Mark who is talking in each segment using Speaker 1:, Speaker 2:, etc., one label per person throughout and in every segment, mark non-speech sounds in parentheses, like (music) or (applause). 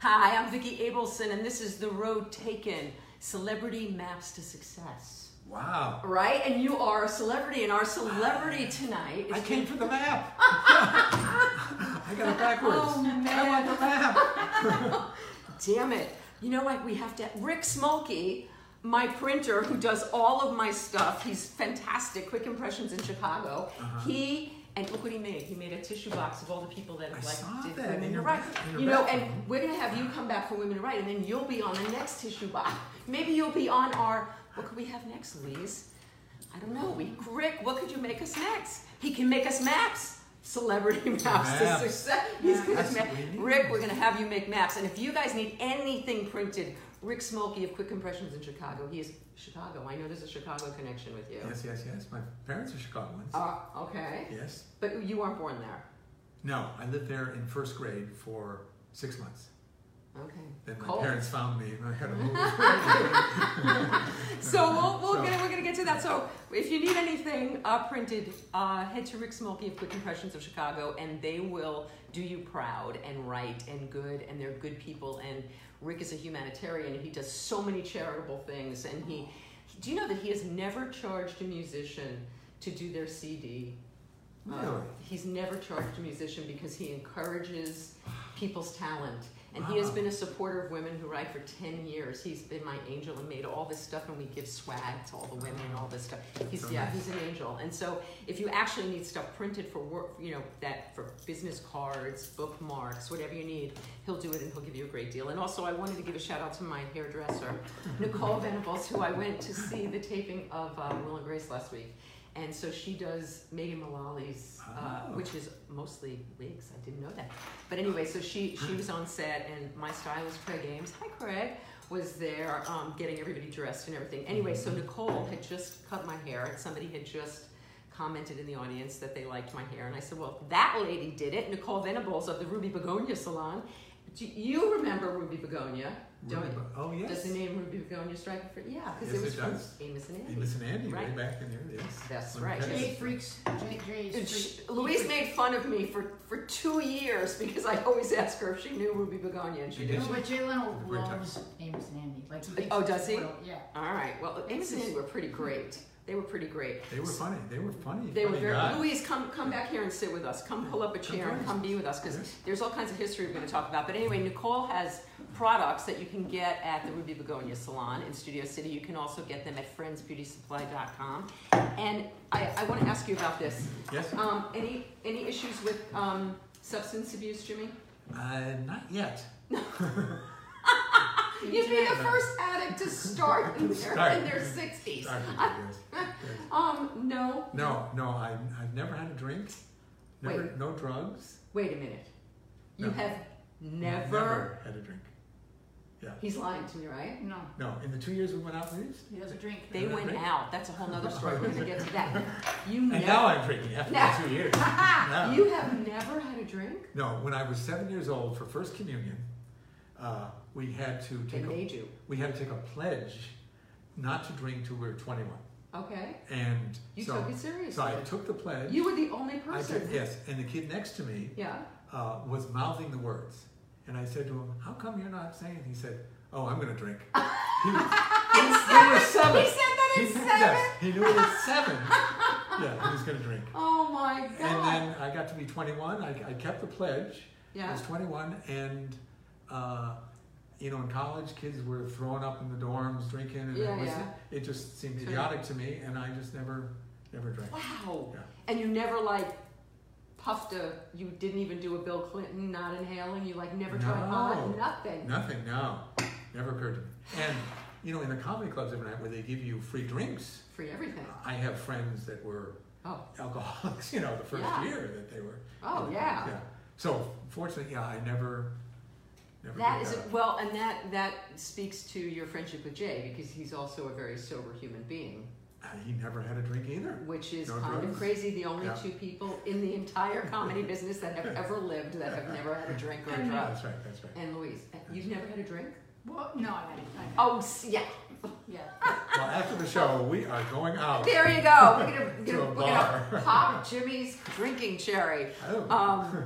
Speaker 1: Hi, I'm Vicki Abelson, and this is The Road Taken Celebrity Maps to Success.
Speaker 2: Wow.
Speaker 1: Right? And you are a celebrity, and our celebrity
Speaker 2: (sighs)
Speaker 1: tonight is.
Speaker 2: I came for
Speaker 1: (laughs)
Speaker 2: the map. (laughs) I got it backwards.
Speaker 1: Oh,
Speaker 2: I want
Speaker 1: (laughs)
Speaker 2: the map.
Speaker 1: Damn it. You know what? We have to. Rick Smolke, my printer who does all of my stuff, he's fantastic. Quick Impressions in Chicago.
Speaker 2: Uh-huh.
Speaker 1: He. And look what he made. He made a tissue box of all the people that have
Speaker 2: I
Speaker 1: like
Speaker 2: saw
Speaker 1: did
Speaker 2: that in
Speaker 1: women to
Speaker 2: your
Speaker 1: right.
Speaker 2: ba- in your
Speaker 1: You know,
Speaker 2: bathroom.
Speaker 1: and we're gonna have you come back for women to right, and then you'll be on the next tissue box. Maybe you'll be on our what could we have next, Louise? I don't know. We Rick, what could you make us next? He can make us maps. Celebrity (laughs) maps,
Speaker 2: Maps.
Speaker 1: to success. He's gonna
Speaker 2: That's
Speaker 1: ma-
Speaker 2: what we need.
Speaker 1: Rick, we're gonna have you make maps. And if you guys need anything printed, Rick Smolke of Quick Impressions in Chicago. He is Chicago. I know there's a Chicago connection with you.
Speaker 2: Yes, yes, yes. My parents are Chicagoans.
Speaker 1: Uh, okay.
Speaker 2: Yes.
Speaker 1: But you weren't born there.
Speaker 2: No, I lived there in first grade for six months. Then
Speaker 1: Okay.
Speaker 2: my
Speaker 1: Cold.
Speaker 2: parents found me and I
Speaker 1: (laughs)
Speaker 2: had to move.
Speaker 1: So we'll, we'll
Speaker 2: So-
Speaker 1: get, we're going to get to that. So if you need anything uh, printed, uh, head to Rick Smolke of Quick Impressions of Chicago, and they will do you proud and right and good, and they're good people. And Rick is a humanitarian. He does so many charitable things, and he. Do you know that he has never charged a musician to do their CD? Uh,
Speaker 2: Really?
Speaker 1: he's never charged a musician because he encourages people's talent. And he has
Speaker 2: Wow.
Speaker 1: been a supporter of women who write for 10 years. He's been my angel and made all this stuff, and we give swag to all the women and all this stuff. He's,
Speaker 2: so
Speaker 1: yeah,
Speaker 2: nice.
Speaker 1: he's an angel. And so if you actually need stuff printed for work, you know, that for business cards, bookmarks, whatever you need, he'll do it and he'll give you a great deal. And also, I wanted to give a shout out to my hairdresser, Nicole Venables, who I went to see the taping of uh, Will and Grace last week. And so she does Megan Mullally's, uh,
Speaker 2: Oh.
Speaker 1: which is mostly wigs. I didn't know that. But anyway, so she she was on set, and my stylist Craig Ames, hi Craig, was there um, getting everybody dressed and everything. Anyway, so Nicole had just cut my hair, and somebody had just commented in the audience that they liked my hair, and I said, well, that lady did it, Nicole Venables of the Ruby Begonia Salon. Do you remember Ruby Begonia? Don't
Speaker 2: Ruby
Speaker 1: you?
Speaker 2: Bo- oh, yes.
Speaker 1: Does the name Ruby Begonia strike a fr- Yeah, because
Speaker 2: Yes,
Speaker 1: it was
Speaker 2: it
Speaker 1: from
Speaker 2: does.
Speaker 1: Amos and Andy.
Speaker 2: Amos and Andy way
Speaker 1: Right.
Speaker 2: back in there, yes.
Speaker 1: That's
Speaker 2: When
Speaker 1: right.
Speaker 2: parents-
Speaker 3: Jay freaks. Jay, Jay's
Speaker 1: And
Speaker 3: freak-
Speaker 1: she- Louise made fun of me for, for two years because I always asked her if she knew Ruby Begonia, and she
Speaker 2: You
Speaker 1: didn't.
Speaker 2: did?
Speaker 3: No, but Jay Leno
Speaker 2: We're
Speaker 3: loves Amos and Andy. Like he thinks
Speaker 1: Oh,
Speaker 3: it's
Speaker 1: does he?
Speaker 3: real, Yeah.
Speaker 1: All right. Well, Amos and
Speaker 3: This is-
Speaker 1: Andy were pretty great. They were pretty great.
Speaker 2: They were funny. They were funny.
Speaker 1: They were
Speaker 2: funny
Speaker 1: very.
Speaker 2: guys.
Speaker 1: Louise, come come back here and sit with us. Come pull up a chair and come be with us because
Speaker 2: Yes.
Speaker 1: there's all kinds of history we're going to talk about. But anyway, Nicole has products that you can get at the Ruby Begonia Salon in Studio City. You can also get them at friendsbeautysupply.com. And I, I want to ask you about this.
Speaker 2: Yes.
Speaker 1: Um, any any issues with um, substance abuse, Jimmy?
Speaker 2: Uh, not yet.
Speaker 1: You'd be the first addict to start in their, in their 60s.
Speaker 2: Sorry, yes,
Speaker 1: (laughs)
Speaker 2: yes.
Speaker 1: Um, no.
Speaker 2: No, no, I, I've never had a drink. Never,
Speaker 1: Wait.
Speaker 2: no drugs.
Speaker 1: Wait a minute. You
Speaker 2: No.
Speaker 1: have never,
Speaker 2: Never had a drink. Yeah.
Speaker 1: He's lying to me, right?
Speaker 3: No,
Speaker 2: No, in the two years we went out with these,
Speaker 3: he doesn't drink.
Speaker 1: They
Speaker 2: Never
Speaker 1: went
Speaker 2: drink.
Speaker 1: out. That's a whole nother story. We're going to get to that.
Speaker 2: (laughs)
Speaker 1: You
Speaker 2: and
Speaker 1: never.
Speaker 2: now I'm drinking after
Speaker 1: Now-
Speaker 2: the
Speaker 1: (laughs)
Speaker 2: two years. Now-
Speaker 1: You have never had a drink?
Speaker 2: No, when I was seven years old for first communion, uh, we had to
Speaker 1: They
Speaker 2: take a,
Speaker 1: made you.
Speaker 2: we had to take a pledge not to drink till we were 21.
Speaker 1: Okay.
Speaker 2: And
Speaker 1: You
Speaker 2: so,
Speaker 1: took it seriously.
Speaker 2: so I took the pledge.
Speaker 1: you were the only
Speaker 2: I
Speaker 1: person.
Speaker 2: took, yes, and the kid next to me
Speaker 1: Yeah.
Speaker 2: uh, was mouthing the words. And I said to him, How come you're not saying? He said, Oh, I'm going to
Speaker 1: (laughs)
Speaker 2: drink. He was, he was seven.
Speaker 1: He said that
Speaker 2: He
Speaker 1: at
Speaker 2: knew,
Speaker 1: seven.
Speaker 2: yes, he knew it was seven. yeah, he was going to drink.
Speaker 1: Oh my God.
Speaker 2: And then I got to be 21. I, I kept the pledge. I
Speaker 1: yeah.
Speaker 2: was 21, and uh, you know, in college, kids were throwing up in the dorms, drinking, and
Speaker 1: Yeah,
Speaker 2: it, was,
Speaker 1: yeah.
Speaker 2: it just seemed
Speaker 1: Sure.
Speaker 2: idiotic to me, and I just never, never drank.
Speaker 1: Wow.
Speaker 2: Yeah.
Speaker 1: And you never like puffed a. You didn't even do a Bill Clinton not inhaling. You like never tried
Speaker 2: No.
Speaker 1: on nothing.
Speaker 2: Nothing, no, never occurred to me. And you know, in the comedy clubs every night where they give you free drinks,
Speaker 1: Free everything.
Speaker 2: I have friends that were
Speaker 1: Oh.
Speaker 2: alcoholics. (laughs) You know, the first
Speaker 1: Yeah.
Speaker 2: year that they were.
Speaker 1: Oh yeah.
Speaker 2: Yeah. So fortunately, yeah, I never, never.
Speaker 1: That
Speaker 2: did
Speaker 1: is a, well, and that that speaks to your friendship with Jay because he's also a very sober human being,
Speaker 2: Uh, He never had a drink either.
Speaker 1: which is
Speaker 2: No
Speaker 1: kind of
Speaker 2: drugs.
Speaker 1: crazy. The only
Speaker 2: Yeah.
Speaker 1: two people in the entire
Speaker 2: (laughs)
Speaker 1: comedy business that have ever lived that have never had a drink or a drug.
Speaker 2: That's right. That's right.
Speaker 1: And Louise, you've never had a drink?
Speaker 3: Well, no, I meant, I meant.
Speaker 1: Oh, s- yeah.
Speaker 3: yeah.
Speaker 2: Well, after the show, we are going out.
Speaker 1: There you go. We're gonna, we're
Speaker 2: (laughs) To
Speaker 1: gonna,
Speaker 2: a
Speaker 1: we're gonna
Speaker 2: bar.
Speaker 1: pop Jimmy's drinking cherry.
Speaker 2: Oh.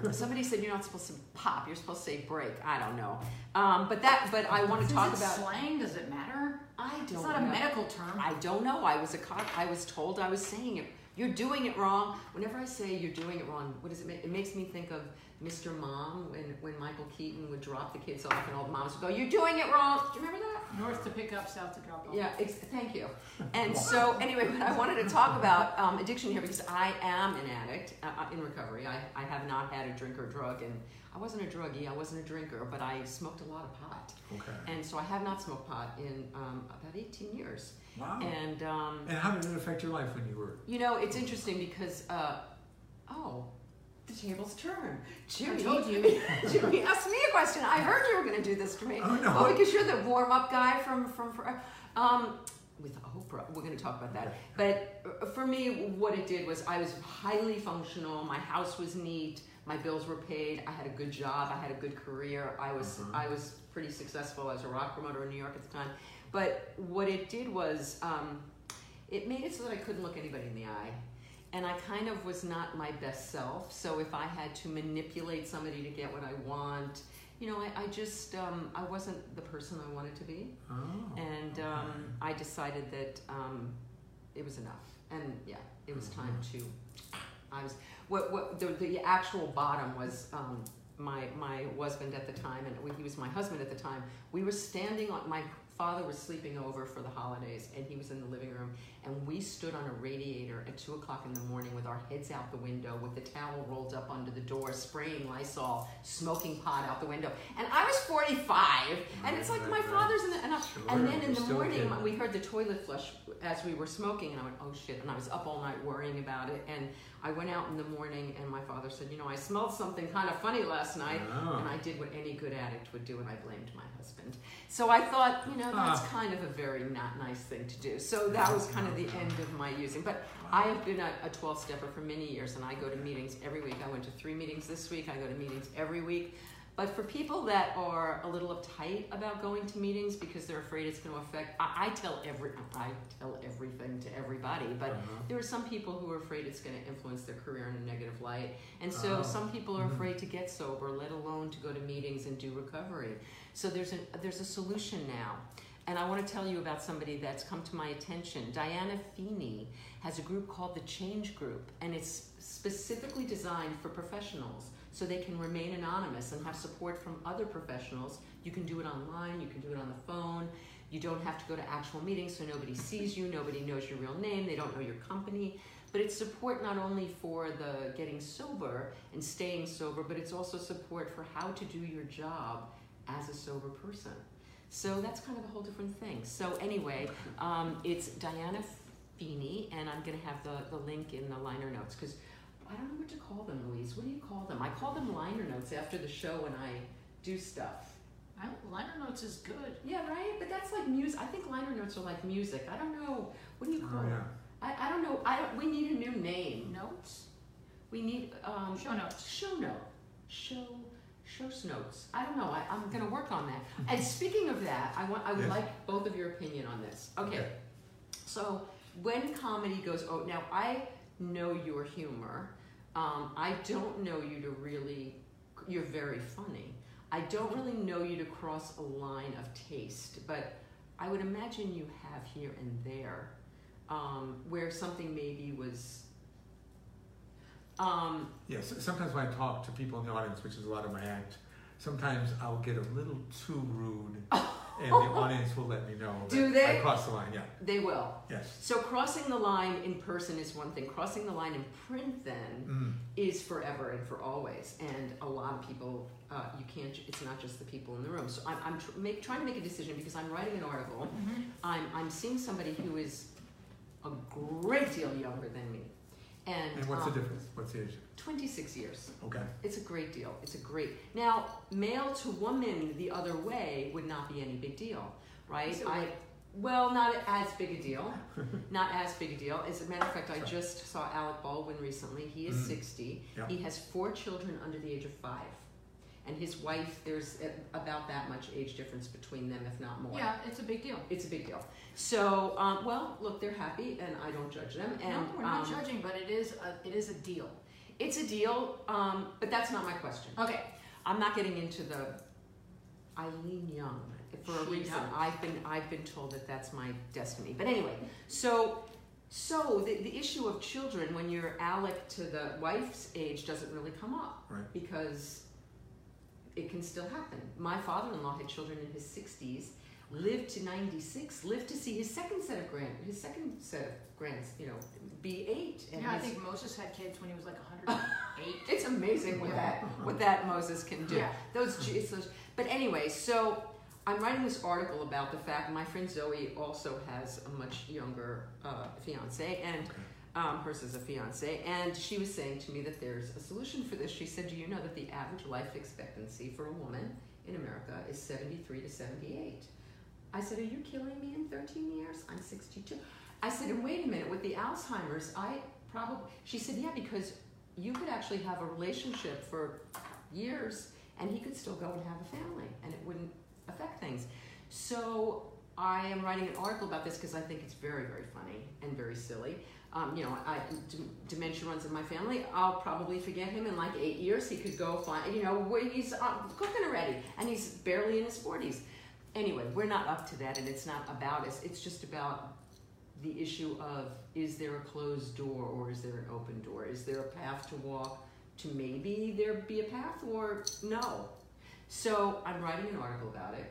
Speaker 1: Um, somebody said you're not supposed to pop. You're supposed to say break. I don't know. Um, but that. But I want to
Speaker 3: Is
Speaker 1: talk
Speaker 3: it
Speaker 1: about.
Speaker 3: slang? Does it matter?
Speaker 1: I don't.
Speaker 3: It's not a
Speaker 1: know.
Speaker 3: medical term.
Speaker 1: I don't know. I was a cop. I was told I was saying it. You're doing it wrong. Whenever I say you're doing it wrong, what does it make? It makes me think of Mr. Mom when, when Michael Keaton would drop the kids off and all the moms would go, "You're doing it wrong." Do you remember that?
Speaker 3: North to pick up, south to drop off.
Speaker 1: Yeah. Ex- thank you. And so anyway, what I wanted to talk about um, addiction here because I am an addict uh, uh, in recovery. I, I have not had a drink or drug, and I wasn't a druggie. I wasn't a drinker, but I smoked a lot of pot,
Speaker 2: Okay.
Speaker 1: and so I have not smoked pot in um, about 18 years.
Speaker 2: Wow.
Speaker 1: And um,
Speaker 2: And how did it affect your life when you were?
Speaker 1: You know, it's interesting because, uh, oh, the tables turn. Jimmy,
Speaker 3: told you.
Speaker 1: (laughs) Jimmy asked me a question. I heard you were going to do this to me.
Speaker 2: Oh, no.
Speaker 1: Oh, because you're the warm up guy from from for, um, with Oprah. We're going to talk about that. But uh, for me, what it did was I was highly functional. My house was neat. My bills were paid. I had a good job. I had a good career. I was
Speaker 2: Mhm.
Speaker 1: I was pretty successful. I was a rock promoter in New York at the time. But what it did was. Um, it made it so that I couldn't look anybody in the eye. And I kind of was not my best self. So if I had to manipulate somebody to get what I want, you know, I, I just, um, I wasn't the person I wanted to be.
Speaker 2: Oh.
Speaker 1: And um, I decided that um, it was enough. And yeah, it was time to, I was, what, what, the, the actual bottom was um, my, my husband at the time, and he was my husband at the time. We were standing on, my father was sleeping over for the holidays, and he was in the living room, and we stood on a radiator at two o'clock in the morning with our heads out the window, with the towel rolled up under the door, spraying Lysol, smoking pot out the window. And I was 45, and it's like
Speaker 2: Right,
Speaker 1: my
Speaker 2: right, right.
Speaker 1: father's in the, and, I, and
Speaker 2: Sure,
Speaker 1: then in
Speaker 2: you're
Speaker 1: the
Speaker 2: still a
Speaker 1: morning
Speaker 2: kid.
Speaker 1: we heard the toilet flush as we were smoking, and I went, oh shit, and I was up all night worrying about it. And I went out in the morning, and my father said, you know, I smelled something kind of funny last night.
Speaker 2: Oh.
Speaker 1: And I did what any good addict would do, and I blamed my husband. So I thought, you know, that's
Speaker 2: Ah.
Speaker 1: kind of a very not nice thing to do. So that was kind of the end of my using. But I have been a, a 12 stepper for many years, and I go to meetings every week. I went to three meetings this week, I go to meetings every week. But for people that are a little uptight about going to meetings because they're afraid it's going to affect, I, I tell every, I tell everything to everybody. But
Speaker 2: Uh-huh.
Speaker 1: there are some people who are afraid it's going to influence their career in a negative light, and so
Speaker 2: Oh.
Speaker 1: some people are
Speaker 2: Mhm.
Speaker 1: afraid to get sober, let alone to go to meetings and do recovery. So there's a there's a solution now. And I want to tell you about somebody that's come to my attention. Diana Feeney has a group called the Change Group, and it's specifically designed for professionals so they can remain anonymous and have support from other professionals. You can do it online, you can do it on the phone. You don't have to go to actual meetings, so nobody sees you, nobody knows your real name, they don't know your company. But it's support not only for the getting sober and staying sober, but it's also support for how to do your job as a sober person. So that's kind of a whole different thing. So anyway, um, it's Diana Feeney, and I'm gonna have the, the link in the liner notes because I don't know what to call them, Louise. What do you call them? I call them liner notes after the show when I do stuff.
Speaker 3: I, liner notes is good.
Speaker 1: Yeah, right. But that's like music. I think liner notes are like music. I don't know. What do you call
Speaker 2: Oh, yeah.
Speaker 1: them? I, I don't know. I don't, we need a new name.
Speaker 3: Notes?
Speaker 1: We need um,
Speaker 3: Show notes.
Speaker 1: show note, show show notes. I don't know. I, I'm gonna work on that. And speaking of that, I want I would
Speaker 2: Yes.
Speaker 1: like both of your opinion on this. Okay.
Speaker 2: Okay.
Speaker 1: So when comedy goes oh now I know your humor. Um, I don't know you to really you're very funny. I don't really know you to cross a line of taste, but I would imagine you have here and there um, where something maybe was um,
Speaker 2: Yes, sometimes when I talk to people in the audience, which is a lot of my act, sometimes I'll get a little too rude, and
Speaker 1: (laughs)
Speaker 2: the audience will let me know. That
Speaker 1: Do they?
Speaker 2: I crossed the line. Yeah.
Speaker 1: They will.
Speaker 2: Yes.
Speaker 1: So crossing the line in person is one thing. Crossing the line in print then
Speaker 2: Mm.
Speaker 1: is forever and for always. And a lot of people, uh, you can't. It's not just the people in the room. So I'm, I'm tr- make, trying to make a decision because I'm writing an article. I'm I'm seeing somebody who is a great deal younger than me, and,
Speaker 2: And what's
Speaker 1: um,
Speaker 2: the difference? What's the issue?
Speaker 1: 26 years.
Speaker 2: Okay.
Speaker 1: It's a great deal. It's a great. Now, male to woman the other way would not be any big deal, right?
Speaker 3: Is it
Speaker 1: I well, not as big a
Speaker 3: (laughs)
Speaker 1: deal. not as big a deal. As a matter of fact, I just saw
Speaker 3: Mm-hmm.
Speaker 1: Alec Baldwin recently. He is
Speaker 2: Mhm.
Speaker 1: 60.
Speaker 2: Yeah.
Speaker 1: He has four children under the age of 5. and his wife. There's a- about that much age difference between them, if not more.
Speaker 3: Yeah, it's a big deal.
Speaker 1: It's a big deal. So, um, well, look, they're happy, and I don't judge them. And
Speaker 3: no, we're not
Speaker 1: um,
Speaker 3: judging, but it is a, it is a deal.
Speaker 1: It's a deal, um, but that's not my question.
Speaker 3: Okay.
Speaker 1: I'm not getting into the Eileen Young for a
Speaker 3: She
Speaker 1: reason.
Speaker 3: knows.
Speaker 1: I've been I've been told that that's my destiny. But anyway, so so the, the issue of children when you're Alec to the wife's age doesn't really come up
Speaker 2: Right.
Speaker 1: because it can still happen. My father-in-law had children in his 60s, lived to 96, lived to see his second set of grand his second set of grands, you know, be eight. And
Speaker 3: yeah, I
Speaker 1: his-
Speaker 3: think Moses had kids when he was like 108.
Speaker 1: (laughs) it's amazing what that what that Moses can do.
Speaker 3: Yeah.
Speaker 1: Those Ju- it's those. But anyway, so I'm writing this article about the fact my friend Zoe also has a much younger uh, fiance, and
Speaker 2: Okay.
Speaker 1: um, hers is a fiance, and she was saying to me that there's a solution for this. She said, "Do you know that the average life expectancy for a woman in America is 73 to 78?" I said, "Are you killing me in 13 years? I'm 62." I said, "And wait a minute, with the Alzheimer's, I probably." She said, "Yeah, because you could actually have a relationship for years, and he could still go and have a family, and it wouldn't affect things." So I am writing an article about this because I think it's very, very funny and very silly. Um, you know, I, d- dementia runs in my family. I'll probably forget him in like eight years. He could go find, you know, where he's uh, cooking already, and he's barely in his forties. Anyway, we're not up to that, and it's not about us. It's just about the issue of is there a closed door or is there an open door? Is there a path to walk to maybe there be a path or no? So I'm writing an article about it.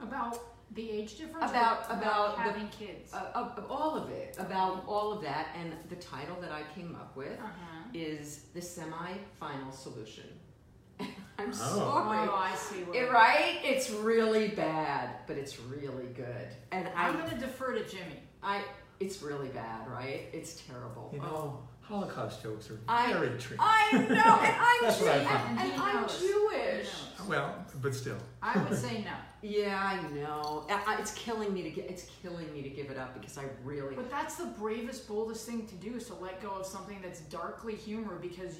Speaker 3: About the age difference? or
Speaker 1: About- about the-
Speaker 3: having kids.
Speaker 1: uh, of of all of it, about all of that, and the title that I came up with
Speaker 3: uh-huh.
Speaker 1: is the semi-final solution. (laughs) I'm
Speaker 2: Oh.
Speaker 1: sorry,
Speaker 3: Oh, I see. What
Speaker 1: It- right? It's really bad, but it's really good, and
Speaker 3: I'm
Speaker 1: I,
Speaker 3: going to defer to Jimmy.
Speaker 1: I, it's really bad, right? It's terrible.
Speaker 2: You
Speaker 1: Oh.
Speaker 2: know, Holocaust jokes are
Speaker 1: I- Oh.
Speaker 2: very tricky.
Speaker 1: I know, and I'm
Speaker 2: (laughs) That's
Speaker 1: Jewish,
Speaker 2: what I
Speaker 1: and,
Speaker 3: thought.
Speaker 1: and
Speaker 3: He
Speaker 1: I'm
Speaker 3: knows.
Speaker 1: Jewish.
Speaker 3: He knows.
Speaker 2: Well, but still.
Speaker 3: I would say no.
Speaker 1: Yeah, I know. I, I- it's killing me to get. It's killing me to give it up because I really.
Speaker 3: But that's the bravest, boldest thing to do is to let go of something that's darkly humor because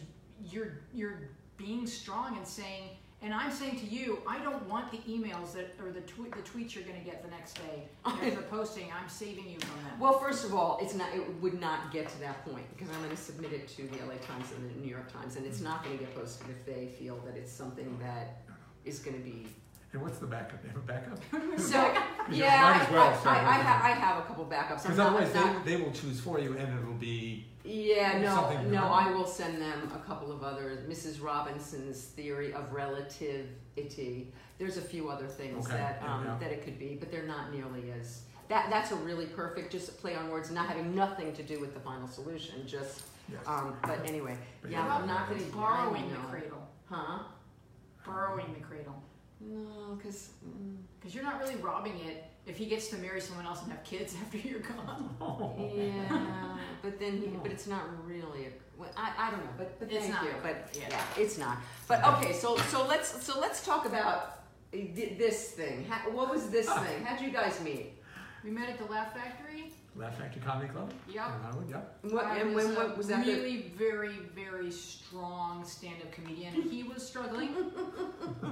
Speaker 3: you're you're being strong and saying and I'm saying to you, I don't want the emails that or the tweet the tweets you're gonna get the next day
Speaker 1: (laughs)
Speaker 3: after the posting. I'm saving you from them.
Speaker 1: Well, first of all, it's not. It would not get to that point because I'm going to submit it to the LA Times and the New York Times, and it's not going to get posted if they feel that it's something that is going to be.
Speaker 2: And what's the backup? They have
Speaker 1: (laughs)
Speaker 2: a backup?
Speaker 1: So
Speaker 2: You
Speaker 1: yeah,
Speaker 2: might as
Speaker 1: I,
Speaker 2: well
Speaker 1: I, I, I,
Speaker 2: say-
Speaker 1: ha- I have a couple backups. I'm
Speaker 2: Because
Speaker 1: not,
Speaker 2: otherwise
Speaker 1: I'm not,
Speaker 2: they, they will choose for you and it'll be,
Speaker 1: yeah, no,
Speaker 2: something
Speaker 1: no.
Speaker 2: wrong.
Speaker 1: I will send them a couple of others. Mrs. Robinson's theory of relativity. There's a few other things
Speaker 2: Okay,
Speaker 1: that
Speaker 2: yeah,
Speaker 1: um,
Speaker 2: yeah.
Speaker 1: that it could be, but they're not nearly as. That, that's a really perfect just play on words, not having nothing to do with the final solution, just
Speaker 2: yes.
Speaker 1: Um, but anyway,
Speaker 2: But
Speaker 1: yeah,
Speaker 2: yeah,
Speaker 1: I'm not
Speaker 2: that's-
Speaker 1: gonna
Speaker 3: Borrowing
Speaker 1: I
Speaker 3: the
Speaker 1: know.
Speaker 3: cradle.
Speaker 1: Huh?
Speaker 2: (laughs)
Speaker 3: Borrowing the cradle.
Speaker 1: No, mm, because
Speaker 3: Because you're not really robbing it if he gets to marry someone else and have kids (laughs) after you're gone.
Speaker 1: yeah, but then he, but it's not really a. Well, I, I don't know, but but
Speaker 3: It's
Speaker 1: thank
Speaker 3: not.
Speaker 1: you, but
Speaker 3: Yeah.
Speaker 1: yeah, it's not. But okay, so so let's so let's talk about th- this thing. How, what was this
Speaker 3: Ah.
Speaker 1: thing? How'd you guys meet?
Speaker 3: We met at the Laugh Factory.
Speaker 2: Laugh Factory Comedy Club?
Speaker 3: Yep.
Speaker 2: In Hollywood, yep.
Speaker 1: What
Speaker 3: I uh,
Speaker 1: and when what was that? the-
Speaker 3: Really, very, very strong stand-up comedian. He was
Speaker 1: (laughs)
Speaker 3: struggling.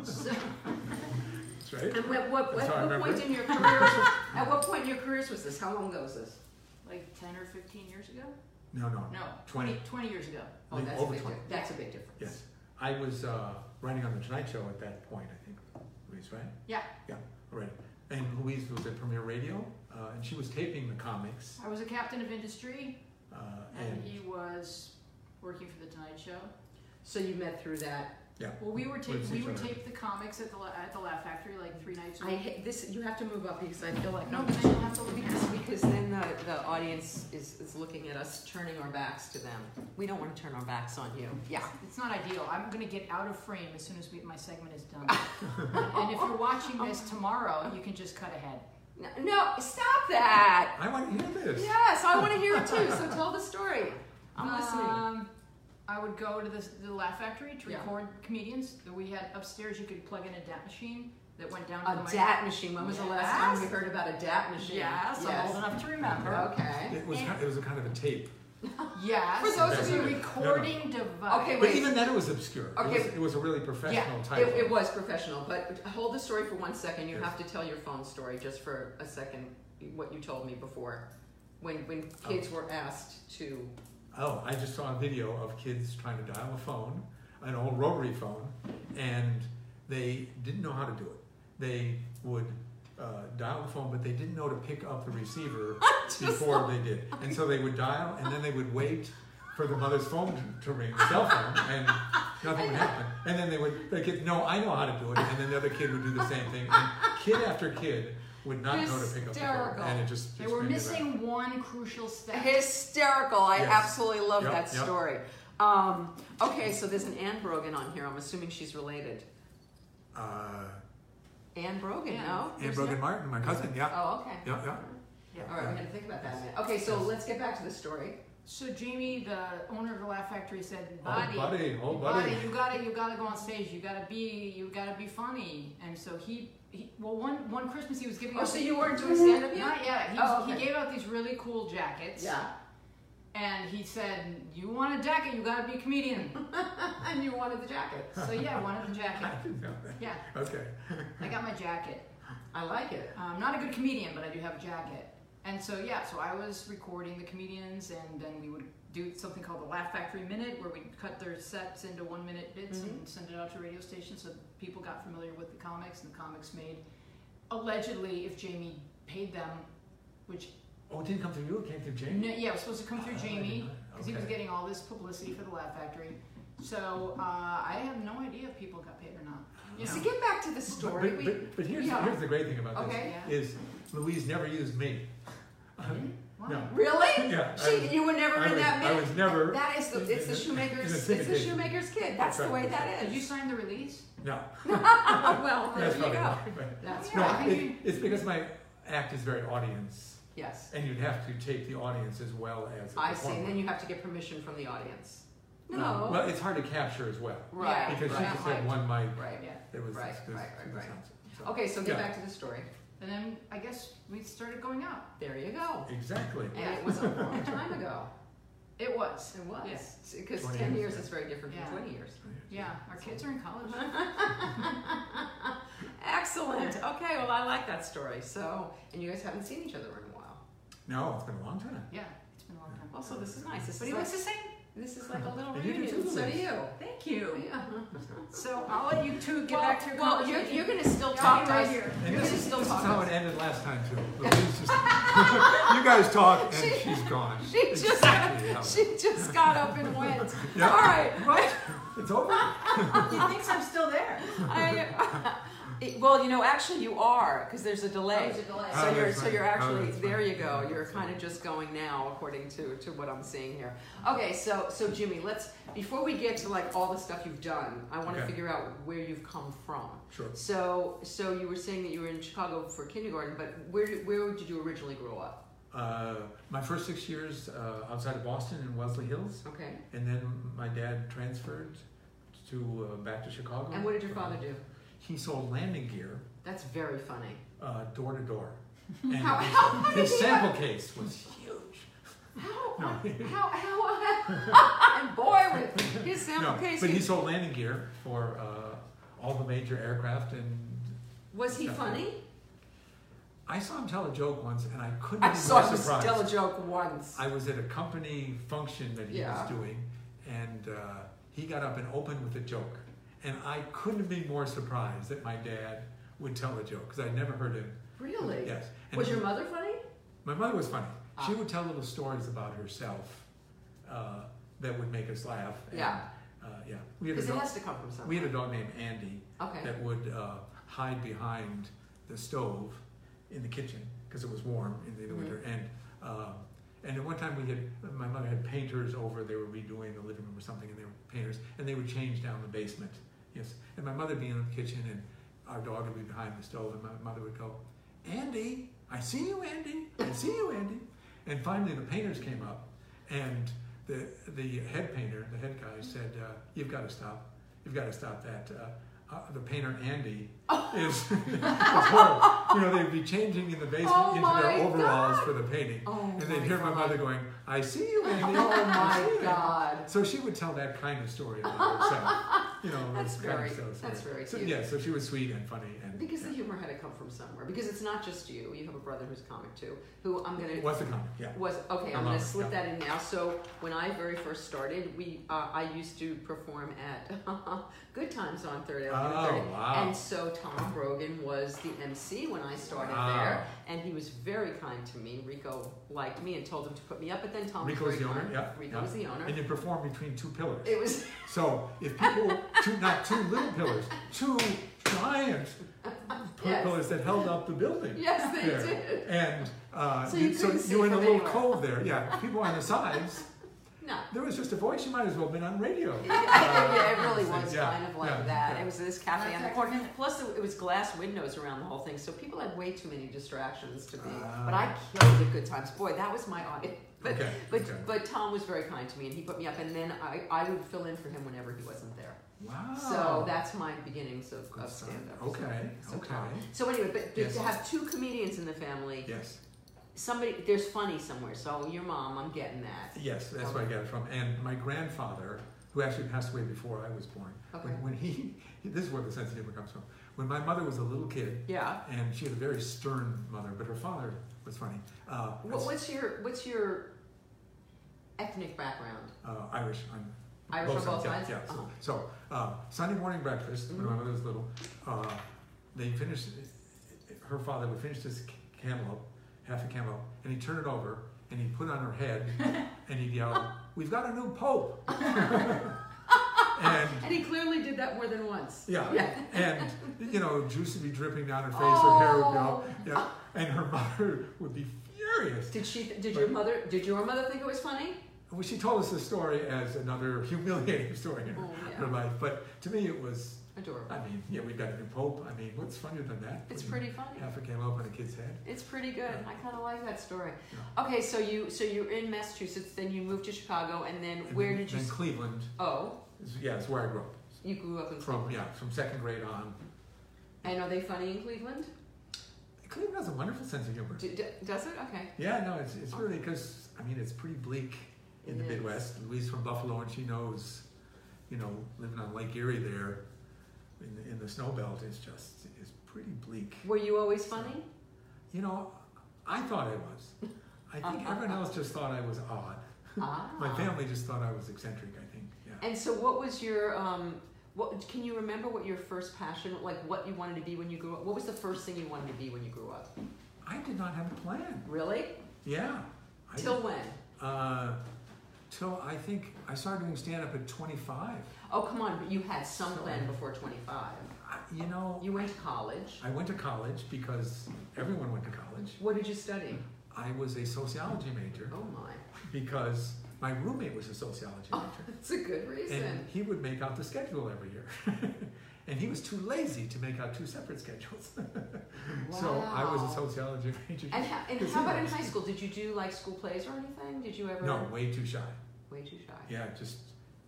Speaker 3: so,
Speaker 2: That's right.
Speaker 1: and what what,
Speaker 2: That's
Speaker 1: at
Speaker 2: how I
Speaker 1: what point
Speaker 2: remember
Speaker 1: in your careers?
Speaker 2: (laughs)
Speaker 1: at what point in your careers was this? How long ago was this?
Speaker 3: like 10 or 15 years ago?
Speaker 2: No, no.
Speaker 3: No,
Speaker 2: 20.
Speaker 3: 20, 20 years ago.
Speaker 1: Oh,
Speaker 2: Like
Speaker 1: that's a
Speaker 2: over
Speaker 1: big. Di-
Speaker 2: 20.
Speaker 1: that's a big difference.
Speaker 2: Yes. I was uh, writing on The Tonight Show at that point, I think. Louise, right?
Speaker 3: Yeah.
Speaker 2: Yeah, right. And Louise was at Premier Radio, uh, and she was taping the comics.
Speaker 3: I was a captain of industry,
Speaker 2: Uh,
Speaker 3: and
Speaker 2: and
Speaker 3: he was working for The Tonight Show.
Speaker 1: So you met through that.
Speaker 3: Well, we were tape,
Speaker 2: With
Speaker 3: we
Speaker 2: each
Speaker 3: would
Speaker 2: other.
Speaker 3: tape the comics at the, La- at the Laugh Factory like three nights a
Speaker 1: I
Speaker 3: week.
Speaker 1: hate this. You have to move up because I feel like
Speaker 3: No, but I don't have to look
Speaker 1: Because,
Speaker 3: at it.
Speaker 1: because then the, the audience is, is looking at us turning our backs to them. We don't want to turn our backs on you. Yeah.
Speaker 3: It's not ideal. I'm going to get out of frame as soon as we, my segment is done. (laughs) and if you're watching this tomorrow, you can just cut ahead.
Speaker 1: No, no, stop that.
Speaker 2: I want to hear this.
Speaker 1: Yes, I want to hear it too. So tell the
Speaker 3: (laughs)
Speaker 1: story. I'm listening.
Speaker 3: Um, I would go to the, the Laugh Factory to
Speaker 1: Yeah.
Speaker 3: record comedians that we had upstairs. You could plug in a DAT machine that went down to the
Speaker 1: A
Speaker 3: mic.
Speaker 1: DAT machine. When was the last time we
Speaker 3: Yes.
Speaker 1: heard about a DAT machine?
Speaker 3: Yes, I'm old enough to remember.
Speaker 1: Okay.
Speaker 2: It was,
Speaker 3: And-
Speaker 2: it was a kind of a tape.
Speaker 3: Yes.
Speaker 1: For those
Speaker 2: of
Speaker 3: it's a
Speaker 2: you-
Speaker 3: recording device.
Speaker 1: Okay,
Speaker 2: But
Speaker 1: wait.
Speaker 2: even then, it was obscure. It,
Speaker 1: Okay.
Speaker 2: was, it was a really professional
Speaker 1: yeah,
Speaker 2: type.
Speaker 1: it, it was professional. But hold the story for one second. You
Speaker 2: Yes.
Speaker 1: have to tell your phone story just for a second. What you told me before, when when kids were asked to.
Speaker 2: Oh, I just saw a video of kids trying to dial a phone, an old rotary phone, and they didn't know how to do it. They would uh, dial the phone, but they didn't know to pick up the
Speaker 3: (laughs)
Speaker 2: receiver before they did. And so they would dial, and then they would wait for the mother's phone to- to ring, the cell phone, and nothing would happen. And then they would, the kid, no, I know how to do it, and then the other kid would do the same thing. And kid after kid would not know to pick up the phone,
Speaker 1: Hysterical.
Speaker 2: and it just
Speaker 3: They were
Speaker 2: expanded out.
Speaker 3: missing one crucial step.
Speaker 1: Hysterical! I
Speaker 2: Yes.
Speaker 1: absolutely love
Speaker 2: Yep,
Speaker 1: that
Speaker 2: yep.
Speaker 1: story. Um, okay, so there's an Anne Brogan on here. I'm assuming she's related.
Speaker 2: Uh,
Speaker 1: Anne Brogan,
Speaker 3: Yeah.
Speaker 1: no?
Speaker 2: and Brogan Martin, my cousin, yeah.
Speaker 1: Oh, okay.
Speaker 2: Yeah, yeah.
Speaker 1: All right, I'm gonna think about that. a minute. Okay, so let's get back to the story.
Speaker 3: So Jamie, the owner of the Laugh Factory, said, "Buddy,
Speaker 2: buddy, oh,
Speaker 3: you
Speaker 2: buddy."
Speaker 3: you gotta, you gotta go on stage. You gotta be, you gotta be funny." And so he, he well, one one Christmas he was giving
Speaker 1: Oh,
Speaker 3: out
Speaker 1: so
Speaker 3: these-
Speaker 1: you weren't doing stand-up yet?
Speaker 3: Not yet. He,
Speaker 1: Oh, okay.
Speaker 3: he gave out these really cool jackets.
Speaker 1: Yeah. (laughs)
Speaker 3: And he said, "You want a jacket? You gotta be a
Speaker 1: (laughs)
Speaker 3: comedian."
Speaker 1: And you wanted the jacket.
Speaker 3: so yeah, I wanted the
Speaker 2: I
Speaker 3: jacket.
Speaker 2: didn't know that.
Speaker 3: Yeah,
Speaker 2: (laughs) Okay.
Speaker 3: I got my jacket.
Speaker 1: I like it.
Speaker 3: I'm Um, not a good comedian, but I do have a jacket. And so yeah, so I was recording the comedians, and then we would do something called the Laugh Factory Minute, where we'd cut their sets into one minute bits
Speaker 2: Mm-hmm.
Speaker 3: and send it out to radio stations, so people got familiar with the comics, and the comics made allegedly, if Jamie paid them, which
Speaker 2: Oh, it didn't come through you, it came through
Speaker 3: no,
Speaker 2: Jamie?
Speaker 3: yeah, it was supposed to come
Speaker 2: Oh,
Speaker 3: through
Speaker 2: I didn't
Speaker 3: Jamie
Speaker 2: know that.
Speaker 3: because he was
Speaker 2: Okay.
Speaker 3: getting all this publicity for the Laugh Factory. So uh, I have no idea if people got paid or not. You know.
Speaker 1: So get back to the
Speaker 2: But,
Speaker 1: story.
Speaker 2: but, but, but here's,
Speaker 1: yeah.
Speaker 2: here's the great thing about
Speaker 1: Okay.
Speaker 3: Yeah. Hmm?
Speaker 2: this, is Louise never used me.
Speaker 3: Why?
Speaker 1: We-
Speaker 2: No.
Speaker 1: really?
Speaker 2: Yeah, I
Speaker 1: She,
Speaker 2: was-
Speaker 1: you were never
Speaker 2: I
Speaker 1: in
Speaker 2: was-
Speaker 1: that
Speaker 2: I
Speaker 1: minute.
Speaker 2: was never-
Speaker 1: That is the. It's the shoemaker's. It's the
Speaker 2: Intimidated.
Speaker 1: shoemaker's kid. That's the way that
Speaker 3: Did you
Speaker 1: is.
Speaker 3: sign the release?
Speaker 2: No.
Speaker 1: Oh, well, there
Speaker 2: That's
Speaker 1: you
Speaker 2: probably
Speaker 1: go.
Speaker 2: not right.
Speaker 1: That's
Speaker 3: Yeah, I
Speaker 2: No,
Speaker 3: think
Speaker 2: it,
Speaker 3: you-
Speaker 2: it's because my act is very audience,
Speaker 1: Yes.
Speaker 2: and you'd have to take the audience as well as the
Speaker 1: I see. And
Speaker 2: performer.
Speaker 1: then you have to get permission from the audience. No.
Speaker 2: Well, it's hard to capture as well,
Speaker 1: Right.
Speaker 2: because she
Speaker 1: right,
Speaker 2: just had one mic,
Speaker 1: Right.
Speaker 3: Yeah.
Speaker 2: it was,
Speaker 1: Right,
Speaker 2: it was-
Speaker 1: right, right,
Speaker 2: it was
Speaker 1: right.
Speaker 2: sounds- so-
Speaker 1: Okay, so get
Speaker 2: Yeah.
Speaker 1: back to the story.
Speaker 3: And then I guess we started going out.
Speaker 1: There you go.
Speaker 2: Exactly.
Speaker 1: And it was a
Speaker 2: (laughs)
Speaker 1: long time ago.
Speaker 3: It was.
Speaker 1: It was. Because
Speaker 2: 20
Speaker 1: ten
Speaker 2: years,
Speaker 1: years is very different
Speaker 3: Yeah.
Speaker 1: from twenty years.
Speaker 3: Yeah, our kids are in (laughs) college.
Speaker 1: (laughs) Excellent. Okay, well, I like that story. So, and you guys haven't seen each other in a while.
Speaker 2: No, it's been a long time.
Speaker 3: Yeah, it's been a long time.
Speaker 1: Well, so this is nice. This
Speaker 3: But
Speaker 1: is
Speaker 3: it
Speaker 1: like,
Speaker 3: was the same.
Speaker 1: this is like a little
Speaker 2: And you do
Speaker 1: reunion.
Speaker 2: too,
Speaker 1: so do
Speaker 2: Liz.
Speaker 1: you.
Speaker 3: Thank you.
Speaker 1: Yeah.
Speaker 3: So I'll let you two get
Speaker 1: well,
Speaker 3: back to your
Speaker 1: well you're,
Speaker 3: conversation.
Speaker 1: you're going to still
Speaker 3: Y'all
Speaker 1: talk
Speaker 3: be
Speaker 1: to
Speaker 3: right
Speaker 1: us.
Speaker 3: here.
Speaker 1: You're
Speaker 2: And
Speaker 1: going
Speaker 2: this
Speaker 1: to
Speaker 2: is,
Speaker 1: still
Speaker 2: this is
Speaker 1: talk
Speaker 2: how
Speaker 1: to
Speaker 2: it
Speaker 3: (laughs)
Speaker 1: us.
Speaker 2: ended last time
Speaker 1: (laughs)
Speaker 2: too. Louise just- (laughs) you guys talk and
Speaker 1: She-
Speaker 2: she's gone.
Speaker 1: She just,
Speaker 2: exactly how it-
Speaker 1: she just got up and went.
Speaker 2: Oh. Yeah.
Speaker 1: All right. Well,
Speaker 2: It's over.
Speaker 3: he thinks I'm still there.
Speaker 1: (laughs) I, (laughs) it- well, you know, actually, you are because there's a delay.
Speaker 3: There's a delay.
Speaker 1: So
Speaker 2: Oh,
Speaker 1: you're
Speaker 2: that's
Speaker 1: so
Speaker 2: right.
Speaker 1: you're
Speaker 2: Oh,
Speaker 1: actually
Speaker 2: that's
Speaker 1: there.
Speaker 2: right.
Speaker 1: You go.
Speaker 2: Yeah,
Speaker 1: You're
Speaker 2: that's
Speaker 1: kind of just going now, according to to what I'm seeing here. Okay, so so Jimmy, let's before we get to like all the stuff you've done, I want to
Speaker 2: Okay.
Speaker 1: figure out where you've come from.
Speaker 2: Sure.
Speaker 1: So so you were saying that you were in Chicago for kindergarten, but where where did you originally grow up?
Speaker 2: Uh, my first six years uh, outside of Boston in Wesley Hills,
Speaker 1: Okay.
Speaker 2: and then my dad transferred to uh, back to Chicago.
Speaker 1: And what did your father do?
Speaker 2: He sold landing gear
Speaker 1: That's very funny.
Speaker 2: uh, door to
Speaker 1: (laughs)
Speaker 2: door. And
Speaker 1: How-
Speaker 2: his,
Speaker 1: how- how did
Speaker 2: his
Speaker 1: he-
Speaker 2: sample case was huge.
Speaker 1: How
Speaker 2: No. (laughs)
Speaker 1: how how (laughs) and boy with his sample
Speaker 2: no,
Speaker 1: case.
Speaker 2: but he sold landing gear for uh, all the major aircraft and
Speaker 1: was he funny?
Speaker 2: I saw him tell a joke once, and I couldn't
Speaker 1: I
Speaker 2: be
Speaker 1: saw
Speaker 2: more
Speaker 1: him
Speaker 2: surprised.
Speaker 1: tell a joke once.
Speaker 2: I was at a company function that he
Speaker 1: Yeah.
Speaker 2: was doing, and uh, he got up and opened with a joke, and I couldn't be more surprised that my dad would tell a joke because I'd never heard him.
Speaker 1: Really?
Speaker 2: Yes. And
Speaker 1: Was
Speaker 2: he-
Speaker 1: your mother funny?
Speaker 2: my mother was funny. She
Speaker 1: Ah.
Speaker 2: would tell little stories about herself uh, that would make us laugh. and,
Speaker 1: Yeah.
Speaker 2: Uh, yeah. We had, a
Speaker 1: Because it
Speaker 2: dog,
Speaker 1: has to come from somewhere.
Speaker 2: we had a dog named Andy
Speaker 1: okay.
Speaker 2: that would uh, hide behind the stove in the kitchen because it was warm in the
Speaker 1: Mhm.
Speaker 2: winter. And um, and at one time we had my mother had painters over. They were redoing the living room or something, and they were painters, and they would change down the basement. Yes, and my mother would be in the kitchen, and our dog would be behind the stove, and my mother would go, "Andy, I see you, Andy, I see you, Andy." And finally, the painters came up, and the the head painter, the head guy, said, uh, "You've got to stop. You've got to stop that. Uh, uh, the painter Andy
Speaker 1: Oh.
Speaker 2: is, (laughs) is horrible. You know, they'd be changing in the basement
Speaker 1: Oh
Speaker 2: into
Speaker 1: my
Speaker 2: their overalls
Speaker 1: God.
Speaker 2: for the painting.
Speaker 1: Oh
Speaker 2: and they'd
Speaker 1: my
Speaker 2: hear my
Speaker 1: God.
Speaker 2: mother going, I see you, (laughs) Andy.
Speaker 1: Oh
Speaker 2: I see
Speaker 1: my
Speaker 2: you."
Speaker 1: God.
Speaker 2: So she would tell that kind of
Speaker 1: (laughs)
Speaker 2: story about herself. You know,
Speaker 1: That's
Speaker 2: it's kind
Speaker 1: very-
Speaker 2: of so sweet.
Speaker 1: that's very
Speaker 2: So,
Speaker 1: cute.
Speaker 2: yeah, so she was sweet and funny and
Speaker 1: Because the
Speaker 2: yeah.
Speaker 1: humor had to come from somewhere. Because it's not just you. You have a brother who's a comic too, who I'm gonna
Speaker 2: what's the comic? Yeah.
Speaker 1: was okay.
Speaker 2: I
Speaker 1: I'm
Speaker 2: love
Speaker 1: gonna
Speaker 2: it,
Speaker 1: slip
Speaker 2: yeah.
Speaker 1: that in now. So when I very first started, we uh, I used to perform at (laughs) Good Times on Third Avenue.
Speaker 2: Oh,
Speaker 1: 30.
Speaker 2: wow.
Speaker 1: And so Tom Brogan was the MC when I started
Speaker 2: Wow.
Speaker 1: there, and he was very kind to me. Rico liked me and told him to put me up, but then Tom
Speaker 2: Rico's
Speaker 1: was very
Speaker 2: the owner,
Speaker 1: kind.
Speaker 2: yeah,
Speaker 1: Rico
Speaker 2: yeah.
Speaker 1: was the owner.
Speaker 2: And you perform between two pillars.
Speaker 1: It was
Speaker 2: So if people, two, not two little pillars, two giant p-
Speaker 1: Yes.
Speaker 2: pillars that held up the building.
Speaker 1: yes, they
Speaker 2: there.
Speaker 1: did.
Speaker 2: And uh,
Speaker 1: So you couldn't see
Speaker 2: you were in a
Speaker 1: from
Speaker 2: little
Speaker 1: anywhere.
Speaker 2: cove there. Yeah, people on the sides.
Speaker 1: No.
Speaker 2: There was just a voice. You might as well have been on radio.
Speaker 1: (laughs) yeah, it really was
Speaker 2: Yeah,
Speaker 1: kind of like
Speaker 2: yeah,
Speaker 1: that.
Speaker 2: yeah.
Speaker 1: It was this cafe on the
Speaker 3: Contact.
Speaker 1: corner. Plus, it, it was glass windows around the whole thing, so people had way too many distractions to be. but I killed the good times. Boy, that was my audience. But
Speaker 2: okay.
Speaker 1: but
Speaker 2: Ah. okay.
Speaker 1: but Tom was very kind to me, and he put me up, and then I, I would fill in for him whenever he wasn't there.
Speaker 2: wow.
Speaker 1: So that's my beginnings of,
Speaker 2: Oh. Good
Speaker 1: of
Speaker 2: stuff.
Speaker 1: stand up.
Speaker 2: Okay.
Speaker 1: So,
Speaker 2: okay.
Speaker 1: Tom. So anyway, but but
Speaker 2: Yes.
Speaker 1: to have two comedians in the family,
Speaker 2: Yes.
Speaker 1: somebody there's funny somewhere. So your mom, I'm getting that.
Speaker 2: Yes. That's where I got it from. And my grandfather, who actually passed away before I was born,
Speaker 1: Okay.
Speaker 2: when, when he, this is where the sense of humor comes from. When my mother was a little kid,
Speaker 1: Yeah.
Speaker 2: and she had a very stern mother, but her father was funny. Uh,
Speaker 1: What, what's your what's your ethnic background?
Speaker 2: uh, Irish on
Speaker 1: Irish on both sides?
Speaker 2: Yeah, yeah.
Speaker 1: Uh-huh.
Speaker 2: So, so uh, Sunday morning breakfast when my
Speaker 1: Mhm.
Speaker 2: mother was little, uh, they finished. Her father would finish this c- cantaloupe, half a cantaloupe, and he'd turn it over and he'd put it on her
Speaker 1: (laughs)
Speaker 2: head and he'd yell, "We've got a new pope!" and
Speaker 1: And he clearly did that more than once.
Speaker 2: Yeah.
Speaker 1: Yeah.
Speaker 2: And you know, juice would be dripping down her face, her hair would be
Speaker 1: Oh.
Speaker 2: all yeah. And her (laughs) mother would be furious.
Speaker 1: Did she? Did your mother? Did your mother think it was funny?
Speaker 2: Well, she told us the story as another (laughs) humiliating story in her,
Speaker 1: Oh, yeah.
Speaker 2: her life. But to me it was
Speaker 1: Adorable.
Speaker 2: I mean, yeah, we've got a new pope. I mean, what's funnier than that?
Speaker 1: It's
Speaker 2: Putting
Speaker 1: pretty funny.
Speaker 2: half a cantaloupe on a kid's head.
Speaker 1: It's pretty good. I kind of like that story.
Speaker 2: Yeah.
Speaker 1: Okay, so you so you're in Massachusetts, then you moved to Chicago, and then where
Speaker 2: then,
Speaker 1: did you?
Speaker 2: then
Speaker 1: s-
Speaker 2: Cleveland
Speaker 1: Oh,
Speaker 2: is, yeah, it's where I grew up.
Speaker 1: you grew up in
Speaker 2: From
Speaker 1: Cleveland.
Speaker 2: yeah, from second grade on.
Speaker 1: And are they funny in Cleveland?
Speaker 2: Cleveland has a wonderful sense of humor.
Speaker 1: Do, do, does it? Okay.
Speaker 2: Yeah, no, it's it's really because I mean it's pretty bleak in the
Speaker 1: It is.
Speaker 2: Midwest. Louise from Buffalo, and she knows, you know, living on Lake Erie there, in the, in the snow belt, is just is pretty bleak.
Speaker 1: Were you always funny?
Speaker 2: You know, I thought I was.
Speaker 1: (laughs)
Speaker 2: I think everyone else just thought I was odd.
Speaker 1: ah.
Speaker 2: My family just thought I was eccentric. I think. Yeah.
Speaker 1: And so, what was your um? What can you remember? What your first passion? Like what you wanted to be when you grew up? What was the first thing you wanted to be when you grew up?
Speaker 2: I did not have a plan.
Speaker 1: Really?
Speaker 2: Yeah. I
Speaker 1: Till when?
Speaker 2: uh, till I think I started doing stand up at 25.
Speaker 1: Oh come on! But you had some
Speaker 2: So-
Speaker 1: plan before twenty five.
Speaker 2: I, you know,
Speaker 1: You went to college.
Speaker 2: I went to college because everyone went to college.
Speaker 1: What did you study?
Speaker 2: I was a sociology major
Speaker 1: Oh my,
Speaker 2: because my roommate was a sociology
Speaker 1: Oh,
Speaker 2: major.
Speaker 1: that's a good
Speaker 2: And
Speaker 1: reason.
Speaker 2: he would make out the schedule every year. (laughs) and he was too lazy to make out two separate schedules. So I was
Speaker 1: Wow.
Speaker 2: a sociology (laughs) major.
Speaker 1: And, how, and
Speaker 2: Because
Speaker 1: how
Speaker 2: he
Speaker 1: about in
Speaker 2: was-
Speaker 1: high school? Did you do like school plays or anything? Did you ever?
Speaker 2: No, way too shy.
Speaker 1: Way too shy.
Speaker 2: Yeah, just,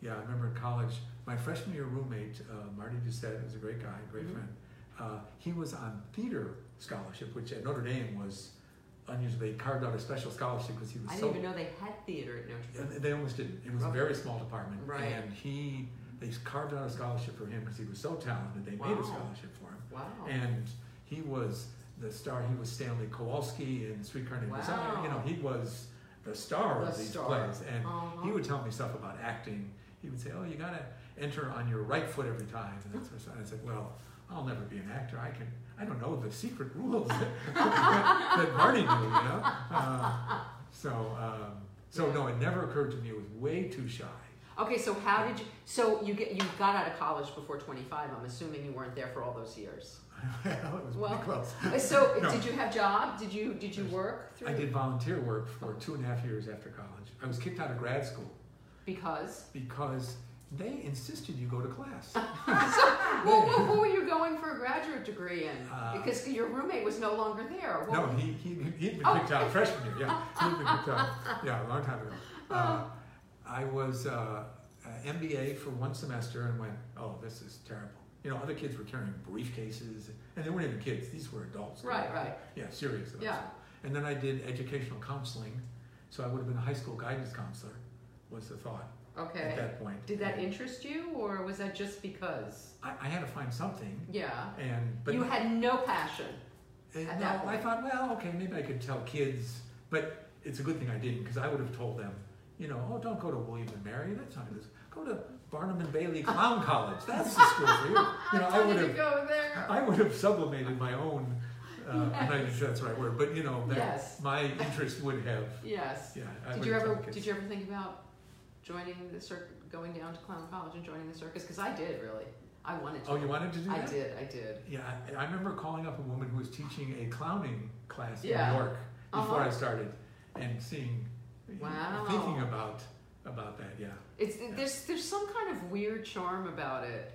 Speaker 2: yeah, I remember in college, my freshman year roommate, uh, Marty Doucette, was a great guy, great
Speaker 1: Mhm.
Speaker 2: friend. Uh, he was on theater scholarship, which at Notre Dame was unusual. They carved out a special scholarship because he was
Speaker 1: I
Speaker 2: so
Speaker 1: didn't even know they had theater at Notre Dame.
Speaker 2: And they almost didn't. It was a
Speaker 1: Okay.
Speaker 2: very small department.
Speaker 1: Right.
Speaker 2: And he, they carved out a scholarship for him because he was so talented. They made
Speaker 1: Wow.
Speaker 2: a scholarship for him.
Speaker 1: Wow.
Speaker 2: And he was the star. He was Stanley Kowalski in Streetcar Named Desire. You know,
Speaker 1: Wow.
Speaker 2: he was the star of
Speaker 1: The
Speaker 2: these
Speaker 1: star.
Speaker 2: plays. And
Speaker 1: Uh-huh.
Speaker 2: he would tell me stuff about acting. He would say, "Oh, you gotta enter on your right foot every time," and that sort of stuff. And I said, "Well, I'll never be an actor. I can. I don't know the secret rules (laughs) that, that Marty knew, you know." Uh, so, um, so no, it never occurred to me. It was way too shy. (laughs)
Speaker 1: okay, so how did you? So you get you got out of college before twenty five. I'm assuming you weren't there for all those
Speaker 2: (coughs)
Speaker 1: years.
Speaker 2: well, it was
Speaker 1: Well,
Speaker 2: pretty close.
Speaker 1: So
Speaker 2: No.
Speaker 1: did you have job? Did you did you work? Through?
Speaker 2: I did volunteer work for two and a half years after college. I was kicked out of grad school
Speaker 1: because.
Speaker 2: because they insisted you go to
Speaker 1: (laughs)
Speaker 2: class.
Speaker 1: Well, what, what were you going for a graduate degree in?
Speaker 2: Uh,
Speaker 1: because your roommate was no longer there. What
Speaker 2: No,
Speaker 1: were-
Speaker 2: he, he, he'd been
Speaker 1: Oh. (laughs)
Speaker 2: kicked out freshman year, yeah. He'd been kicked out, yeah, a long time ago.
Speaker 1: Uh-huh.
Speaker 2: Uh, I was uh, uh, MBA for one semester and went, oh, this is terrible. You You know, other kids were carrying briefcases, and they weren't even kids; these were adults. They
Speaker 1: Right,
Speaker 2: were,
Speaker 1: right.
Speaker 2: Yeah, serious adults.
Speaker 1: Yeah.
Speaker 2: And then I did educational counseling, so I would have been a high school guidance counselor. Was the thought at
Speaker 1: Okay.
Speaker 2: that point?
Speaker 1: Did that
Speaker 2: And
Speaker 1: interest you, or was that just because?
Speaker 2: I, I had to find something,
Speaker 1: Yeah.
Speaker 2: and but
Speaker 1: you had no passion.
Speaker 2: And
Speaker 1: at
Speaker 2: no,
Speaker 1: that
Speaker 2: I
Speaker 1: point.
Speaker 2: thought, well, okay, maybe I could tell kids, but it's a good thing I didn't because I would have told them, you know, oh, don't go to William and Mary. That's not this. Go to Barnum and
Speaker 1: (laughs)
Speaker 2: Bailey Clown College. That's the school for you. You know, I
Speaker 1: How
Speaker 2: would
Speaker 1: did you
Speaker 2: have,
Speaker 1: go there?
Speaker 2: I would have sublimated my own. Uh, I'm not even sure that's the right word, but you know, that
Speaker 1: Yes.
Speaker 2: my interest would have.
Speaker 1: Yes.
Speaker 2: Yeah. I
Speaker 1: Did
Speaker 2: would
Speaker 1: you
Speaker 2: have
Speaker 1: ever?
Speaker 2: told kids.
Speaker 1: Did you ever think about joining the circus, going down to clown college and joining the circus? Because I did really. I wanted to.
Speaker 2: Oh, you wanted to do
Speaker 1: I
Speaker 2: that?
Speaker 1: did. I did.
Speaker 2: Yeah, I, I remember calling up a woman who was teaching a clowning class
Speaker 1: Yeah.
Speaker 2: in New York before
Speaker 1: Uh-huh.
Speaker 2: I started, and seeing,
Speaker 1: Wow.
Speaker 2: thinking about about that. Yeah,
Speaker 1: It's there's there's some kind of weird charm about it.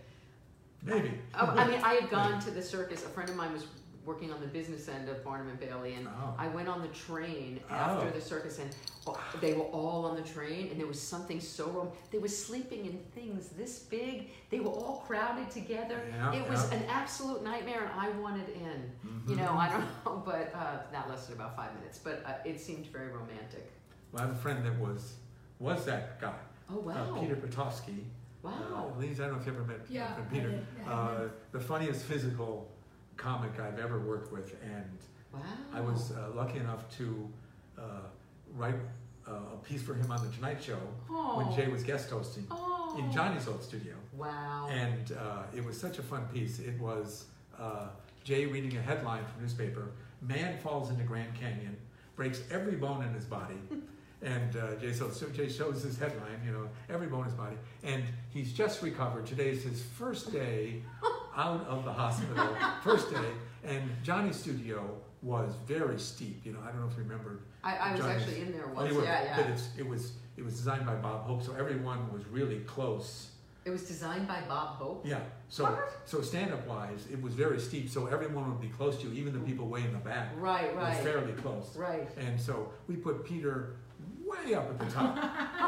Speaker 2: maybe.
Speaker 1: Oh, I mean, I had gone to the circus. A friend of mine was working on the business end of Barnum and Bailey, and
Speaker 2: (laughs) Oh.
Speaker 1: I went on the train
Speaker 2: Oh.
Speaker 1: after the circus, and oh, they were all on the train, and there was something so wrong. They were sleeping in things this big. They were all crowded together.
Speaker 2: Yeah,
Speaker 1: it was
Speaker 2: yeah.
Speaker 1: an absolute nightmare, and I wanted in. You
Speaker 2: Mhm.
Speaker 1: know, I don't know, (laughs) but uh, that lasted about five minutes. But uh, it seemed very romantic.
Speaker 2: Well, I have a friend that was was that guy,
Speaker 1: Oh wow! Oh.
Speaker 2: uh, Peter Potofsky.
Speaker 1: wow!
Speaker 2: Uh, Leeds, I don't know if you ever met
Speaker 3: Yeah,
Speaker 2: met
Speaker 3: I
Speaker 2: Peter.
Speaker 3: did. I
Speaker 2: Uh,
Speaker 3: met.
Speaker 2: the funniest physical comic I've ever worked with, and
Speaker 1: Wow!
Speaker 2: I was
Speaker 3: Oh.
Speaker 2: uh, lucky enough to uh, write uh, a piece for him on the Tonight Show when
Speaker 1: Oh.
Speaker 2: Jay was guest hosting
Speaker 1: Oh.
Speaker 2: in Johnny's old studio.
Speaker 1: Wow.
Speaker 2: And uh, it was such a fun piece. It was uh, Jay reading a headline from newspaper. Man falls into Grand Canyon, breaks every bone in his
Speaker 1: (laughs)
Speaker 2: body. And uh, Jay, so, so Jay shows this headline, you know, every bone in his body. And he's just recovered. Today's his first day
Speaker 1: (laughs)
Speaker 2: out of the hospital. First day. And Johnny's studio was very steep. You know, I don't know if you remember.
Speaker 1: I, I was
Speaker 2: Johnny's-
Speaker 1: actually in there
Speaker 2: Oh,
Speaker 1: once.
Speaker 2: you were,
Speaker 1: yeah,
Speaker 2: But
Speaker 1: yeah.
Speaker 2: it's, it was it was designed by Bob Hope, so everyone was really close.
Speaker 1: It was designed by Bob Hope.
Speaker 2: Yeah. So so stand up wise, it was very steep, so everyone would be close to you, even the people way in the back
Speaker 1: Right,
Speaker 2: was
Speaker 1: right,
Speaker 2: fairly close.
Speaker 1: right.
Speaker 2: And so we put Peter way up at the
Speaker 1: (laughs)
Speaker 2: top.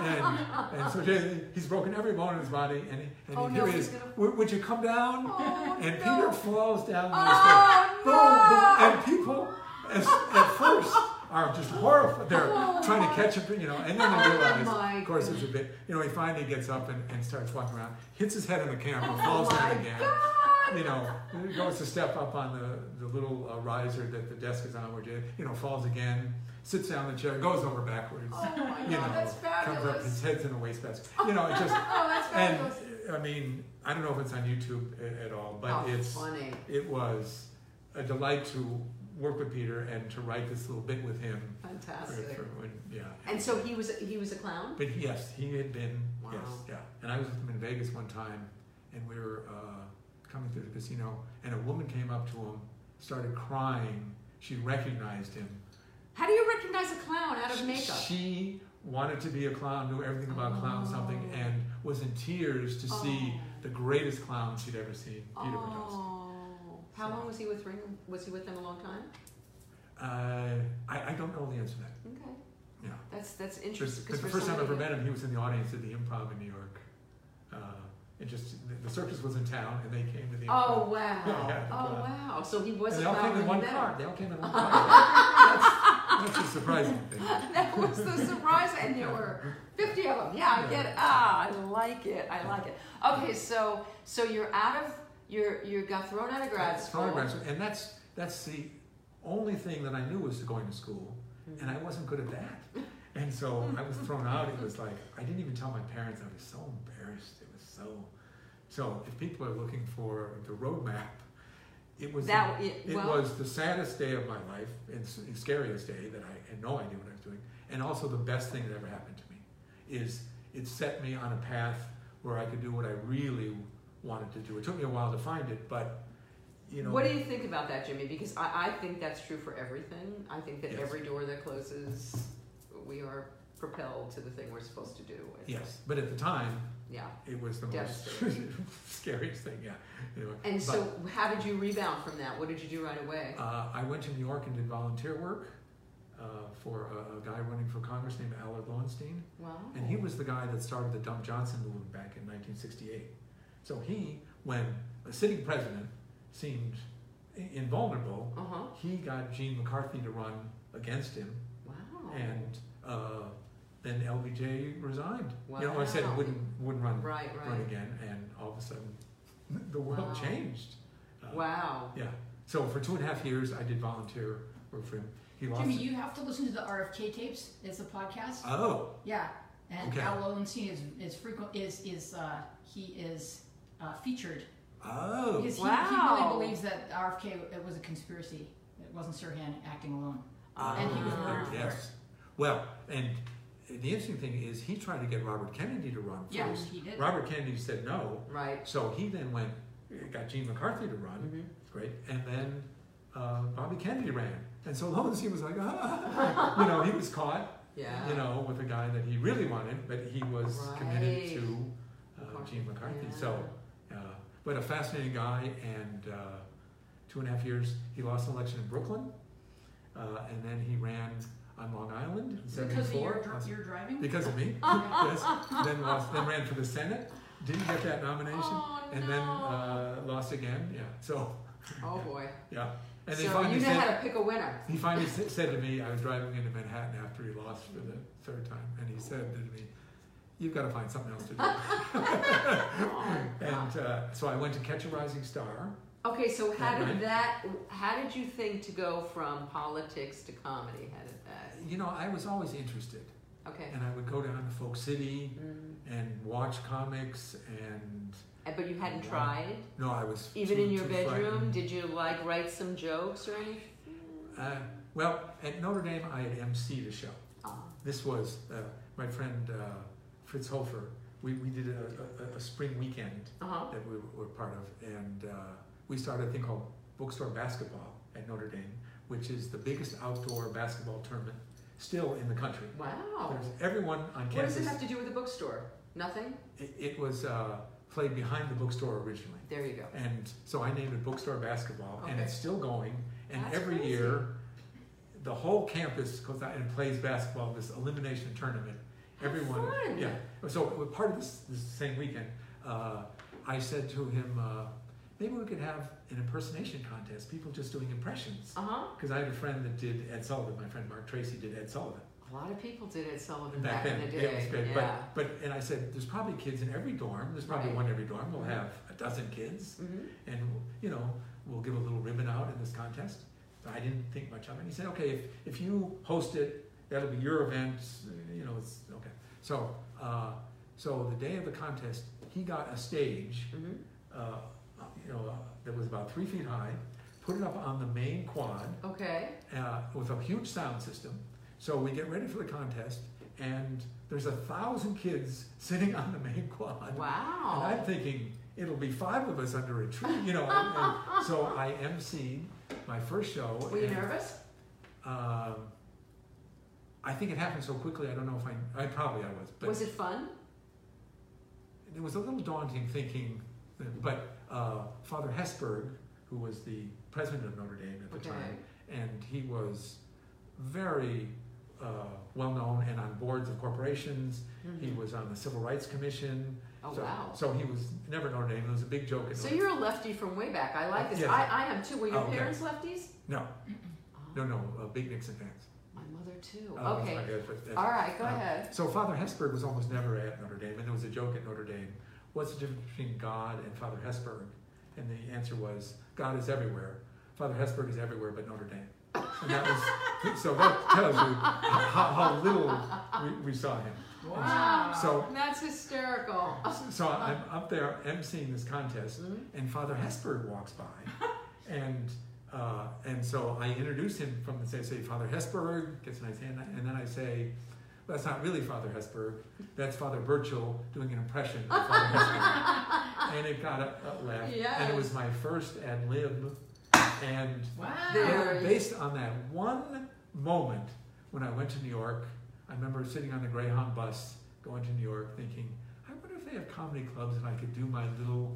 Speaker 2: and, and so he- he's broken every bone in his body and, he- and
Speaker 1: Oh,
Speaker 2: here
Speaker 1: no,
Speaker 2: he is.
Speaker 1: he's gonna-
Speaker 2: Would would you come down?
Speaker 1: Oh,
Speaker 2: and
Speaker 1: no.
Speaker 2: Peter falls down the stairs.
Speaker 1: Oh,
Speaker 2: Boom, boom. And people as, at first are just horrified. They're trying to catch up, you know, and then
Speaker 1: (laughs)
Speaker 2: they
Speaker 1: Oh,
Speaker 2: realize,
Speaker 1: my
Speaker 2: of course, it's a bit. You know, he finally gets up and, and starts walking around, hits his head on the camera, falls
Speaker 1: Oh my
Speaker 2: down again. You know, goes to step up on the, the little uh, riser that the desk is on, where Jay, you know, falls again, sits down in the chair, goes over backwards.
Speaker 3: Oh my
Speaker 2: you know,
Speaker 3: god, that's
Speaker 2: comes up,
Speaker 3: fabulous.
Speaker 2: his head's in
Speaker 1: (laughs)
Speaker 2: a wastebasket. You know, it just.
Speaker 3: Oh, that's
Speaker 2: And
Speaker 3: fabulous.
Speaker 2: I mean, I don't know if it's on YouTube at, at all, but
Speaker 1: oh,
Speaker 2: it's
Speaker 1: funny.
Speaker 2: it was a delight to work with Peter and to write this little bit with him. for-
Speaker 1: Fantastic.
Speaker 2: for when, yeah.
Speaker 1: And so he was he was a clown.
Speaker 2: But yes, he had been.
Speaker 1: Wow.
Speaker 2: Yes, yeah. And I was with him in Vegas one time, and we were uh, coming through the casino, and a woman came up to him, started crying. She recognized him.
Speaker 1: How do you recognize a clown out of
Speaker 2: She-
Speaker 1: makeup?
Speaker 2: She wanted to be a clown, knew everything about clown something,
Speaker 1: Oh.
Speaker 2: and was in tears to see
Speaker 1: Oh.
Speaker 2: the greatest clown she'd ever seen, Peter Podolsky.
Speaker 1: oh. How long was he with Ring? Was he with them a long time?
Speaker 2: Uh, I, I don't know the answer to that.
Speaker 1: Okay.
Speaker 2: Yeah.
Speaker 1: That's that's
Speaker 2: Just-
Speaker 1: interesting.
Speaker 2: But the
Speaker 1: for
Speaker 2: first time I ever
Speaker 1: somebody-
Speaker 2: met him, he was in the audience at the Improv in New York. Uh, it just the, the circus was in town, and they came to the.
Speaker 1: Oh
Speaker 2: Improv.
Speaker 1: wow!
Speaker 2: (laughs) Yeah,
Speaker 1: oh
Speaker 2: yeah.
Speaker 1: wow! So he
Speaker 2: And
Speaker 1: was a
Speaker 2: they all
Speaker 1: clown
Speaker 2: came
Speaker 1: when
Speaker 2: in one
Speaker 1: you met
Speaker 2: car.
Speaker 1: him.
Speaker 2: They all came in
Speaker 1: (laughs)
Speaker 2: one car. that's, that's a surprising thing.
Speaker 1: That was the surprise, and there were fifty of them. Yeah, I get it. Ah, I like it. I like it. Okay, so so you're out of you're you got thrown out of grad
Speaker 2: That's
Speaker 1: school.
Speaker 2: probably right. And that's that's the only thing that I knew was going to school, and I wasn't good at that. And so I was thrown out. It was like I didn't even tell my parents. I was so embarrassed. It was so. So if people are looking for the roadmap, it was
Speaker 1: That-
Speaker 2: the-
Speaker 1: it-
Speaker 2: it,
Speaker 1: well-
Speaker 2: was the saddest day of my life and s- and scariest day that I had no idea what I was doing, and also the best thing that ever happened to me is it set me on a path where I could do what I really wanted to do. It took me a while to find it, but you know,
Speaker 1: what do you think about that, Jimmy? Because I, I think that's true for everything. I think that
Speaker 2: Yes.
Speaker 1: every door that closes, we are propelled to the thing we're supposed to do. And-
Speaker 2: yes, but at the time
Speaker 1: Yeah.
Speaker 2: it was the most (laughs) scariest thing. Yeah, anyway,
Speaker 1: And
Speaker 2: but,
Speaker 1: so, how did you rebound from that? What did you do right away?
Speaker 2: uh, I went to New York and did volunteer work uh, for a, a guy running for Congress named Allard Lowenstein.
Speaker 1: wow.
Speaker 2: And he was the guy that started the Dump Johnson movement back in 1968. So he, when a sitting president seemed i- invulnerable,
Speaker 1: Uh huh.
Speaker 2: he got Gene McCarthy to run against him,
Speaker 1: Wow.
Speaker 2: and uh, then LBJ resigned. You know, I said
Speaker 1: Wow.
Speaker 2: wouldn't wouldn't run
Speaker 1: right,
Speaker 2: run
Speaker 1: right.
Speaker 2: again, and all of a sudden, the world
Speaker 1: Wow.
Speaker 2: changed. Uh,
Speaker 1: Wow.
Speaker 2: Yeah. So for two and a half years, I did volunteer work for him. He lost.
Speaker 4: Jimmy, you have to listen to the RFK tapes. It's a podcast.
Speaker 2: oh,
Speaker 4: yeah, and
Speaker 2: okay.
Speaker 4: Al Lowenstein is is frequent is is uh, he is uh, featured
Speaker 2: oh,
Speaker 4: because he,
Speaker 1: Wow.
Speaker 4: he really believes that RFK it was a conspiracy. It wasn't Sirhan acting alone.
Speaker 2: Ah,
Speaker 4: And he was
Speaker 1: Ah.
Speaker 4: murdered.
Speaker 2: yes. Well, and the interesting thing is, he tried to get Robert Kennedy to run
Speaker 4: Yeah,
Speaker 2: first.
Speaker 4: he did.
Speaker 2: Robert Kennedy said no,
Speaker 1: Right.
Speaker 2: so he then went got Gene McCarthy to run.
Speaker 1: Mhm.
Speaker 2: Great, and then uh, Bobby Kennedy ran, and so Lowenstein was like, ah. you know, he was caught,
Speaker 1: Yeah.
Speaker 2: you know, with a guy that he really wanted, but he was committed
Speaker 1: Right.
Speaker 2: to uh, Gene McCarthy. So. Uh, but a fascinating guy, and uh, two and a half years, he lost an election in Brooklyn, uh, and then he ran on Long Island in
Speaker 3: Because of your,
Speaker 2: '74.
Speaker 3: dr- your
Speaker 4: (laughs)
Speaker 3: driving?
Speaker 2: Because of me, yes.
Speaker 1: (laughs)
Speaker 2: Then lost, then ran for the Senate, didn't get that nomination,
Speaker 1: Oh,
Speaker 2: and
Speaker 1: no.
Speaker 2: then uh, lost again. Yeah. So
Speaker 1: oh boy.
Speaker 2: yeah. And they
Speaker 1: so
Speaker 2: finally
Speaker 1: you know
Speaker 2: said,
Speaker 1: how to pick a winner.
Speaker 2: he finally s- said to me, I was driving into Manhattan after he lost for the third time, and he said to me, "You've got to find something else to do."
Speaker 1: (laughs) Oh, God.
Speaker 2: (laughs) and uh, so I went to Catch a Rising Star.
Speaker 1: Okay, so how
Speaker 2: Right.
Speaker 1: did that? How did you think to go from politics to comedy? How did that?
Speaker 2: You know, I was always interested,
Speaker 1: Okay,
Speaker 2: and I would go down to Folk City
Speaker 1: Mm.
Speaker 2: and watch comics. And
Speaker 1: Uh, but you hadn't
Speaker 2: Wow.
Speaker 1: tried,
Speaker 2: no, I was
Speaker 1: even
Speaker 2: too-
Speaker 1: in your
Speaker 2: too
Speaker 1: bedroom.
Speaker 2: frightened.
Speaker 1: Did you like write some jokes or anything?
Speaker 2: Uh, well, at Notre Dame, I had emceed a show.
Speaker 1: Oh,
Speaker 2: This was uh, my friend uh, Fritz Hofer. We, we did a, a, a spring weekend
Speaker 1: uh huh.
Speaker 2: that we were part of, and uh, we started a thing called Bookstore Basketball at Notre Dame, which is the biggest outdoor basketball tournament still in the country.
Speaker 1: Wow.
Speaker 2: There's everyone on
Speaker 1: What does
Speaker 2: campus.
Speaker 1: it have to do with the bookstore? Nothing.
Speaker 2: It, it was uh, played behind the bookstore originally,
Speaker 1: There you go.
Speaker 2: and so I named it Bookstore Basketball, and
Speaker 1: Okay.
Speaker 2: it's still going. And
Speaker 1: That's
Speaker 2: every
Speaker 1: crazy.
Speaker 2: year, the whole campus goes out and plays basketball this elimination tournament.
Speaker 1: How
Speaker 2: Everyone,
Speaker 1: fun.
Speaker 2: yeah. So we're part of this, this same weekend, uh, I said to him, uh, maybe we could have an impersonation contest. People just doing impressions.
Speaker 1: Uh huh.
Speaker 2: Because I had a friend that did Ed Sullivan. My friend Mark Tracy did Ed Sullivan
Speaker 1: A lot of people did it, Sullivan,
Speaker 2: back
Speaker 1: back,
Speaker 2: then.
Speaker 1: in the
Speaker 2: Yeah, it was
Speaker 1: day.
Speaker 2: big.
Speaker 1: yeah.
Speaker 2: But, but and I said, there's probably kids in every dorm. There's probably
Speaker 1: Right.
Speaker 2: one in every dorm. We'll have a dozen kids,
Speaker 1: Mhm.
Speaker 2: and we'll, you know, we'll give a little ribbon out in this contest. I didn't think much of it. He said, okay, if, if you host it, that'll be your event. You know, it's okay. So uh, so the day of the contest, he got a stage,
Speaker 1: Mhm.
Speaker 2: uh, you know, uh, that was about three feet high. Put it up on the main quad,
Speaker 1: Okay.
Speaker 2: uh, with a huge sound system. So we get ready for the contest, and there's a thousand kids (laughs) sitting on the main quad.
Speaker 1: Wow.
Speaker 2: And I'm thinking it'll be five of us under a tree, you know.
Speaker 1: (laughs)
Speaker 2: and- and so I emceed my first show.
Speaker 1: Were you
Speaker 2: and,
Speaker 1: nervous?
Speaker 2: um, I think it happened so quickly. I don't know if I. I probably I was, but
Speaker 1: was it fun?
Speaker 2: it was a little daunting thinking. But uh, Father Hesberg, who was the president of Notre Dame at the
Speaker 1: Okay.
Speaker 2: time, and he was very uh, well known and on boards of corporations. He
Speaker 1: Mhm.
Speaker 2: was on the Civil Rights Commission.
Speaker 1: Oh
Speaker 2: so,
Speaker 1: wow.
Speaker 2: So he was never Notre Dame. It was a big joke. At
Speaker 1: So
Speaker 2: Notre-
Speaker 1: you're a lefty from way back. I like this.
Speaker 2: Yes.
Speaker 1: I, I am too. Were your
Speaker 2: Oh, okay.
Speaker 1: parents lefties?
Speaker 2: no,
Speaker 1: Oh,
Speaker 2: no, no, uh, big Nixon fans.
Speaker 1: My mother too.
Speaker 2: Oh,
Speaker 1: okay.
Speaker 2: my God, but that's-
Speaker 1: All right. Go
Speaker 2: uh,
Speaker 1: ahead.
Speaker 2: So Father Hesberg was almost never at Notre Dame, and there was a joke at Notre Dame. What's the difference between God and Father Hesberg? And the answer was God is everywhere. Father Hesberg is everywhere, but Notre Dame. And that was so that tells you how, how little we, we saw him.
Speaker 3: Wow.
Speaker 2: So
Speaker 1: That's hysterical.
Speaker 2: so I'm up there emceeing this contest,
Speaker 1: Mhm.
Speaker 2: and Father Hesberg walks by, and uh, and so I introduce him from the say, say Father Hesberg gets a nice hand, and then I say, "Well, that's not really Father Hesberg, that's Father Birchall doing an impression of Father Hesberg, and it got a, a laugh, and it was my first ad lib, and
Speaker 3: Wow.
Speaker 1: There.
Speaker 2: yeah, based on that one moment when I went to New York, I remember sitting on the Greyhound bus going to New York, thinking, I wonder if they have comedy clubs and I could do my little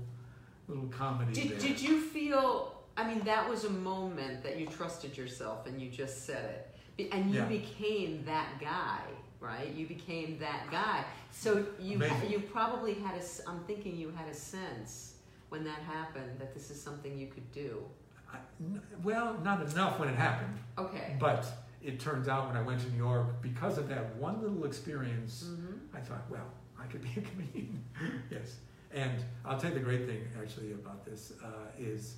Speaker 2: little comedy
Speaker 1: Did,
Speaker 2: there.
Speaker 1: did you feel? I mean, that was a moment that you trusted yourself and you just said it, Be- and you
Speaker 2: Yeah.
Speaker 1: became that guy, right? You became that guy. So you
Speaker 2: Amazing.
Speaker 1: you probably had a. s- I'm thinking you had a sense when that happened that this is something you could do?
Speaker 2: I- n- well, not enough when it happened,
Speaker 1: Okay.
Speaker 2: but it turns out when I went to New York, because of that one little experience,
Speaker 1: Mm-hmm.
Speaker 2: I thought, well, I could be a comedian. (laughs) yes. And I'll tell you the great thing, actually, about this uh, is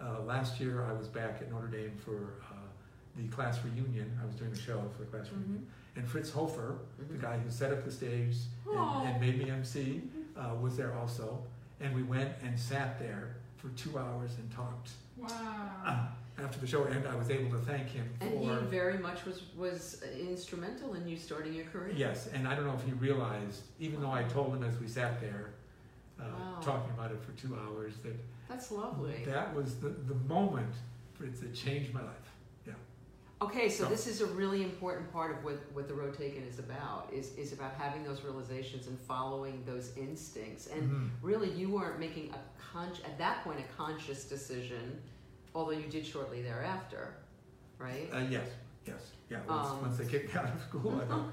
Speaker 2: uh, last year I was back at Notre Dame for uh, the class reunion. I was doing a show for the class
Speaker 1: Mm-hmm.
Speaker 2: reunion. And Fritz Hofer, the guy who set up the stage
Speaker 1: Aw. Mm-hmm.
Speaker 2: and, and made me MC, uh, was there also. And we went and sat there for two hours and talked
Speaker 3: Wow.
Speaker 2: uh, (clears throat) after the show. And I was able to thank him
Speaker 1: And
Speaker 2: for.
Speaker 1: he very much was was instrumental in you starting your career.
Speaker 2: Yes, and I don't know if he realized, even though I told him as we sat there uh,
Speaker 1: Wow.
Speaker 2: talking about it for two hours, that
Speaker 1: That's lovely.
Speaker 2: that was the, the moment for it that changed my life.
Speaker 1: Okay, so
Speaker 2: So-
Speaker 1: this is a really important part of what, what the road taken is about is is about having those realizations and following those instincts. And
Speaker 2: Mhm.
Speaker 1: really, you weren't making a con at that point a conscious decision, although you did shortly thereafter, right?
Speaker 2: (coughs) Uh, yes, yes, yeah. Once,
Speaker 1: Um.
Speaker 2: once they kicked me out of school, I thought,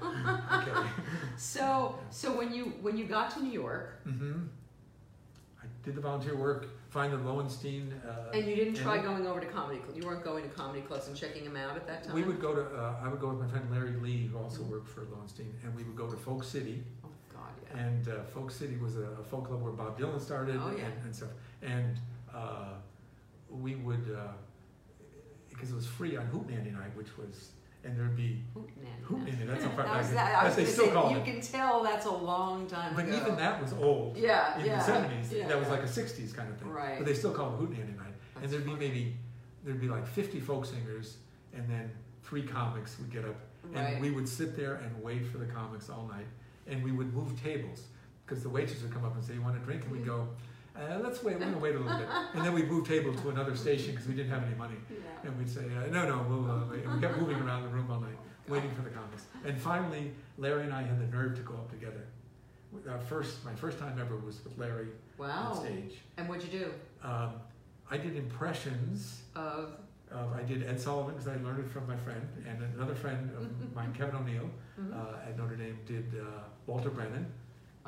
Speaker 1: (laughs)
Speaker 2: "Mm, okay.
Speaker 1: So so when you when you got to New York
Speaker 2: hmm I did the volunteer work, find the Lowenstein. Uh,
Speaker 1: and you didn't try
Speaker 2: and-
Speaker 1: going over to comedy club, you weren't going to comedy clubs and checking them out at that time. Mm-hmm.
Speaker 2: We would go to. Uh, I would go with my friend Larry Lee, who also worked for Lowenstein, and we would go to Folk City.
Speaker 1: oh God, yeah.
Speaker 2: and uh, Folk City was a, a folk club where Bob Dylan started
Speaker 1: Oh, yeah.
Speaker 2: and, and stuff. And uh, we would, because it was free on Hootenanny night, which was, and there'd be
Speaker 1: Hootenanny.
Speaker 2: Hootenanny, that's
Speaker 1: (laughs)
Speaker 2: how far
Speaker 1: That
Speaker 2: back
Speaker 1: was
Speaker 2: it-
Speaker 1: that. I
Speaker 2: as
Speaker 1: was
Speaker 2: they
Speaker 1: gonna
Speaker 2: still
Speaker 1: say,
Speaker 2: call
Speaker 1: you
Speaker 2: it.
Speaker 1: can tell that's a long time
Speaker 2: But
Speaker 1: ago.
Speaker 2: even that was old
Speaker 1: Yeah,
Speaker 2: in
Speaker 1: yeah.
Speaker 2: the 70s.
Speaker 1: yeah.
Speaker 2: That was like a 60s kind of thing.
Speaker 1: Right.
Speaker 2: But they still call it Hootenanny night.
Speaker 1: That's
Speaker 2: and there'd be
Speaker 1: funny.
Speaker 2: maybe, there'd be like 50 folk singers, and then three comics would get up
Speaker 1: right.
Speaker 2: And we would sit there and wait for the comics all night, and we would move tables because the waitress would come up and say, "You want a drink?" And we'd go, uh, "Let's wait. We're gonna wait a little bit." And then we'd move table to another station because we didn't have any money,
Speaker 1: yeah.
Speaker 2: and we'd say, uh, "No, no, we'll uh, wait." And we kept moving around the room all night, waiting for the comics. And finally, Larry and I had the nerve to go up together. Our first, my first time ever was with Larry on
Speaker 1: Wow.
Speaker 2: stage.
Speaker 1: And what'd you do?
Speaker 2: Um, I did impressions
Speaker 1: Of
Speaker 2: of, Um, I did Ed Sullivan because I learned it from my friend and another friend
Speaker 1: Mm-hmm.
Speaker 2: of mine, Kevin O'Neill
Speaker 1: Mhm.
Speaker 2: uh, at Notre Dame, did uh, Walter Brennan.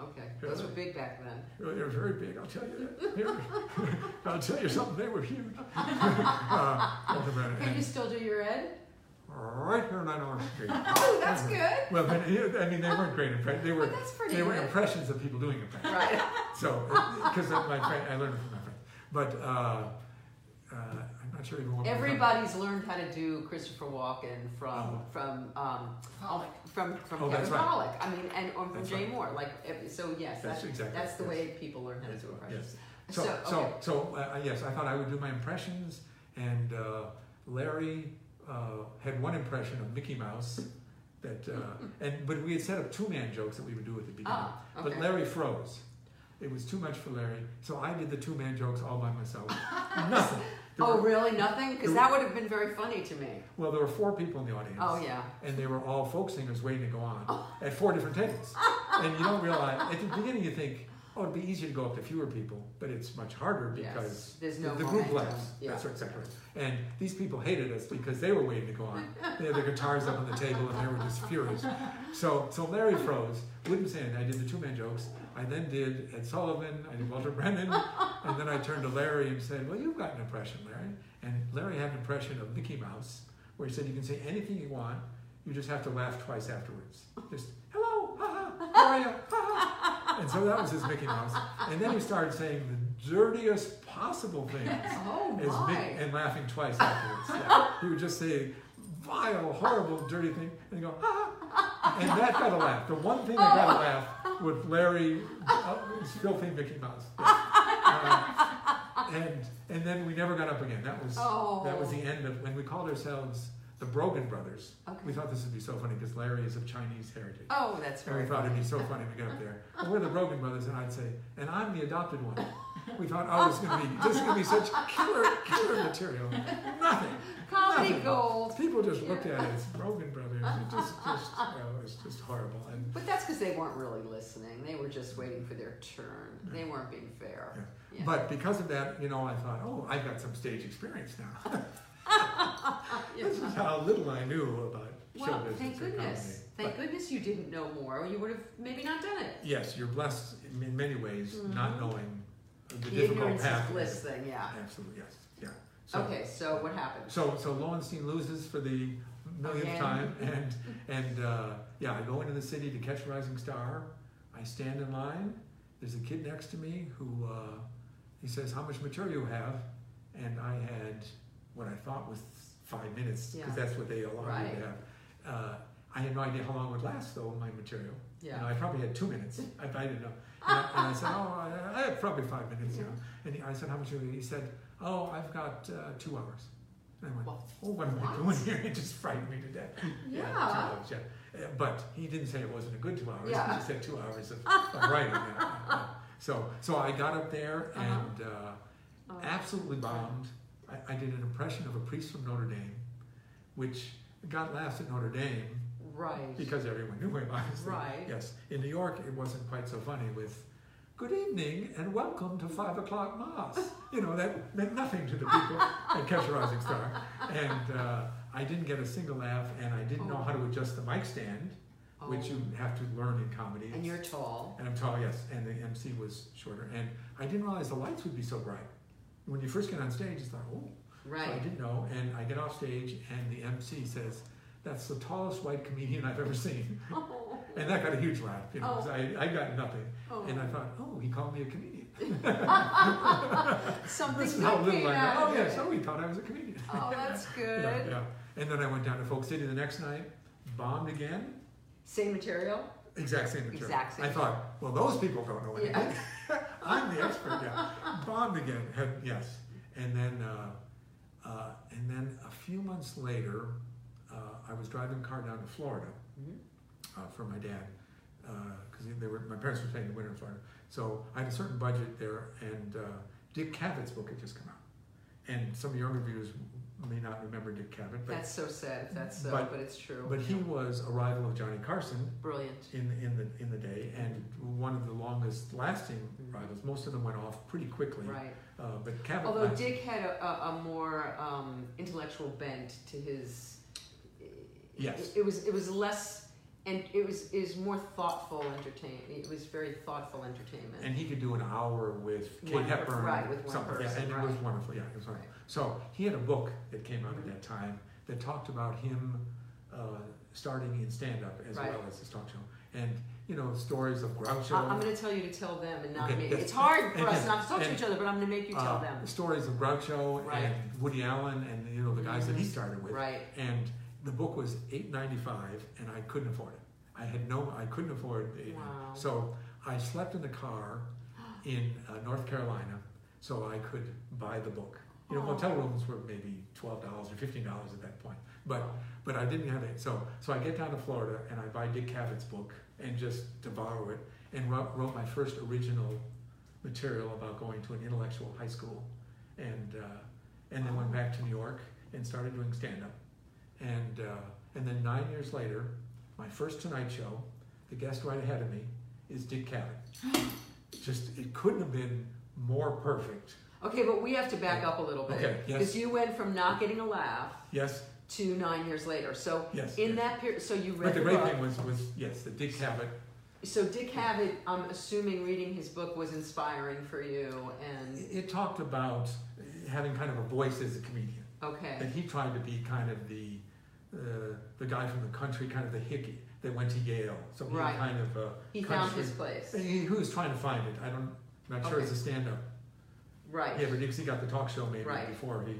Speaker 1: okay, those were big back then.
Speaker 2: They were very big, I'll tell you that. They were- (laughs) I'll tell you something, they were huge. (laughs) uh, Walter Brennan.
Speaker 1: Can you
Speaker 2: And
Speaker 1: still do your ed?
Speaker 2: (laughs) right here on Orange Street.
Speaker 1: Oh, that's good.
Speaker 2: Well, but, yeah, I mean, they weren't great impressions. They
Speaker 1: But
Speaker 2: were,
Speaker 1: Oh, that's pretty
Speaker 2: they were
Speaker 1: good.
Speaker 2: impressions of people doing impressions.
Speaker 1: Right.
Speaker 2: So, because my friend, I learned it from my friend. But uh, uh, I'm not sure even what. my friend-
Speaker 1: Everybody's learned how to do Christopher Walken from
Speaker 2: Oh.
Speaker 1: from um
Speaker 4: Pollock.
Speaker 1: from from
Speaker 2: Oh,
Speaker 1: Kevin
Speaker 2: that's right.
Speaker 1: Pollak. I mean, and or from
Speaker 2: That's
Speaker 1: Jay
Speaker 2: right.
Speaker 1: Moore. Like ev- so, yes,
Speaker 2: That's
Speaker 1: that-
Speaker 2: exactly-
Speaker 1: that's the
Speaker 2: yes.
Speaker 1: way people learn how to
Speaker 2: Yes,
Speaker 1: do
Speaker 2: well,
Speaker 1: impressions.
Speaker 2: So,
Speaker 1: So,
Speaker 2: so,
Speaker 1: okay.
Speaker 2: so uh, yes, I thought I would do my impressions, and uh, Larry uh, had one impression of Mickey Mouse that, uh,
Speaker 1: (laughs)
Speaker 2: and but we had set up two-man jokes that we would do at the beginning.
Speaker 1: Ah, okay.
Speaker 2: But Larry froze; it was too much for Larry, so I did the two-man jokes all by
Speaker 1: (laughs)
Speaker 2: myself. Nothing. There
Speaker 1: oh,
Speaker 2: were,
Speaker 1: really? Nothing? Because
Speaker 2: there
Speaker 1: that would have been very funny to me.
Speaker 2: well, there were four people in the audience.
Speaker 1: Oh yeah. Oh.
Speaker 2: And they were all folk singers waiting to go on at four different
Speaker 1: (laughs)
Speaker 2: tables. and you don't realize, at the beginning, you think, oh, it'd be easier to go up to fewer people, but it's much harder because
Speaker 1: yes. there's no
Speaker 2: the group
Speaker 1: momentum.
Speaker 2: laughs.
Speaker 1: Yeah.
Speaker 2: That's right, exactly. right. And these people hated us because they were waiting to go on. They had their guitars up on the table and they were just furious. So, so Larry froze, wouldn't say anything. I did the two man jokes. I then did Ed Sullivan, I did Walter Brennan, and then I turned to Larry and said, Well, you've got an impression, Larry. And Larry had an impression of Mickey Mouse where he said, You can say anything you want, you just have to laugh twice afterwards. Just, Hello, ha ha, how are you? Ha ha. And so that was his Mickey Mouse. And then he started saying the dirtiest possible things
Speaker 1: Oh
Speaker 2: is
Speaker 1: my.
Speaker 2: big and laughing twice afterwards. Yeah. He would just say vile, horrible, dirty thing, and go, ah. and that got a laugh. The one thing that got a laugh was Larry uh, was filthy Mickey Mouse. Yeah. Uh, and and then we never got up again. That was
Speaker 1: Oh.
Speaker 2: that was the end of when we called ourselves the Brogan Brothers. We
Speaker 1: Okay.
Speaker 2: thought this would be so funny because Larry is of Chinese heritage.
Speaker 1: Oh, that's
Speaker 2: And we
Speaker 1: very
Speaker 2: thought
Speaker 1: funny.
Speaker 2: it'd be so funny to get up there. And we're the Brogan brothers, and I'd say, and I'm the adopted one. We thought, oh, it's gonna be this is gonna be such killer killer material. Nothing.
Speaker 1: Comedy
Speaker 2: nothing.
Speaker 1: gold.
Speaker 2: People just looked at it as Brogan brothers. It just, just well, it's just horrible. And
Speaker 1: But that's because they weren't really listening. They were just waiting for their turn. They weren't being fair. Yeah.
Speaker 2: but because of that, you know, I thought, oh, I've got some stage experience now.
Speaker 1: Yeah.
Speaker 2: this is how little I knew about show
Speaker 1: Well,
Speaker 2: business
Speaker 1: thank
Speaker 2: and comedy.
Speaker 1: goodness.
Speaker 2: But-
Speaker 1: Thank goodness you didn't know more, or you would have maybe not done it.
Speaker 2: yes, you're blessed in many ways not knowing the
Speaker 1: Mm-hmm. The
Speaker 2: difficult
Speaker 1: ignorance is
Speaker 2: path.
Speaker 1: bliss thing, yeah.
Speaker 2: Absolutely, yes, yeah. So-
Speaker 1: Okay, so what happened?
Speaker 2: So, so Lowenstein loses for the millionth
Speaker 1: Again.
Speaker 2: time, and and uh, yeah, I go into the city to catch a rising star. I stand in line. There's a kid next to me who uh, he says, "How much material you have?" And I had what I thought was five minutes because
Speaker 1: Yeah.
Speaker 2: that's what they allow you
Speaker 1: Right.
Speaker 2: to have. Uh, I had no idea how long it would last though my material. You know,
Speaker 1: Yeah.
Speaker 2: I probably had two minutes. I, I didn't know. And I, and I said, "Oh, I, I have probably five minutes." You know? And he- I said, "How much?" You have?" He said, "Oh, I've got uh, two hours." And I went,
Speaker 1: Well,
Speaker 2: "Oh, what am I
Speaker 1: what?
Speaker 2: doing here?" (laughs) It just frightened me to death. two
Speaker 1: Yeah.
Speaker 2: hours, yeah. Uh, But he didn't say it wasn't a good two hours.
Speaker 1: Yeah.
Speaker 2: He just said two hours of, of writing. Yeah,
Speaker 1: (laughs)
Speaker 2: yeah. So, so I got up there
Speaker 1: Uh-huh.
Speaker 2: and uh,
Speaker 1: Oh.
Speaker 2: absolutely bombed. I, I did an impression of a priest from Notre Dame, which got laughs at Notre Dame
Speaker 1: Right.
Speaker 2: because everyone knew him, (laughs) obviously.
Speaker 1: Right.
Speaker 2: Yes. In New York, it wasn't quite so funny with, good evening and welcome to five o'clock mass. (laughs) You know, that meant nothing to
Speaker 1: (laughs)
Speaker 2: the people at Catch a Rising Star. And uh, I didn't get a single laugh, and I didn't know how to adjust the mic stand, which
Speaker 1: Oh.
Speaker 2: you have to learn in comedy.
Speaker 1: And you're tall.
Speaker 2: And I'm tall, yes, and the MC was shorter. And I didn't realize the lights would be so bright. When you first get on stage, it's like, oh, so I
Speaker 1: Right.
Speaker 2: didn't know, and I get off stage, and the MC says, "That's the tallest white comedian I've ever seen,"
Speaker 1: Oh.
Speaker 2: and that got a huge laugh. You know, 'cause I, I got nothing,
Speaker 1: (laughs) Oh.
Speaker 2: and I thought, "Oh, he called me a comedian."
Speaker 1: Something
Speaker 2: This is how
Speaker 1: good
Speaker 2: little
Speaker 1: came
Speaker 2: I know.
Speaker 1: out
Speaker 2: Oh
Speaker 1: of
Speaker 2: yeah,
Speaker 1: it.
Speaker 2: so he thought I was a comedian.
Speaker 1: Oh, that's
Speaker 2: (laughs) yeah,
Speaker 1: good.
Speaker 2: yeah. And then I went down to Folk City the next night, bombed again,
Speaker 1: Same material?
Speaker 2: exact same material.
Speaker 1: Exact same.
Speaker 2: I thought, "Well, those people don't know anything. (laughs)
Speaker 1: Yeah.
Speaker 2: I'm the expert."
Speaker 1: (laughs)
Speaker 2: Yeah, bombed again. Had, yes, and then. Uh, uh, and then a few months later, uh, I was driving a car down to Florida
Speaker 1: Mhm.
Speaker 2: uh, for my dad because they were my parents were staying the winter in Florida. So I had a certain budget there, and uh, Dick Cavett's book had just come out, and some of your reviewers may not remember Dick Cavett, but
Speaker 1: That's so sad if that's so,
Speaker 2: But-
Speaker 1: but it's true.
Speaker 2: but he was a rival of Johnny Carson
Speaker 1: Brilliant.
Speaker 2: in in the in the day, and one of the longest lasting rivals. Most of them went off pretty quickly,
Speaker 1: Mm-hmm. Right.
Speaker 2: uh, but Cavett.
Speaker 1: Although
Speaker 2: lasted-
Speaker 1: Dick had a, a, a more um, intellectual bent to his.
Speaker 2: Yes.
Speaker 1: It, was it was less, and it was is more thoughtful entertainment. It was very thoughtful entertainment.
Speaker 2: And he could do an hour with Kate
Speaker 1: Wonderful,
Speaker 2: Hepburn.
Speaker 1: right, with one
Speaker 2: something.
Speaker 1: person,
Speaker 2: Yeah, and it
Speaker 1: right.
Speaker 2: was wonderful. Yeah, it was wonderful.
Speaker 1: Right.
Speaker 2: So he had a book that came out at
Speaker 1: Mhm.
Speaker 2: that time that talked about him uh, starting in stand up as
Speaker 1: Right.
Speaker 2: well as his talk show. And, you know, stories of Groucho.
Speaker 1: I, am going to tell you to tell them and not
Speaker 2: Okay,
Speaker 1: me.
Speaker 2: that's-
Speaker 1: It's hard for
Speaker 2: and-
Speaker 1: us not to talk to
Speaker 2: and-
Speaker 1: each other, but I'm going to make you tell
Speaker 2: uh,
Speaker 1: them.
Speaker 2: Stories of Groucho
Speaker 1: Right.
Speaker 2: and Woody Allen and, you know, the guys that he
Speaker 1: Mhm.
Speaker 2: started with.
Speaker 1: Right.
Speaker 2: And the book was eight ninety five, and I couldn't afford it. I had no, I couldn't afford it.
Speaker 1: Wow.
Speaker 2: So I slept in the car in uh, North Carolina, so I could buy the book. You know,
Speaker 1: Aw.
Speaker 2: motel rooms were maybe twelve dollars or fifteen dollars at that point, but but I didn't have it. So so I get down to Florida and I buy Dick Cavett's book and just devour it, and wrote, wrote my first original material about going to an intellectual high school, and uh, and then went back to New York and started doing stand up, and uh, and then nine years later, my first Tonight Show, the guest right ahead of me is Dick Cavett. Just it couldn't have been more perfect.
Speaker 1: Okay, but we have to back up a little bit
Speaker 2: Okay, yes.
Speaker 1: because you went from not getting a laugh
Speaker 2: Yes,
Speaker 1: to nine years later. So
Speaker 2: yes.
Speaker 1: in
Speaker 2: yes.
Speaker 1: that period, so you read
Speaker 2: but the
Speaker 1: the
Speaker 2: great
Speaker 1: book.
Speaker 2: thing was was yes, that Dick Cavett.
Speaker 1: So Dick Cavett, I'm assuming reading his book was inspiring for you, and
Speaker 2: It talked about having kind of a voice as a comedian.
Speaker 1: okay,
Speaker 2: That he tried to be kind of the uh, the guy from the country, kind of the hippie that went to Yale. So he
Speaker 1: Right.
Speaker 2: kind of a
Speaker 1: he found his
Speaker 2: country-
Speaker 1: place,
Speaker 2: he, he was trying to find it. I don't. I'm not sure it's a stand-up.
Speaker 1: right?
Speaker 2: Yeah, but because he got the talk show maybe
Speaker 1: Right.
Speaker 2: before he.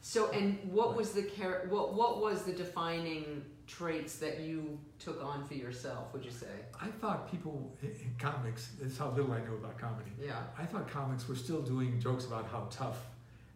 Speaker 1: So, and what was the char- what what was the defining traits that you took on for yourself? Would you say?
Speaker 2: I thought people in in comics. That's how little I knew about comedy.
Speaker 1: Yeah,
Speaker 2: I thought comics were still doing jokes about how tough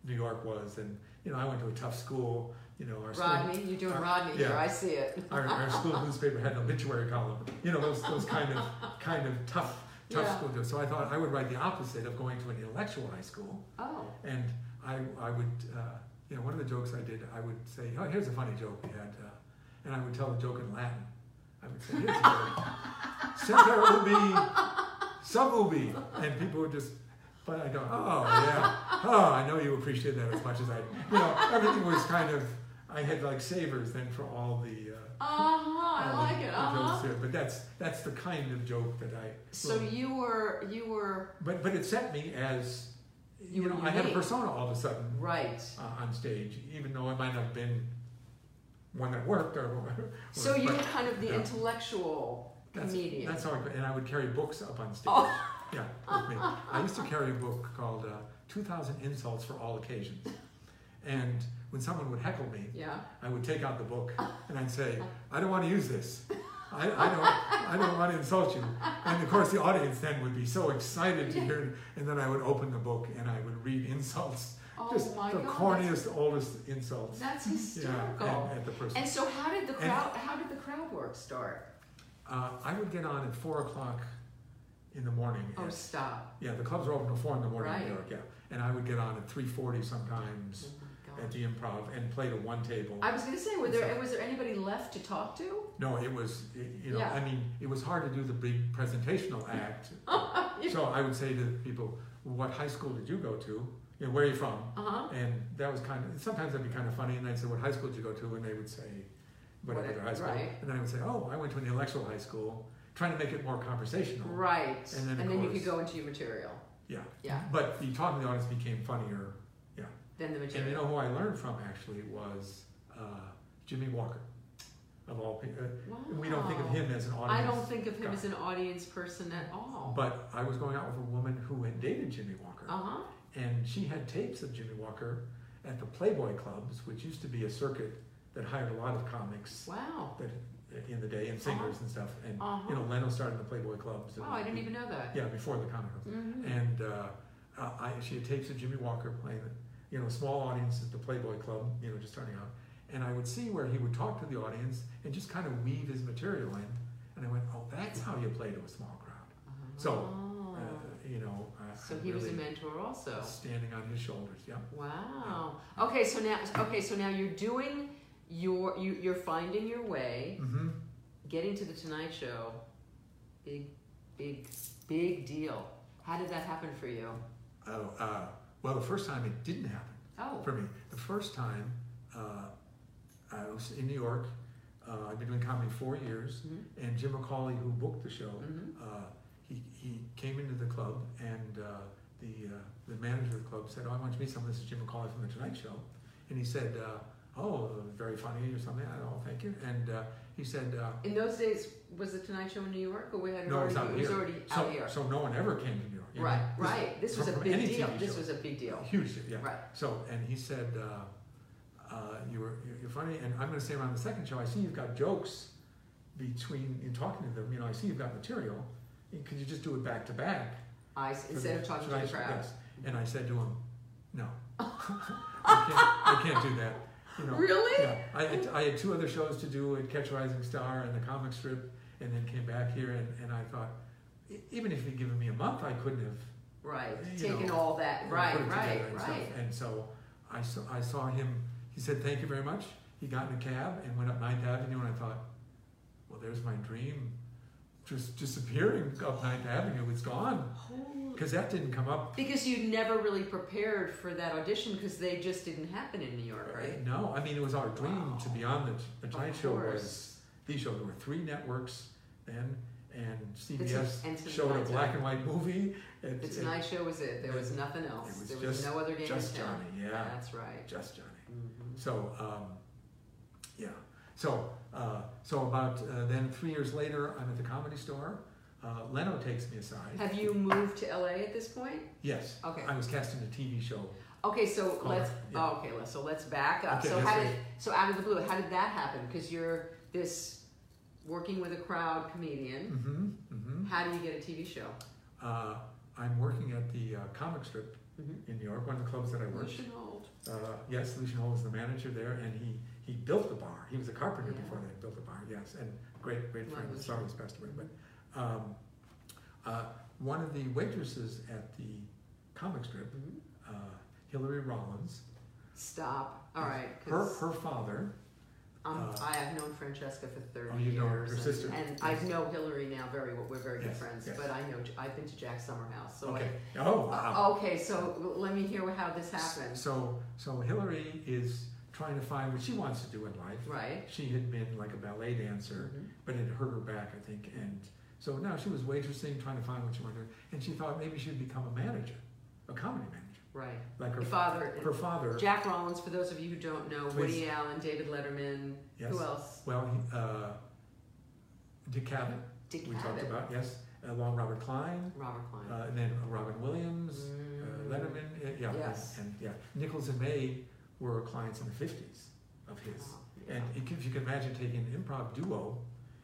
Speaker 2: New York was, and you know, I went to a tough school. You know, our school,
Speaker 1: Rodney, you're doing
Speaker 2: uh,
Speaker 1: Rodney
Speaker 2: yeah.
Speaker 1: here. I see it.
Speaker 2: our, our school newspaper had an obituary column. You know, those those kind of kind of tough tough
Speaker 1: Yeah.
Speaker 2: school jokes. So I thought I would write the opposite of going to an intellectual high school,
Speaker 1: Oh,
Speaker 2: and I I would uh, you know one of the jokes I did I would say oh here's a funny joke we had, uh, and I would tell the joke in Latin. I would say here's a joke. Semper ubi some ubi, and people would just. But I go, oh yeah, oh I know you appreciate that as much as I. You know, everything was kind of. I had like savers then for all the. Uh,
Speaker 1: uh huh. I like it. Uh-huh.
Speaker 2: But that's, that's the kind of joke that I,
Speaker 1: So you were you were
Speaker 2: but, but it set me as,
Speaker 1: You
Speaker 2: you
Speaker 1: were
Speaker 2: know, I had a
Speaker 1: unique.
Speaker 2: persona all of a sudden.
Speaker 1: right.
Speaker 2: uh, on stage, even though it might not have been one that worked or (laughs) whatever.
Speaker 1: So you
Speaker 2: but
Speaker 1: were kind of the
Speaker 2: yeah.
Speaker 1: intellectual
Speaker 2: that's,
Speaker 1: comedian. Oh.
Speaker 2: That's how I, and I would carry books up on stage. Yeah, with me. I used to carry a book called uh, 2,000 Insults for All Occasions. And when someone would heckle me,
Speaker 1: yeah.
Speaker 2: I would take out the book and I'd say, I don't want to use this. I, I don't I don't want to insult you. And of course the audience then would be so excited to hear and then I would open the book and I would read insults.
Speaker 1: Oh
Speaker 2: just
Speaker 1: my
Speaker 2: the
Speaker 1: God,
Speaker 2: corniest, oldest insults.
Speaker 1: That's
Speaker 2: yeah,
Speaker 1: hysterical.
Speaker 2: at, at the person.
Speaker 1: and so how did the
Speaker 2: and-
Speaker 1: crowd how did the crowd work start?
Speaker 2: Uh, I would get on at four o'clock in the morning.
Speaker 1: Oh
Speaker 2: and-
Speaker 1: stop.
Speaker 2: yeah, the clubs are open at four in the morning in New York.
Speaker 1: Right.
Speaker 2: Yeah, and I would get on at three forty sometimes
Speaker 1: Oh my
Speaker 2: at
Speaker 1: God.
Speaker 2: the Improv and play to one table.
Speaker 1: I was gonna say, were there was there anybody left to talk to?
Speaker 2: No, it was y- you know
Speaker 1: Yeah.
Speaker 2: I mean it was hard to do the big
Speaker 1: (laughs)
Speaker 2: presentational act. So I would say to people, "What high school did you go to? You know, where are you from?"
Speaker 1: Uh-huh.
Speaker 2: And that was kind of sometimes that'd be kind of funny. And I'd say, "What high school did you go to?" And they would say, "Whatever
Speaker 1: Whatever,
Speaker 2: their high school."
Speaker 1: right.
Speaker 2: And I would say, "Oh, I went to an intellectual high school," trying to make it more conversational.
Speaker 1: Right.
Speaker 2: And then, of
Speaker 1: you could
Speaker 2: course-
Speaker 1: go into your material.
Speaker 2: Yeah.
Speaker 1: Yeah.
Speaker 2: But the talking to the audience became funnier. Yeah.
Speaker 1: Then the
Speaker 2: Mm-hmm. And you
Speaker 1: material.
Speaker 2: know who I learned from actually was uh, Jimmy Walker, of all people. We don't think of
Speaker 1: Wow.
Speaker 2: him as an
Speaker 1: Oh. I
Speaker 2: audience.
Speaker 1: don't think of him
Speaker 2: guy.
Speaker 1: as an audience person at all.
Speaker 2: But I was going out with a woman who had dated Jimmy Walker,
Speaker 1: uh-huh.
Speaker 2: and she had tapes of Jimmy Walker at the Playboy clubs, which used to be a circuit that hired a lot of comics
Speaker 1: Wow.
Speaker 2: that in the day and singers and stuff. And you know, Leno started in the Playboy clubs. and-
Speaker 1: Wow, Uh-huh. Oh, I didn't even know that.
Speaker 2: Yeah, before the comic clubs.
Speaker 1: Mhm.
Speaker 2: and uh, uh, I, she had tapes of Jimmy Walker playing, it, you know, small audience at the Playboy Club, you know, just starting out. And I would see where he would talk to the audience and just kind of weave his material in. And I went, oh, that's how you play to a small crowd. So,
Speaker 1: Oh.
Speaker 2: Uh, you know, I,
Speaker 1: so
Speaker 2: I'm
Speaker 1: he was a
Speaker 2: really
Speaker 1: mentor also.
Speaker 2: standing on his shoulders. Yeah.
Speaker 1: Wow. Okay, so now okay, so now you're doing your you, you're finding your way,
Speaker 2: Mm-hmm.
Speaker 1: getting to the Tonight Show. Big, big, big deal. How did that happen for you?
Speaker 2: Oh, uh, well, the first time it didn't happen.
Speaker 1: Oh,
Speaker 2: for me. The first time uh, I was in New York, uh, I'd been doing comedy four years,
Speaker 1: mm-hmm,
Speaker 2: and Jim McCauley, who booked the show, uh, he, he came into the club, and uh, the, uh, the manager of the club said, Oh, I want you to meet someone. This is Jim McCauley from The Tonight Show. And he said, uh, Oh, very funny or something. I don't know, thank you. And uh, he said, uh,
Speaker 1: in those days, was the Tonight Show in New York, or we had it
Speaker 2: No,
Speaker 1: already,
Speaker 2: it was out
Speaker 1: it was
Speaker 2: here.
Speaker 1: already
Speaker 2: so,
Speaker 1: out here?
Speaker 2: so no one ever came to New York. you know.
Speaker 1: right,
Speaker 2: This-
Speaker 1: right. This was a
Speaker 2: from
Speaker 1: big
Speaker 2: any
Speaker 1: deal.
Speaker 2: TV
Speaker 1: This
Speaker 2: show.
Speaker 1: was a big deal.
Speaker 2: Huge, yeah.
Speaker 1: Right.
Speaker 2: So, and he said, uh, uh, you were, you're- you're funny, and I'm gonna say around the second show, I see you've got jokes between, in talking to them, you know, I see you've got material, and could you just do it back to back?
Speaker 1: I
Speaker 2: for
Speaker 1: instead of talking to the
Speaker 2: tonight show?"
Speaker 1: crowd.
Speaker 2: Yes. And I said to him,
Speaker 1: (laughs)
Speaker 2: no. I can't, I can't do that, you know.
Speaker 1: Really?
Speaker 2: Yeah, I had, I had two other shows to do at Catch a Rising Star and the comic strip, and then came back here, and, and I thought, "E- even if you'd given me a month, I couldn't have
Speaker 1: Right.
Speaker 2: You
Speaker 1: Taking
Speaker 2: know,
Speaker 1: all that.
Speaker 2: and
Speaker 1: Right.
Speaker 2: put it
Speaker 1: Right.
Speaker 2: together and stuff.
Speaker 1: Right.
Speaker 2: And so I saw, I saw him, he said, thank you very much. He got in a cab and went up Ninth Avenue and I thought, well, there's my dream just disappearing up Ninth Avenue. It's gone. Because that didn't come up.
Speaker 1: Because you never really prepared for that audition because they just didn't happen in New York, right?
Speaker 2: No, I mean, it was our dream to be on the, the Tonight
Speaker 1: Of
Speaker 2: Show
Speaker 1: course.
Speaker 2: was the show. There were three networks then and
Speaker 1: It's a- and
Speaker 2: CBS
Speaker 1: to
Speaker 2: showed a
Speaker 1: Tonight's
Speaker 2: black and white movie. And,
Speaker 1: The
Speaker 2: and
Speaker 1: Tonight Show was it. There was nothing else.
Speaker 2: was
Speaker 1: there was
Speaker 2: just-
Speaker 1: no other game
Speaker 2: just
Speaker 1: in town.
Speaker 2: Johnny, yeah.
Speaker 1: That's right. Mm-hmm.
Speaker 2: just Johnny. So, um, yeah. So, uh, so about uh, then three years later, I'm at the comedy store. Uh, Leno takes me aside.
Speaker 1: Have you moved to LA at this point?
Speaker 2: Yes.
Speaker 1: Okay.
Speaker 2: I was cast in a TV show.
Speaker 1: Okay, so
Speaker 2: Oh,
Speaker 1: let's
Speaker 2: yeah.
Speaker 1: oh, okay, let's so let's back up.
Speaker 2: Okay,
Speaker 1: so
Speaker 2: that's
Speaker 1: how did
Speaker 2: right.
Speaker 1: so out of the blue, how did that happen? Because you're this working with a crowd comedian.
Speaker 2: Mm-hmm. Mm-hmm.
Speaker 1: How do you get a TV show?
Speaker 2: Uh, I'm working at the uh, comic strip
Speaker 1: Mhm.
Speaker 2: in New York, one of the clubs that I worked.
Speaker 1: Lucian Holt.
Speaker 2: Uh, yes, Lucian Hole was the manager there, and he, he built the bar. He was a carpenter
Speaker 1: Yeah.
Speaker 2: before they built the bar. Yes, and great great
Speaker 1: Love
Speaker 2: friend.
Speaker 1: Lucian.
Speaker 2: Sorry, he's passed away. But um, uh, one of the waitresses at the comic strip,
Speaker 1: Mhm.
Speaker 2: uh, Hillary Rollins,
Speaker 1: Stop. All right.
Speaker 2: her
Speaker 1: 'cause-
Speaker 2: her father.
Speaker 1: Um,
Speaker 2: Uh,
Speaker 1: I have known Francesca for thirty
Speaker 2: Oh, you know her
Speaker 1: years, and,
Speaker 2: sister.
Speaker 1: and
Speaker 2: Yes.
Speaker 1: I know Hillary now very well. We're very good
Speaker 2: Yes,
Speaker 1: friends,
Speaker 2: yes.
Speaker 1: but I know I've been to Jack Summerhouse. So
Speaker 2: Okay.
Speaker 1: I,
Speaker 2: Oh wow.
Speaker 1: okay, so let me hear how this happened.
Speaker 2: So so Hillary is trying to find what she wants to do in life.
Speaker 1: right?
Speaker 2: She had been like a ballet dancer,
Speaker 1: Mhm.
Speaker 2: but it hurt her back, I think. And so now she was waitressing, trying to find what she wanted. to do. And she thought maybe she'd become a manager, a comedy manager,
Speaker 1: Right.
Speaker 2: like her
Speaker 1: Her father,
Speaker 2: Her father.
Speaker 1: Jack Rollins. For those of you who don't know, Woody Allen, David Letterman.
Speaker 2: yes.
Speaker 1: Who else?
Speaker 2: Well, he- uh, Dick Cavett,
Speaker 1: Dick
Speaker 2: we talked
Speaker 1: Cavett.
Speaker 2: about, yes, along Robert Klein,
Speaker 1: Robert Klein.
Speaker 2: uh, and then Robin Williams, uh,
Speaker 1: Mm.
Speaker 2: Letterman, uh, yeah,
Speaker 1: Yes.
Speaker 2: and, and yeah, Nichols and May were clients in the fifties of his.
Speaker 1: Wow, yeah.
Speaker 2: And it- if you can imagine taking an improv duo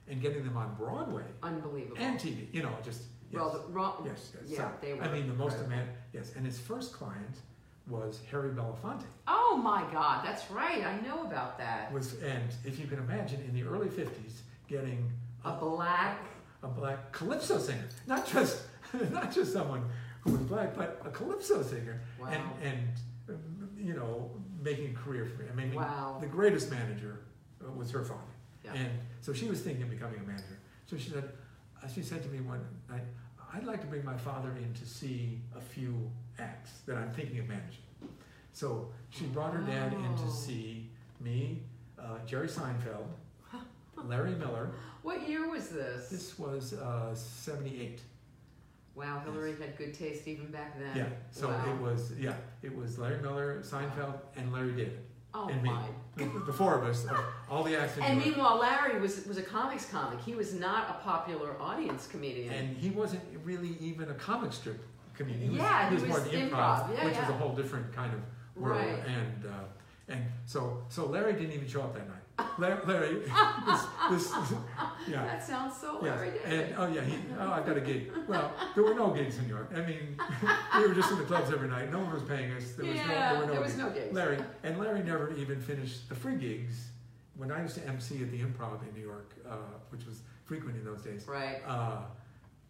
Speaker 2: and getting them on Broadway
Speaker 1: Unbelievable.
Speaker 2: and TV, you know, just yes,
Speaker 1: Well, the, Ro-
Speaker 2: yes, yes.
Speaker 1: yeah,
Speaker 2: so,
Speaker 1: they were.
Speaker 2: I mean, the most
Speaker 1: incredible.
Speaker 2: demand, yes, and his first client was Harry Belafonte.
Speaker 1: Oh my God, that's right. I know about that.
Speaker 2: Was and if you can imagine in the early fifties getting
Speaker 1: A black.
Speaker 2: a black calypso singer, not just (laughs) not just someone who was black, but a calypso singer,
Speaker 1: Wow.
Speaker 2: and and um, you know making a career for him. I mean,
Speaker 1: Wow.
Speaker 2: the greatest manager uh, was her father,
Speaker 1: Yeah.
Speaker 2: and so she was thinking of becoming a manager. So she said, uh, she said to me one night, "I'd like to bring my father in to see a few acts that I'm thinking of managing." So she brought her dad in
Speaker 1: Wow.
Speaker 2: to see me, uh, Jerry Seinfeld, Larry Miller.
Speaker 1: What year was this?
Speaker 2: This was uh, 78.
Speaker 1: wow, Hillary had good taste even back then.
Speaker 2: Yeah. So
Speaker 1: wow.
Speaker 2: it was, yeah, it was Larry Miller, Seinfeld, and Larry David.
Speaker 1: Oh
Speaker 2: and me.
Speaker 1: my.
Speaker 2: The, the four of us, of all the acts. in
Speaker 1: And
Speaker 2: New York.
Speaker 1: meanwhile, Larry was was a comics comic. He was not a popular audience comedian.
Speaker 2: and he wasn't really even a comic strip comedian. He
Speaker 1: Yeah,
Speaker 2: was,
Speaker 1: he
Speaker 2: more
Speaker 1: was
Speaker 2: the
Speaker 1: improv. Yeah,
Speaker 2: which was
Speaker 1: yeah.
Speaker 2: a whole different kind of world.
Speaker 1: Right.
Speaker 2: And uh, and so so Larry didn't even show up that night. Larry, Larry (laughs) this, this, (laughs) yeah.
Speaker 1: that sounds so (laughs)
Speaker 2: Yeah,
Speaker 1: Larry David.
Speaker 2: and oh yeah, he, oh I got a gig. Well, there were no gigs in New York. I mean, (laughs) we were just in the clubs every night. No one was paying us. There was
Speaker 1: yeah,
Speaker 2: no, there were no
Speaker 1: there
Speaker 2: gigs.
Speaker 1: was no gigs.
Speaker 2: Larry and Larry never even finished the free gigs. When I used to MC at the Improv in New York, uh, which was frequent in those days,
Speaker 1: Right,
Speaker 2: uh,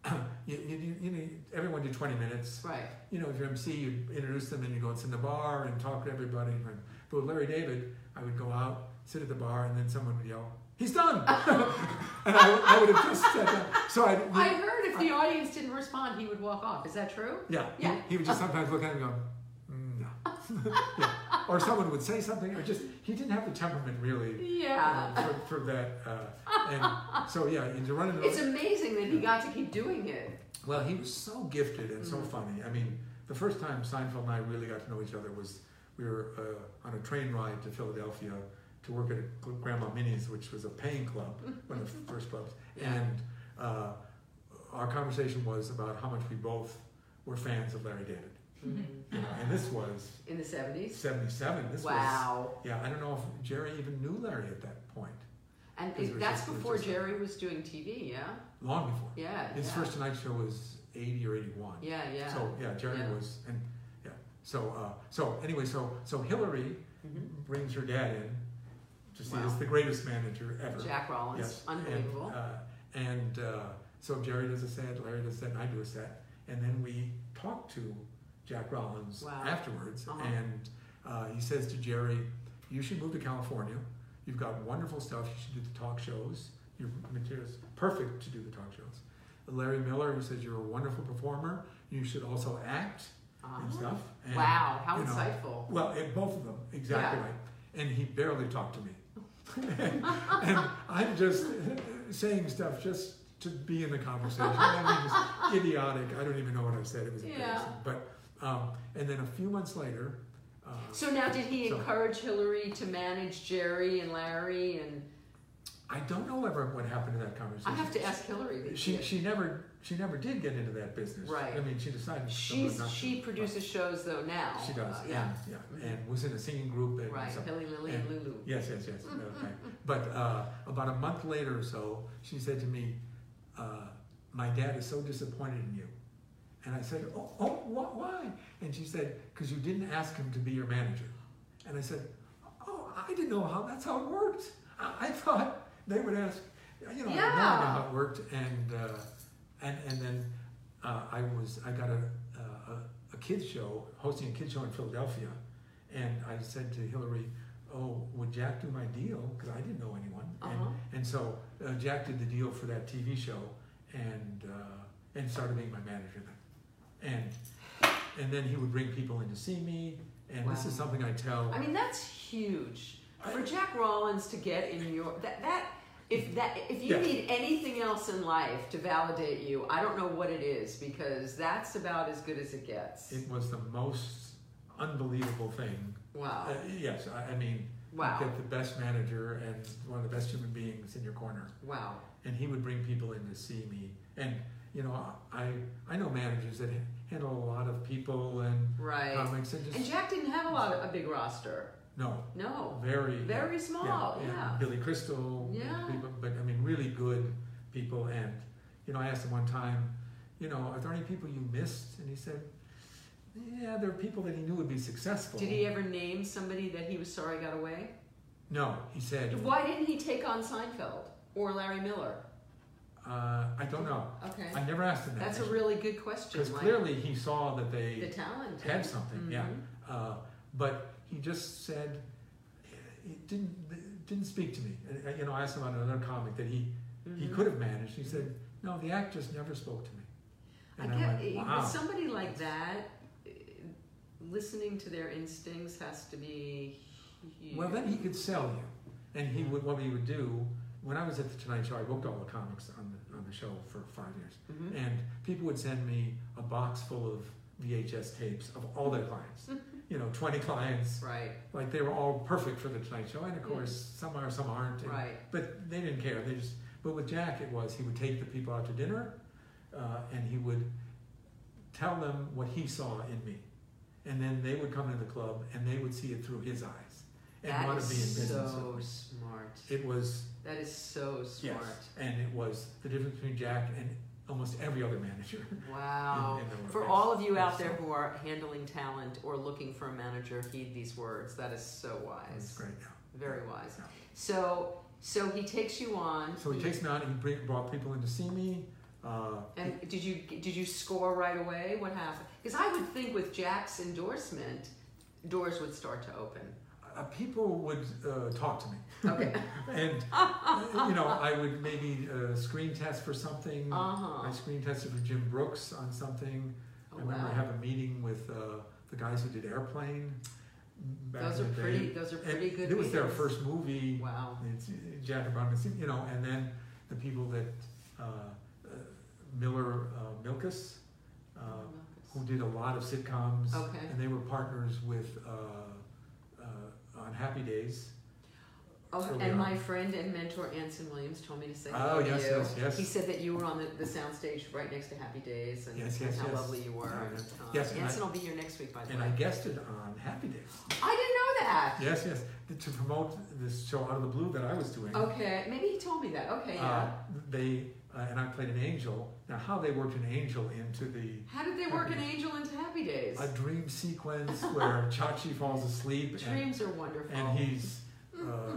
Speaker 2: (clears throat) you, you, you, you know, everyone did 20 minutes.
Speaker 1: right.
Speaker 2: You know, if you're MC, you introduce them and you go and sit in the bar and talk to everybody. And- But with Larry David, I would go out, sit at the bar, and then someone would yell, "He's
Speaker 1: (laughs)
Speaker 2: done!" and I, would- I would have just sat down. So I,
Speaker 1: I heard if the audience didn't respond, he would walk off. Is that true?
Speaker 2: Yeah. he-
Speaker 1: Yeah.
Speaker 2: He, would just sometimes look at him and go, "Mm, no. (laughs) yeah. Or someone would say something, or just, he didn't have the temperament really
Speaker 1: Yeah.
Speaker 2: uh, for, for that. Uh, and so, yeah, and to run into
Speaker 1: It's amazing that he got to keep doing it.
Speaker 2: Well, he was so gifted and
Speaker 1: Mm.
Speaker 2: so funny. I mean, the first time Seinfeld and I really got to know each other was we were uh, on a train ride to Philadelphia to work at Grandma Minnie's, which was a paying club,
Speaker 1: (laughs)
Speaker 2: one of the first clubs. And uh, our conversation was about how much we both were fans of Larry David. You know, and this was
Speaker 1: In the 70s?
Speaker 2: 77. This
Speaker 1: Wow.
Speaker 2: was, yeah, I don't know if Jerry even knew Larry at that point,
Speaker 1: And
Speaker 2: Because
Speaker 1: it-
Speaker 2: we're
Speaker 1: that's
Speaker 2: just- we're
Speaker 1: before
Speaker 2: just-
Speaker 1: Jerry was doing TV, yeah?
Speaker 2: long before.
Speaker 1: Yeah.
Speaker 2: His
Speaker 1: yeah.
Speaker 2: first Tonight Show was 80 or 81.
Speaker 1: Yeah, yeah.
Speaker 2: So yeah, Jerry
Speaker 1: Yeah.
Speaker 2: was and yeah. So uh, so anyway, so so Hillary
Speaker 1: Mm-hmm.
Speaker 2: brings her dad in to see
Speaker 1: Wow.
Speaker 2: us, the greatest manager ever.
Speaker 1: Jack Rollins,
Speaker 2: yes,
Speaker 1: unbelievable.
Speaker 2: And, uh, and uh, so Jerry does a set, Larry does a set, and I do a set, and then we talk to Jack Rollins
Speaker 1: Wow.
Speaker 2: afterwards,
Speaker 1: Uh-huh.
Speaker 2: and uh, he says to Jerry, "You should move to California. You've got wonderful stuff. You should do the talk shows. Your material's perfect to do the talk shows." Larry Miller, who says you're a wonderful performer, you should also act
Speaker 1: Uh-huh.
Speaker 2: and stuff. uh, And,
Speaker 1: wow, how
Speaker 2: you know,
Speaker 1: insightful.
Speaker 2: well, it, both of them, exactly
Speaker 1: Yeah.
Speaker 2: right. And he barely talked to me. (laughs) and I'm just eh, saying stuff just to be in the conversation. I mean, it's idiotic. I don't even know what I said. It was
Speaker 1: Yeah.
Speaker 2: embarrassing. But, um, and then a few months later, uh,
Speaker 1: So now, did he
Speaker 2: So-
Speaker 1: encourage Hillary to manage Jerry and Larry? And
Speaker 2: I don't know ever what happened to that conversation.
Speaker 1: I have to ask Hillary. these
Speaker 2: She,
Speaker 1: days.
Speaker 2: she never she never did get into that business.
Speaker 1: Right.
Speaker 2: I mean, she decided.
Speaker 1: She's
Speaker 2: not to.
Speaker 1: she produces shows though now.
Speaker 2: She does.
Speaker 1: Uh,
Speaker 2: yeah.
Speaker 1: yeah.
Speaker 2: Yeah. And was in a singing group and
Speaker 1: Right.
Speaker 2: stuff.
Speaker 1: Hilly, Lily, and
Speaker 2: And-
Speaker 1: Lulu.
Speaker 2: Yes, yes, yes. Okay. But uh, about a month later or so, she said to me, uh, "My dad is so disappointed in you." And I said, "Oh, oh wh- why?" And she said, "Because you didn't ask him to be your manager." And I said, "Oh, I didn't know how that's how it worked. I, I thought they would ask. You know, I had no
Speaker 1: Yeah.
Speaker 2: idea how it worked." And uh, and and then uh, I was I got a, a a kids show hosting a kids show in Philadelphia, and I said to Hillary, "Oh, would Jack do my deal? Because I didn't know anyone."
Speaker 1: Uh-huh.
Speaker 2: And, and so uh, Jack did the deal for that TV show, and uh, and started being my manager then, and and then he would bring people in to see me, And this is
Speaker 1: Wow.
Speaker 2: something I tell.
Speaker 1: I mean, that's huge
Speaker 2: I-
Speaker 1: for Jack Rollins to get in your that that. If that if you
Speaker 2: Yeah.
Speaker 1: need anything else in life to validate you, I don't know what it is because that's about as good as it gets.
Speaker 2: it was the most unbelievable thing.
Speaker 1: wow.
Speaker 2: Uh, yes, I, I mean,
Speaker 1: Wow.
Speaker 2: you get the best manager and one of the best human beings in your corner,
Speaker 1: Wow.
Speaker 2: and he would bring people in to see me. And you know, I I know managers that handle a lot of people and
Speaker 1: Right.
Speaker 2: comics and just
Speaker 1: and Jack didn't have a lot of a big roster.
Speaker 2: no,
Speaker 1: No.
Speaker 2: very
Speaker 1: Very small.
Speaker 2: and
Speaker 1: Yeah.
Speaker 2: Billy Crystal.
Speaker 1: Yeah.
Speaker 2: People, but I mean, really good people. And you know, I asked him one time, you know, are there any people you missed? And he said, Yeah, there are people that he knew would be successful.
Speaker 1: Did he ever name somebody that he was sorry got away?
Speaker 2: No, he said,
Speaker 1: Why didn't he take on Seinfeld or Larry Miller?
Speaker 2: uh, I don't know.
Speaker 1: Okay.
Speaker 2: I never asked him that.
Speaker 1: That's a really good question.
Speaker 2: because
Speaker 1: like,
Speaker 2: clearly he saw that
Speaker 1: the
Speaker 2: they
Speaker 1: talent.
Speaker 2: had something. Yeah,
Speaker 1: Mhm.
Speaker 2: uh, but he just said it didn't it didn't speak to me. And, uh, you know, I asked him about another comic that he he
Speaker 1: Mhm.
Speaker 2: could have managed. He said, "No, the act just never spoke to me."
Speaker 1: I
Speaker 2: And I,
Speaker 1: get
Speaker 2: went,
Speaker 1: it-
Speaker 2: "Wow."
Speaker 1: with somebody like that. eh, Listening to their instincts has to be. Huge.
Speaker 2: Well, then he could sell you, and he would. What he would do when I was at the Tonight Show, I booked all the comics on the on the show for five years,
Speaker 1: Mhm.
Speaker 2: and people would send me a box full of VHS tapes of all their clients. you know, twenty clients.
Speaker 1: Right,
Speaker 2: Like they were all perfect for the Tonight Show, and of course some are, some aren't. and-
Speaker 1: right.
Speaker 2: But they didn't care. They just. But with Jack, it was he would take the people out to dinner, uh, and he would tell them what he saw in me, and then they would come to the club and they would see it through his eyes and
Speaker 1: That
Speaker 2: want to be in
Speaker 1: is
Speaker 2: business.
Speaker 1: so
Speaker 2: with me.
Speaker 1: smart.
Speaker 2: It was
Speaker 1: That is so smart.
Speaker 2: and it was the difference between Jack and almost every other manager.
Speaker 1: Wow.
Speaker 2: In- in the
Speaker 1: For
Speaker 2: workplace.
Speaker 1: all of you out
Speaker 2: Yes.
Speaker 1: there who are handling talent or looking for a manager, heed these words. That is so
Speaker 2: (laughs) It's
Speaker 1: wise.
Speaker 2: great.
Speaker 1: Very wise.
Speaker 2: Yeah.
Speaker 1: So, so he takes you on.
Speaker 2: So he takes me out and he bring, brought people in to see me. Uh,
Speaker 1: And did you did you score right away? What happened? Because I would think with Jack's endorsement, doors would start to open.
Speaker 2: (laughs) uh, people would uh, talk to me,
Speaker 1: (laughs) Okay.
Speaker 2: and uh, you know I would maybe uh, screen test for something.
Speaker 1: uh
Speaker 2: I
Speaker 1: huh.
Speaker 2: screen tested for Jim Brooks on something.
Speaker 1: Oh,
Speaker 2: I remember I
Speaker 1: wow.
Speaker 2: have a meeting with uh, the guys who did Airplane. Back
Speaker 1: Those are
Speaker 2: in the
Speaker 1: pretty.
Speaker 2: Day.
Speaker 1: Those are
Speaker 2: And
Speaker 1: pretty good.
Speaker 2: It was their
Speaker 1: meetings.
Speaker 2: first movie.
Speaker 1: Wow.
Speaker 2: It's Jack and Bob, it's- you know, and then the people that uh, uh, Miller uh, Milkus, uh, who did a lot of sitcoms,
Speaker 1: Oh, Okay.
Speaker 2: and they were partners with uh, uh, on Happy Days.
Speaker 1: Oh,
Speaker 2: early
Speaker 1: and
Speaker 2: on.
Speaker 1: my friend and mentor Anson Williams told me to say
Speaker 2: Oh,
Speaker 1: hello to
Speaker 2: yes,
Speaker 1: you.
Speaker 2: yes, yes.
Speaker 1: He said that you were on the, the soundstage right next to Happy Days and,
Speaker 2: Yes,
Speaker 1: and
Speaker 2: yes,
Speaker 1: how
Speaker 2: yes.
Speaker 1: lovely you were.
Speaker 2: Yeah,
Speaker 1: and,
Speaker 2: yeah.
Speaker 1: uh,
Speaker 2: Yes, and I-
Speaker 1: Anson will be here next week, by the
Speaker 2: And
Speaker 1: way.
Speaker 2: I guested on Happy Days.
Speaker 1: I didn't know that.
Speaker 2: Yes, yes, to promote this show Out of the Blue that I was doing.
Speaker 1: Okay, maybe he told me that. Okay,
Speaker 2: Uh,
Speaker 1: yeah.
Speaker 2: they uh, and I played an angel. Now, how they worked an angel into the
Speaker 1: how did they work an
Speaker 2: Happy
Speaker 1: angel into Happy Days?
Speaker 2: a dream
Speaker 1: (laughs)
Speaker 2: sequence where Chachi falls asleep and,
Speaker 1: Dreams are wonderful.
Speaker 2: and he's uh,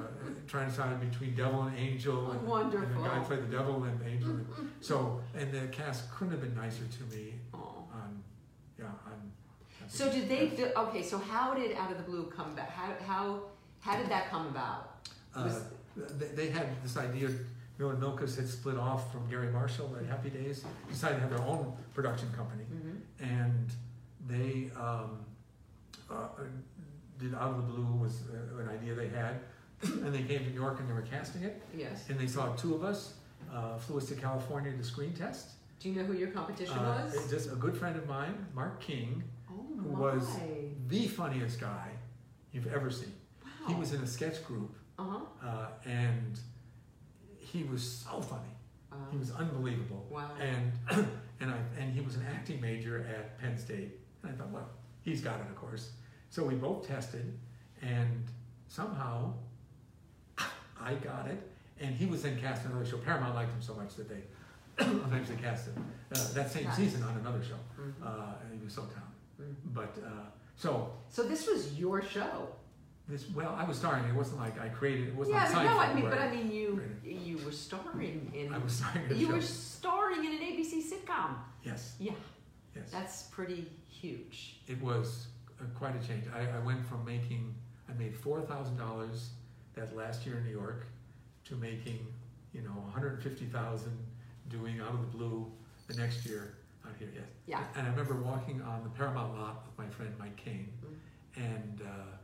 Speaker 2: trying to decide between devil and angel. And, and the
Speaker 1: wonderful.
Speaker 2: guy played the devil and
Speaker 1: (laughs)
Speaker 2: angel. And so and the cast couldn't have been nicer to me.
Speaker 1: Aw.
Speaker 2: On yeah, on.
Speaker 1: So did they? Do, okay, so how did Out of the Blue come back? How how how did that come about?
Speaker 2: Uh, they, they had this idea. Miller and Milkus had split off from Gary Marshall at Happy Days. Decided to have their own production company.
Speaker 1: Mhm.
Speaker 2: and they um, uh, did out of the blue was uh, an idea they had, and they came to New York and they were casting it,
Speaker 1: Yes.
Speaker 2: and they saw two of us, uh, flew us to California to screen test.
Speaker 1: Do you know who your competition
Speaker 2: Uh,
Speaker 1: was?
Speaker 2: it's just a good friend of mine, Mark King,
Speaker 1: oh
Speaker 2: who
Speaker 1: my!
Speaker 2: was- the funniest guy you've ever seen.
Speaker 1: wow.
Speaker 2: He was in a sketch group,
Speaker 1: Uh huh.
Speaker 2: uh, and he was so funny. He was unbelievable.
Speaker 1: Um, Wow.
Speaker 2: And (clears throat) and I and he was an acting major at Penn State. And I thought, well, he's got it, of course. So we both tested, and somehow I got it. And he was then cast in another show. Paramount liked him so much that they (clears throat) eventually cast him uh, that same
Speaker 1: Nice.
Speaker 2: season on another show.
Speaker 1: Mhm.
Speaker 2: Uh, and he was so talented.
Speaker 1: Mhm.
Speaker 2: But uh, so
Speaker 1: So this was your show.
Speaker 2: this, well, I was starring. It wasn't like I created. It wasn't
Speaker 1: yeah,
Speaker 2: like
Speaker 1: but no,
Speaker 2: Seinfeld
Speaker 1: I mean,
Speaker 2: where
Speaker 1: but I mean, you
Speaker 2: Right.
Speaker 1: you were starring in.
Speaker 2: I was starring. in a
Speaker 1: you
Speaker 2: show.
Speaker 1: were starring in an ABC sitcom.
Speaker 2: yes,
Speaker 1: Yeah,
Speaker 2: yes.
Speaker 1: that's pretty huge.
Speaker 2: it was uh, quite a change. I, I went from making, I made four thousand dollars that last year in New York, to making, you know, one hundred fifty thousand doing out of the blue the next year out here. Yes.
Speaker 1: Yeah.
Speaker 2: And I remember walking on the Paramount lot with my friend Mike Kane,
Speaker 1: Mm-hmm.
Speaker 2: and uh,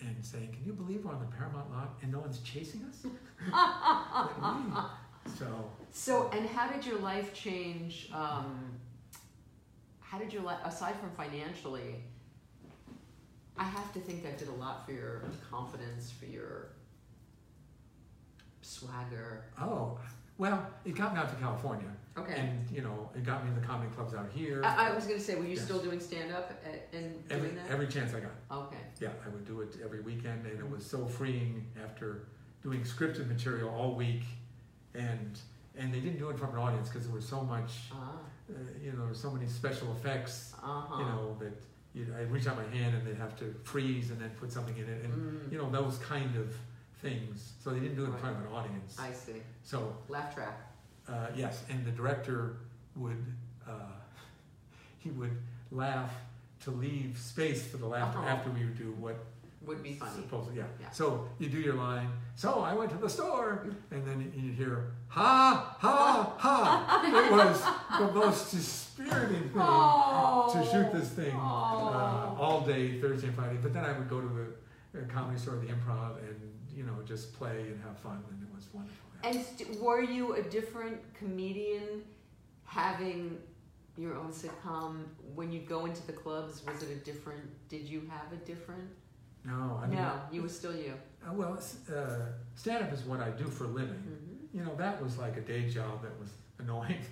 Speaker 2: and saying, "Can you believe we're on the Paramount lot and no one's chasing
Speaker 1: (laughs)
Speaker 2: us?" (laughs) so
Speaker 1: So, and how did your life change? Um, how did your life, aside from financially, I have to think that did a lot for your confidence, for your swagger.
Speaker 2: oh well, it got me out to California,
Speaker 1: Okay.
Speaker 2: and you know, it got me in the comedy clubs out here.
Speaker 1: I, I was going to say, were you
Speaker 2: Yes.
Speaker 1: still doing stand up and doing
Speaker 2: every
Speaker 1: that?
Speaker 2: every chance I got.
Speaker 1: okay.
Speaker 2: Yeah, I would do it every weekend, and it was so freeing after doing scripted material all week, and and they didn't do it in front of an audience because there was so much,
Speaker 1: Ah,
Speaker 2: uh, you know, so many special effects,
Speaker 1: uh-huh.
Speaker 2: you know, that you know, I'd reach out my hand and they'd have to freeze and then put something in it, and
Speaker 1: Mm,
Speaker 2: you know those kind of things. So they didn't do it in front of an audience.
Speaker 1: I see.
Speaker 2: So
Speaker 1: Laugh track.
Speaker 2: uh, yes, and the director would uh, (laughs) he would laugh to leave space for the laughter
Speaker 1: Oh.
Speaker 2: after we would do what
Speaker 1: Would be funny.
Speaker 2: Supposedly, yeah.
Speaker 1: Yeah.
Speaker 2: So you do your line. So I went to the store, and then you hear ha ha
Speaker 1: (laughs)
Speaker 2: ha. it was the most dispiriting thing to shoot this thing uh,
Speaker 1: Oh.
Speaker 2: all day Thursday and Friday. But then I would go to the uh, comedy store, the Improv, and you know just play and have fun, and it was wonderful. yeah.
Speaker 1: And st- were you a different comedian having your own sitcom when you go into the clubs? Was it a different? Did you have a different?
Speaker 2: no, I mean,
Speaker 1: no, you were still you.
Speaker 2: uh, well, s- uh, stand up is what I do for a living. (laughs)
Speaker 1: hmm
Speaker 2: You know, that was like a day job that was annoying.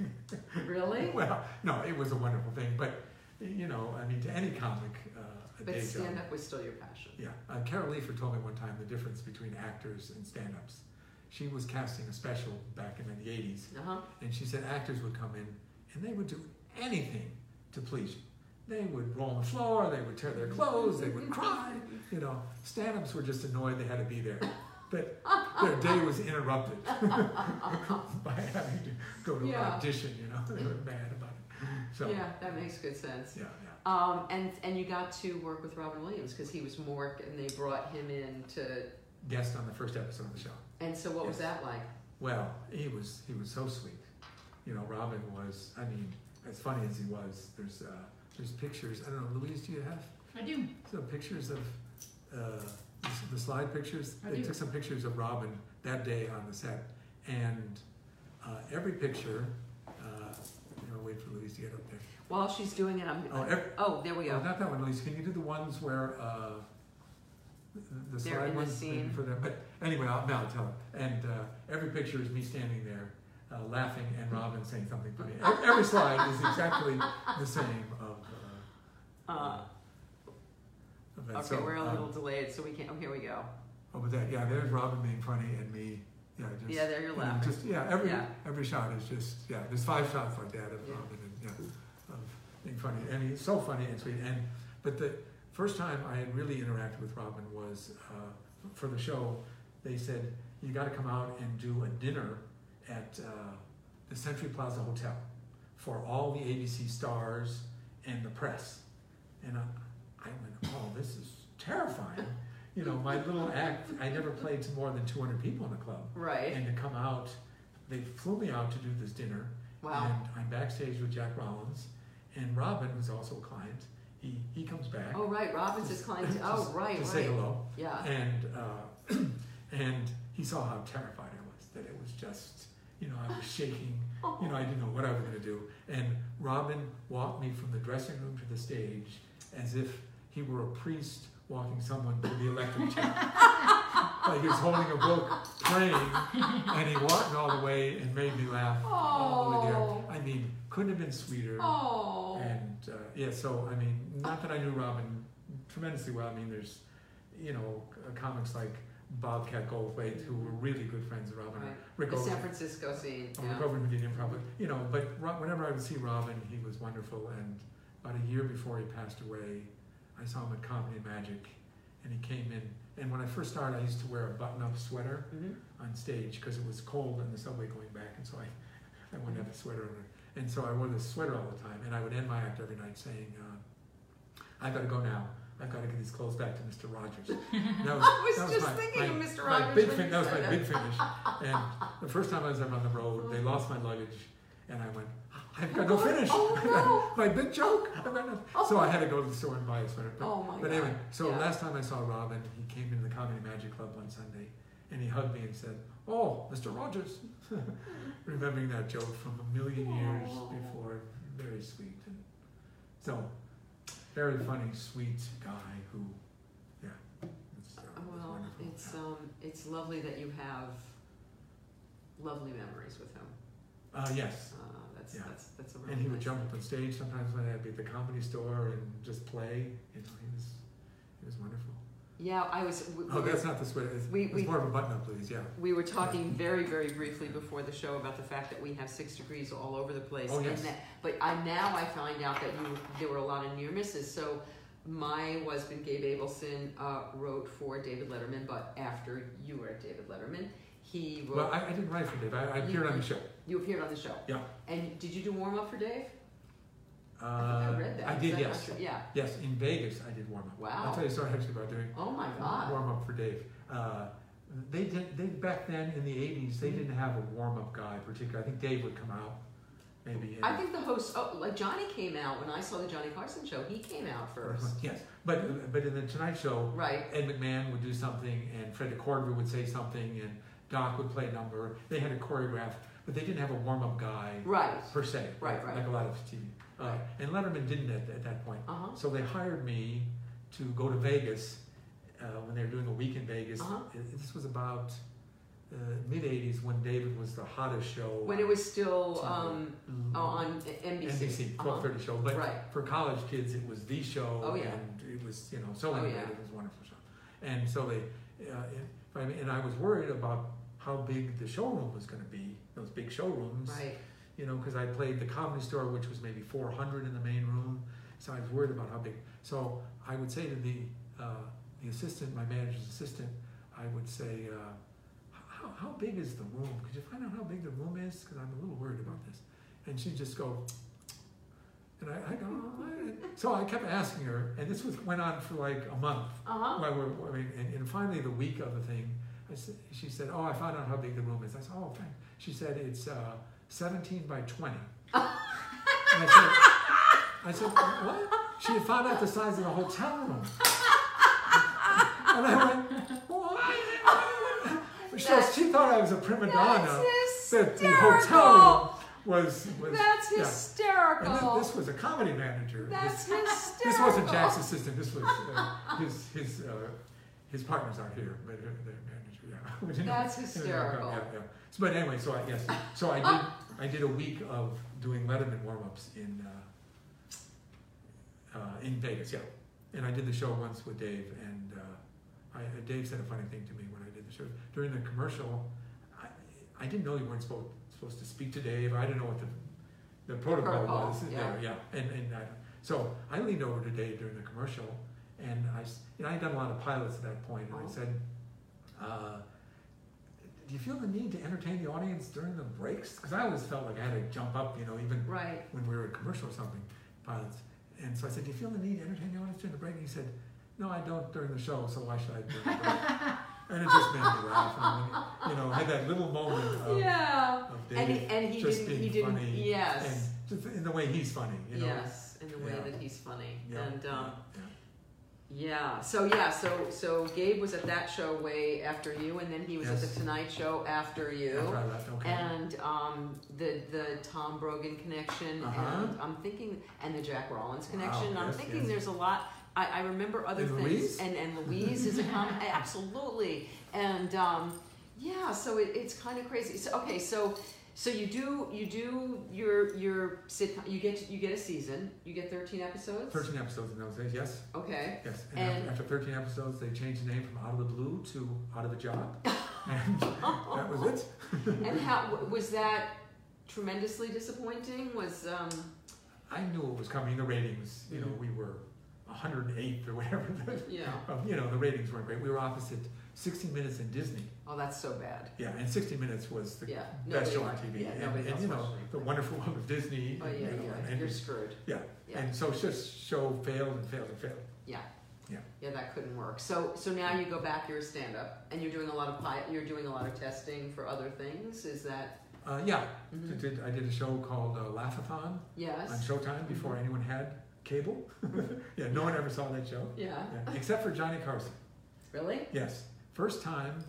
Speaker 1: Really?
Speaker 2: (laughs) Well, no, it was a wonderful thing, but you know, I mean, to any comic, uh, a
Speaker 1: But
Speaker 2: day
Speaker 1: stand
Speaker 2: job.
Speaker 1: up was still your passion.
Speaker 2: Yeah, uh, Carol Leifer told me one time the difference between actors and stand-ups. She was casting a special back in the '80s,
Speaker 1: Uh huh.
Speaker 2: and she said actors would come in and they would do anything to please you. They would roll on the floor, they would tear their clothes, they would cry. You know, stand-ups were just annoyed they had to be there. That their day was interrupted (laughs) by having to go to an
Speaker 1: Yeah.
Speaker 2: audition. You know, they were mad about it. So
Speaker 1: yeah, that makes good sense.
Speaker 2: yeah,
Speaker 1: Um, and and you got to work with Robin Williams because he was Mork, and they brought him in to.
Speaker 2: yeah. Guest on the first episode of the show.
Speaker 1: And so, what was
Speaker 2: Yes.
Speaker 1: that like?
Speaker 2: Well, he was he was so sweet. You know, Robin was. I mean, as funny as he was, there's uh, there's pictures. I don't know, Louise, do you have
Speaker 4: I do.
Speaker 2: some pictures of uh, the slide pictures?
Speaker 4: I
Speaker 2: They
Speaker 4: do.
Speaker 2: took some pictures of Robin that day on the set, and uh, every picture. Uh, you know, wait for Louise to get up there.
Speaker 1: While she's doing it, I'm.
Speaker 2: Oh, ev-
Speaker 1: oh, there we
Speaker 2: Oh,
Speaker 1: go.
Speaker 2: not that one, Louise. Can you do the ones where uh, the- the
Speaker 1: They're
Speaker 2: slide
Speaker 1: in the
Speaker 2: ones
Speaker 1: scene.
Speaker 2: for them? But anyway, I'll, no, I'll tell her. And uh, every picture is me standing there uh, laughing and Robin saying something funny. Ev- Every slide is exactly the same of. Uh,
Speaker 1: Uh,
Speaker 2: of that.
Speaker 1: okay,
Speaker 2: So,
Speaker 1: we're a
Speaker 2: um,
Speaker 1: little delayed, so we can't. Oh, here we go.
Speaker 2: Oh, but that, yeah, there's Robin being funny and me, yeah, just.
Speaker 1: Yeah, there you're
Speaker 2: you know,
Speaker 1: laughing.
Speaker 2: Just, yeah, every,
Speaker 1: Yeah.
Speaker 2: every shot is just, yeah, there's five shots like that of
Speaker 1: Yeah.
Speaker 2: Robin and, yeah, of being funny. And he's so funny and sweet. And, but the first time I had really interacted with Robin was, uh, for the show, they said, you gotta come out and do a dinner at, uh, the Century Plaza Hotel for all the ABC stars and the press. And I, I went, oh, this is terrifying. You know, my little act, I never played to more than 200 people in the club.
Speaker 1: Right.
Speaker 2: And to come out, they flew me out to do this dinner.
Speaker 1: Wow.
Speaker 2: And I'm backstage with Jack Rollins. And Robin, who's also a client, he, he comes back.
Speaker 1: Oh, right. Robin's his client.
Speaker 2: (laughs) to-
Speaker 1: Oh, right,
Speaker 2: To
Speaker 1: right.
Speaker 2: say hello.
Speaker 1: Yeah.
Speaker 2: And, uh, (clears throat) and he saw how terrified I was, that it was just, you know, I was shaking.
Speaker 1: Oh,
Speaker 2: You know, I didn't know what I was going to do. And Robin walked me from the dressing room to the stage as if he were a priest walking someone to the
Speaker 1: (laughs)
Speaker 2: electric chair. like he was holding a book, praying, and he walked all the way and made me laugh all the way
Speaker 1: Oh.
Speaker 2: there. I mean, couldn't have been sweeter.
Speaker 1: Oh.
Speaker 2: And uh, yeah, so I mean, not that I knew Robin tremendously well. I mean, there's, you know, c- comics like Bobcat Goldthwait who were really good friends of Robin.
Speaker 1: Right.
Speaker 2: Rick
Speaker 1: The
Speaker 2: Over,
Speaker 1: San Francisco scene.
Speaker 2: oh,
Speaker 1: yeah.
Speaker 2: Rick Over did improv, but, you know. But Ro- whenever I would see Robin, he was wonderful. And about a year before he passed away, I saw him at Comedy Magic, and he came in. And when I first started, I used to wear a button-up sweater
Speaker 1: Mhm.
Speaker 2: on stage because it was cold in the subway going back, and so I, I wouldn't have a sweater on. And so I wore this sweater all the time, and I would end my act every night saying, uh, "I've got to go now. I've got to get these clothes back to Mr.
Speaker 1: (laughs)
Speaker 2: Rogers." And That was,
Speaker 1: I was
Speaker 2: that
Speaker 1: just
Speaker 2: my-
Speaker 1: thinking
Speaker 2: my-
Speaker 1: of Mr.
Speaker 2: my
Speaker 1: Rogers
Speaker 2: big
Speaker 1: when
Speaker 2: fin-
Speaker 1: you (laughs)
Speaker 2: that was
Speaker 1: said
Speaker 2: my
Speaker 1: that.
Speaker 2: big finish. And the first time I was ever on the road, they lost my luggage, And I went, I've got to go
Speaker 1: Oh,
Speaker 2: finish. (laughs)
Speaker 1: oh,
Speaker 2: I've got- My big joke. I've got no-"
Speaker 1: Oh.
Speaker 2: So I had to go to the store and buy a sweater. But,
Speaker 1: Oh, my
Speaker 2: but anyway,
Speaker 1: God.
Speaker 2: so
Speaker 1: Yeah.
Speaker 2: last time I saw Robin, he came into the Comedy Magic Club one Sunday and he hugged me and said, Oh, Mr. Rogers. (laughs) Remembering that joke from a million years
Speaker 1: Aw.
Speaker 2: before. Very sweet. And so, very funny, sweet guy who, yeah. It's, uh, it's
Speaker 1: Well,
Speaker 2: wonderful.
Speaker 1: it's um, it's lovely that you have lovely memories with him.
Speaker 2: Uh, yes.
Speaker 1: Uh, that's
Speaker 2: Yeah.
Speaker 1: that's that's a really
Speaker 2: And he would
Speaker 1: nice-
Speaker 2: jump up on stage sometimes when I'd be at the comedy store and just play. You know, he was, he was wonderful.
Speaker 1: Yeah, I was. We,
Speaker 2: Oh,
Speaker 1: we,
Speaker 2: that's not the sweater. It's,
Speaker 1: we-
Speaker 2: it's
Speaker 1: we-
Speaker 2: more of a button-up, please. Yeah.
Speaker 1: we were talking very very briefly before the show about the fact that we have six degrees all over the place.
Speaker 2: Oh, yes.
Speaker 1: And that, but I now I find out that you there were a lot of near misses. So my husband Gabe Abelson uh, wrote for David Letterman, but after you were at David Letterman, he wrote.
Speaker 2: Well, I, I didn't write for Dave. I, I appeared on the show.
Speaker 1: you appeared on the show.
Speaker 2: Yeah.
Speaker 1: And did you do warm up for Dave?
Speaker 2: Uh,
Speaker 1: I think I read that. Is
Speaker 2: did.
Speaker 1: that
Speaker 2: yes.
Speaker 1: not true? Yeah.
Speaker 2: Yes, in Vegas, I did warm up.
Speaker 1: Wow.
Speaker 2: I'll tell you a story actually about doing
Speaker 1: Oh my God.
Speaker 2: warm up for Dave. Uh, they did. They back then in the '80s,
Speaker 1: Mm-hmm.
Speaker 2: they didn't have a warm up guy. Particularly, I think Dave would come out. Maybe.
Speaker 1: I
Speaker 2: and-
Speaker 1: think the host, oh, like Johnny came out when I saw the Johnny Carson show. He came out
Speaker 2: (laughs)
Speaker 1: first,
Speaker 2: Yes, but but in the Tonight Show,
Speaker 1: right?
Speaker 2: Ed McMahon would do something, and Fred DeCordova would say something, and Doc would play a number. They had a choreograph, but they didn't have a warm up guy
Speaker 1: Right.
Speaker 2: per se,
Speaker 1: Right,
Speaker 2: like,
Speaker 1: right.
Speaker 2: like a lot of TV. Uh,
Speaker 1: Right.
Speaker 2: And Letterman didn't at, at that point.
Speaker 1: Uh huh.
Speaker 2: So they hired me to go to Vegas uh, when they were doing a week in Vegas.
Speaker 1: Uh-huh.
Speaker 2: And This was about uh, mid 80s when David was the hottest show.
Speaker 1: When it was still
Speaker 2: TV.
Speaker 1: um,
Speaker 2: Mm,
Speaker 1: on NBC.
Speaker 2: NBC, 1230 show. But
Speaker 1: Uh-huh. Right.
Speaker 2: for college kids, it was the show.
Speaker 1: Oh, yeah.
Speaker 2: And it was, you know, so
Speaker 1: Oh,
Speaker 2: anyway,
Speaker 1: yeah.
Speaker 2: it was a wonderful show. And so they, uh, if I mean, and I was worried about how big the showroom was going to be, those big showrooms.
Speaker 1: Right.
Speaker 2: You know, because I played the comedy store, which was maybe 400 in the main room. So I was worried about how big. So I would say to the, uh, the assistant, my manager's assistant, I would say, uh, how, how big is the room? Could you find out how big the room is? Because I'm a little worried about this. And she'd just go, and I, I go, "Oh, I-" so I kept asking her, and this was went on for like a month.
Speaker 1: Uh huh.
Speaker 2: While we're, I mean, and, and finally, the week of the thing, I said, she said, oh, I found out how big the room is. I said, oh, thanks. She said, it's uh, 17 by 20. and I said, I said, what? She had found out the size of the hotel room. and I went, what? She, was, she thought I was a prima donna.
Speaker 1: That's
Speaker 2: That the
Speaker 1: hysterical.
Speaker 2: hotel room was, was
Speaker 1: That's
Speaker 2: yeah.
Speaker 1: hysterical.
Speaker 2: And thi- this was a comedy manager.
Speaker 1: That's
Speaker 2: this,
Speaker 1: hysterical.
Speaker 2: this (laughs) wasn't Jack's assistant. This was uh, his his uh, his partners aren't here, but her- their manager. Yeah. (laughs) We didn't-
Speaker 1: That's
Speaker 2: we didn't know
Speaker 1: hysterical.
Speaker 2: about- Yeah, yeah. So, but anyway, so I yes, so I did I did a week of doing Letterman warm ups in uh, uh, in Vegas. Yeah, and I did the show once with Dave, and uh, I, Dave said a funny thing to me when I did the show during the commercial. I, I didn't know you weren't supposed supposed to speak to Dave. I didn't know what the the protocol,
Speaker 1: Protocol,
Speaker 2: was.
Speaker 1: yeah.
Speaker 2: There, yeah. And and I, so I leaned over to Dave during the commercial, and I s- you know, I had done a lot of pilots at that point, and
Speaker 1: Oh.
Speaker 2: I said. Uh, do you feel the need to entertain the audience during the breaks? Because I always felt like I had to jump up, you know, even
Speaker 1: Right.
Speaker 2: when we were at commercial or something, pilots. And so I said, Do you feel the need to entertain the audience during the break? And he said, No, I don't during the show, so why should I during the break?
Speaker 1: (laughs)
Speaker 2: and it just made me laugh. And, when- you know, I had that little moment of,
Speaker 1: yeah.
Speaker 2: of Um, Dave
Speaker 1: And he, and he
Speaker 2: just
Speaker 1: didn't.
Speaker 2: being
Speaker 1: He didn't.
Speaker 2: funny. And
Speaker 1: Yes.
Speaker 2: just in the way he's funny, you know?
Speaker 1: yes. In the way
Speaker 2: Yeah.
Speaker 1: that he's funny.
Speaker 2: Yeah,
Speaker 1: And um,
Speaker 2: yeah,
Speaker 1: Yeah. So yeah. So so Gabe was at that show way after you, and then he was at
Speaker 2: Yes.
Speaker 1: the Tonight Show after you,
Speaker 2: yeah. After I left, okay.
Speaker 1: and um, the the Tom Brogan connection,
Speaker 2: Uh-huh.
Speaker 1: and I'm thinking, and the Jack Rollins
Speaker 2: Wow,
Speaker 1: connection. and I'm
Speaker 2: yes,
Speaker 1: thinking
Speaker 2: yes.
Speaker 1: there's a lot. I, I remember other
Speaker 2: And
Speaker 1: things,
Speaker 2: Louise?
Speaker 1: and and Louise is a
Speaker 2: (laughs)
Speaker 1: com- absolutely, and um, yeah. So it, it's kind of crazy. So, okay, so. So you do you do your your sitcom you get you get a season you get thirteen episodes
Speaker 2: 13 episodes in those days, yes,
Speaker 1: okay
Speaker 2: (laughs) yes. And,
Speaker 1: And-
Speaker 2: after, after 13 episodes, they changed the name from Out of the Blue to Out of a Job. (laughs) and that was it.
Speaker 1: And how w- was that tremendously disappointing? Was um,
Speaker 2: I knew it was coming. The ratings, you know,
Speaker 1: Mhm.
Speaker 2: we were 108th or whatever. the-
Speaker 1: yeah.
Speaker 2: um, you know, the ratings weren't great. We were opposite 60 Minutes and Disney.
Speaker 1: Oh, that's so bad.
Speaker 2: Yeah, and 60 Minutes was the
Speaker 1: Yeah,
Speaker 2: best
Speaker 1: nobody
Speaker 2: show on
Speaker 1: liked-
Speaker 2: TV.
Speaker 1: yeah,
Speaker 2: and,
Speaker 1: nobody
Speaker 2: and,
Speaker 1: else
Speaker 2: you know,
Speaker 1: watched it.
Speaker 2: the wonderful world of Disney.
Speaker 1: Oh yeah,
Speaker 2: you know,
Speaker 1: yeah.
Speaker 2: And,
Speaker 1: You're screwed.
Speaker 2: yeah,
Speaker 1: Yeah.
Speaker 2: and so this show failed and failed and failed.
Speaker 1: yeah, that couldn't work. So so now you go back. You're a stand up, and you're doing a lot of pi- you're doing a lot of testing for other things. Is that
Speaker 2: Uh, yeah,
Speaker 1: Mhm.
Speaker 2: did, I did a show called uh, Laugh-a-thon on
Speaker 1: Yes. Mm-hmm.
Speaker 2: Showtime before anyone had cable. (laughs) yeah, no one ever saw that show,
Speaker 1: Yeah.
Speaker 2: yeah, except for Johnny Carson.
Speaker 1: Really?
Speaker 2: Yes, first time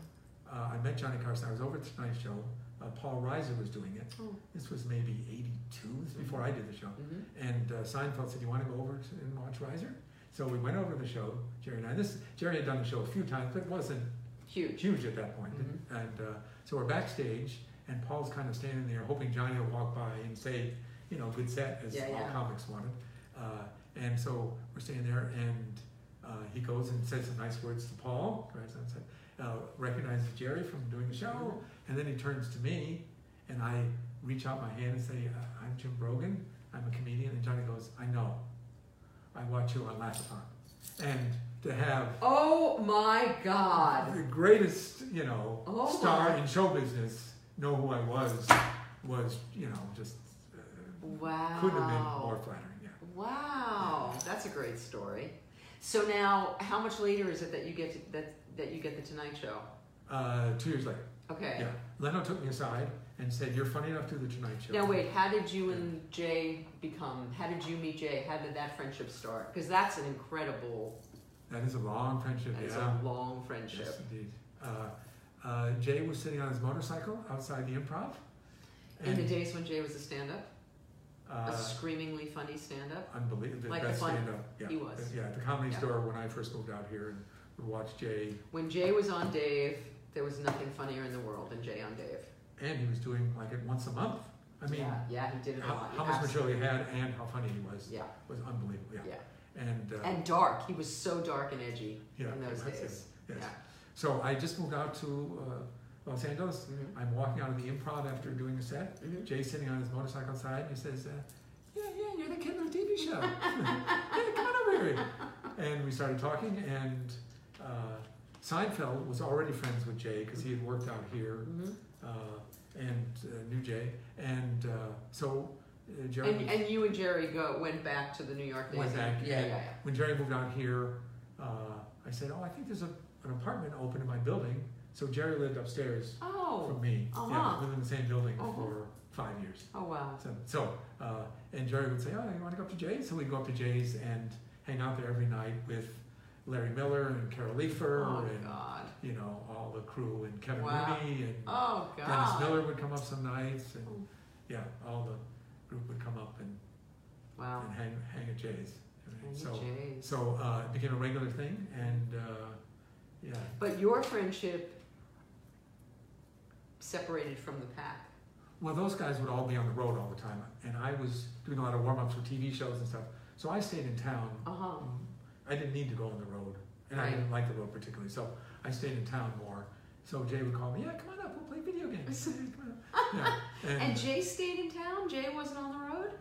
Speaker 2: uh, I met Johnny Carson, I was over at the Tonight Show. Uh, Paul Reiser was doing it.
Speaker 1: Oh.
Speaker 2: This was maybe '82, this is before I did the show.
Speaker 1: Mhm.
Speaker 2: And uh, Seinfeld said, "You want to go over to- and watch Reiser?" So we went over to the show. Jerry and I. This Jerry had done the show a few times, but it wasn't
Speaker 1: Huge.
Speaker 2: huge at that point.
Speaker 1: Mm-hmm.
Speaker 2: And uh, so we're backstage, and Paul's kind of standing there, hoping Johnny will walk by and say, you know, good set, as
Speaker 1: Yeah,
Speaker 2: all
Speaker 1: yeah.
Speaker 2: comics wanted. Uh, and so we're standing there, and uh, he goes and says some nice words to Paul, right, so it's like, uh, recognizes Jerry from doing the show,
Speaker 1: Mm-hmm.
Speaker 2: and then he turns to me, and I reach out my hand and say, "Uh, I'm Jim Brogan, I'm a comedian, and Johnny goes, I know. I watch you on Laugh-A-Thon. And to have
Speaker 1: Oh my God.
Speaker 2: the greatest, you know,
Speaker 1: Oh,
Speaker 2: star
Speaker 1: my.
Speaker 2: in show business know who I was was, you know, just uh,
Speaker 1: Wow.
Speaker 2: couldn't have been more flattering. Yeah.
Speaker 1: Wow, that's a great story. So now, how much later is it that you get to, that that you get the Tonight Show?
Speaker 2: Uh, two years later,
Speaker 1: Okay.
Speaker 2: yeah, Leno took me aside and said, "You're funny enough to do the Tonight Show."
Speaker 1: Now wait, how did you and Jay become? How did you meet Jay? How did that friendship start? Because that's an incredible,
Speaker 2: That is a long friendship.
Speaker 1: that is
Speaker 2: yeah.
Speaker 1: a long friendship.
Speaker 2: Yes, indeed. Uh, uh, Jay was sitting on his motorcycle outside the Improv.
Speaker 1: In
Speaker 2: And,
Speaker 1: the days when Jay was a stand-up, a
Speaker 2: uh,
Speaker 1: screamingly funny stand-up.
Speaker 2: unbelievable, the
Speaker 1: like the
Speaker 2: best
Speaker 1: fun-
Speaker 2: stand-up. Yeah,
Speaker 1: he was.
Speaker 2: Yeah, at the Comedy
Speaker 1: Yeah.
Speaker 2: Store when I first moved out here, and we watched Jay
Speaker 1: When Jay was on Dave, there was nothing funnier in the world than Jay on Dave.
Speaker 2: and he was doing like it once a month. I mean,
Speaker 1: yeah, yeah, he did it a
Speaker 2: how,
Speaker 1: lot.
Speaker 2: how much
Speaker 1: Absolutely.
Speaker 2: material he had and how funny he was
Speaker 1: Yeah,
Speaker 2: was unbelievable. Yeah. And, uh,
Speaker 1: and dark. He was so dark and edgy
Speaker 2: yeah,
Speaker 1: in those
Speaker 2: that's it.
Speaker 1: days.
Speaker 2: Yes.
Speaker 1: Yeah.
Speaker 2: So I just moved out to uh, Los Angeles.
Speaker 1: Mhm.
Speaker 2: I'm walking out of the Improv after doing a set.
Speaker 1: Mhm.
Speaker 2: Jay's sitting on his motorcycle outside, and he says, uh, "Yeah, yeah, you're the kid on the TV show.
Speaker 1: (laughs)
Speaker 2: yeah, come on over here." And we started talking, and uh, Seinfeld was already friends with Jay because he had worked out here.
Speaker 1: Mhm.
Speaker 2: uh, and uh, New Jay, and uh, so uh, Jerry
Speaker 1: And, and you and Jerry go went back to the New York days.
Speaker 2: went back.
Speaker 1: Yeah, yeah,
Speaker 2: and
Speaker 1: yeah.
Speaker 2: When Jerry moved out here, uh, I said, "Oh, I think there's a, an apartment open in my building." So Jerry lived upstairs
Speaker 1: Oh,
Speaker 2: from me. Yeah,
Speaker 1: uh-huh.
Speaker 2: we lived in the same building
Speaker 1: Uh-huh.
Speaker 2: for five years.
Speaker 1: oh wow.
Speaker 2: So, so uh, and Jerry would say, "Oh, you want to go up to Jay's?" So we'd go up to Jay's and hang out there every night with Larry Miller and Carol Leifer
Speaker 1: Oh
Speaker 2: and
Speaker 1: God.
Speaker 2: you know all the crew and Kevin
Speaker 1: Wow.
Speaker 2: Rooney and
Speaker 1: Oh
Speaker 2: Dennis
Speaker 1: God. Oh.
Speaker 2: Miller would come up some nights, and yeah, all the group would come up and,
Speaker 1: Wow.
Speaker 2: and hang hang at Jay's.
Speaker 1: Thank you,
Speaker 2: So
Speaker 1: Jays.
Speaker 2: so uh, it became a regular thing, and uh, yeah,
Speaker 1: But your friendship separated from the pack.
Speaker 2: well, those guys would all be on the road all the time, and I was doing a lot of warm ups for TV shows and stuff. So I stayed in town.
Speaker 1: Uh huh.
Speaker 2: I didn't need to go on the road, and I
Speaker 1: Right.
Speaker 2: didn't like the road particularly, so I stayed in town more. So Jay would call me, yeah, come on up, we'll play video
Speaker 1: (laughs)
Speaker 2: games. Yeah, come on up. Yeah,
Speaker 1: And Jay stayed in town. Jay wasn't on the road.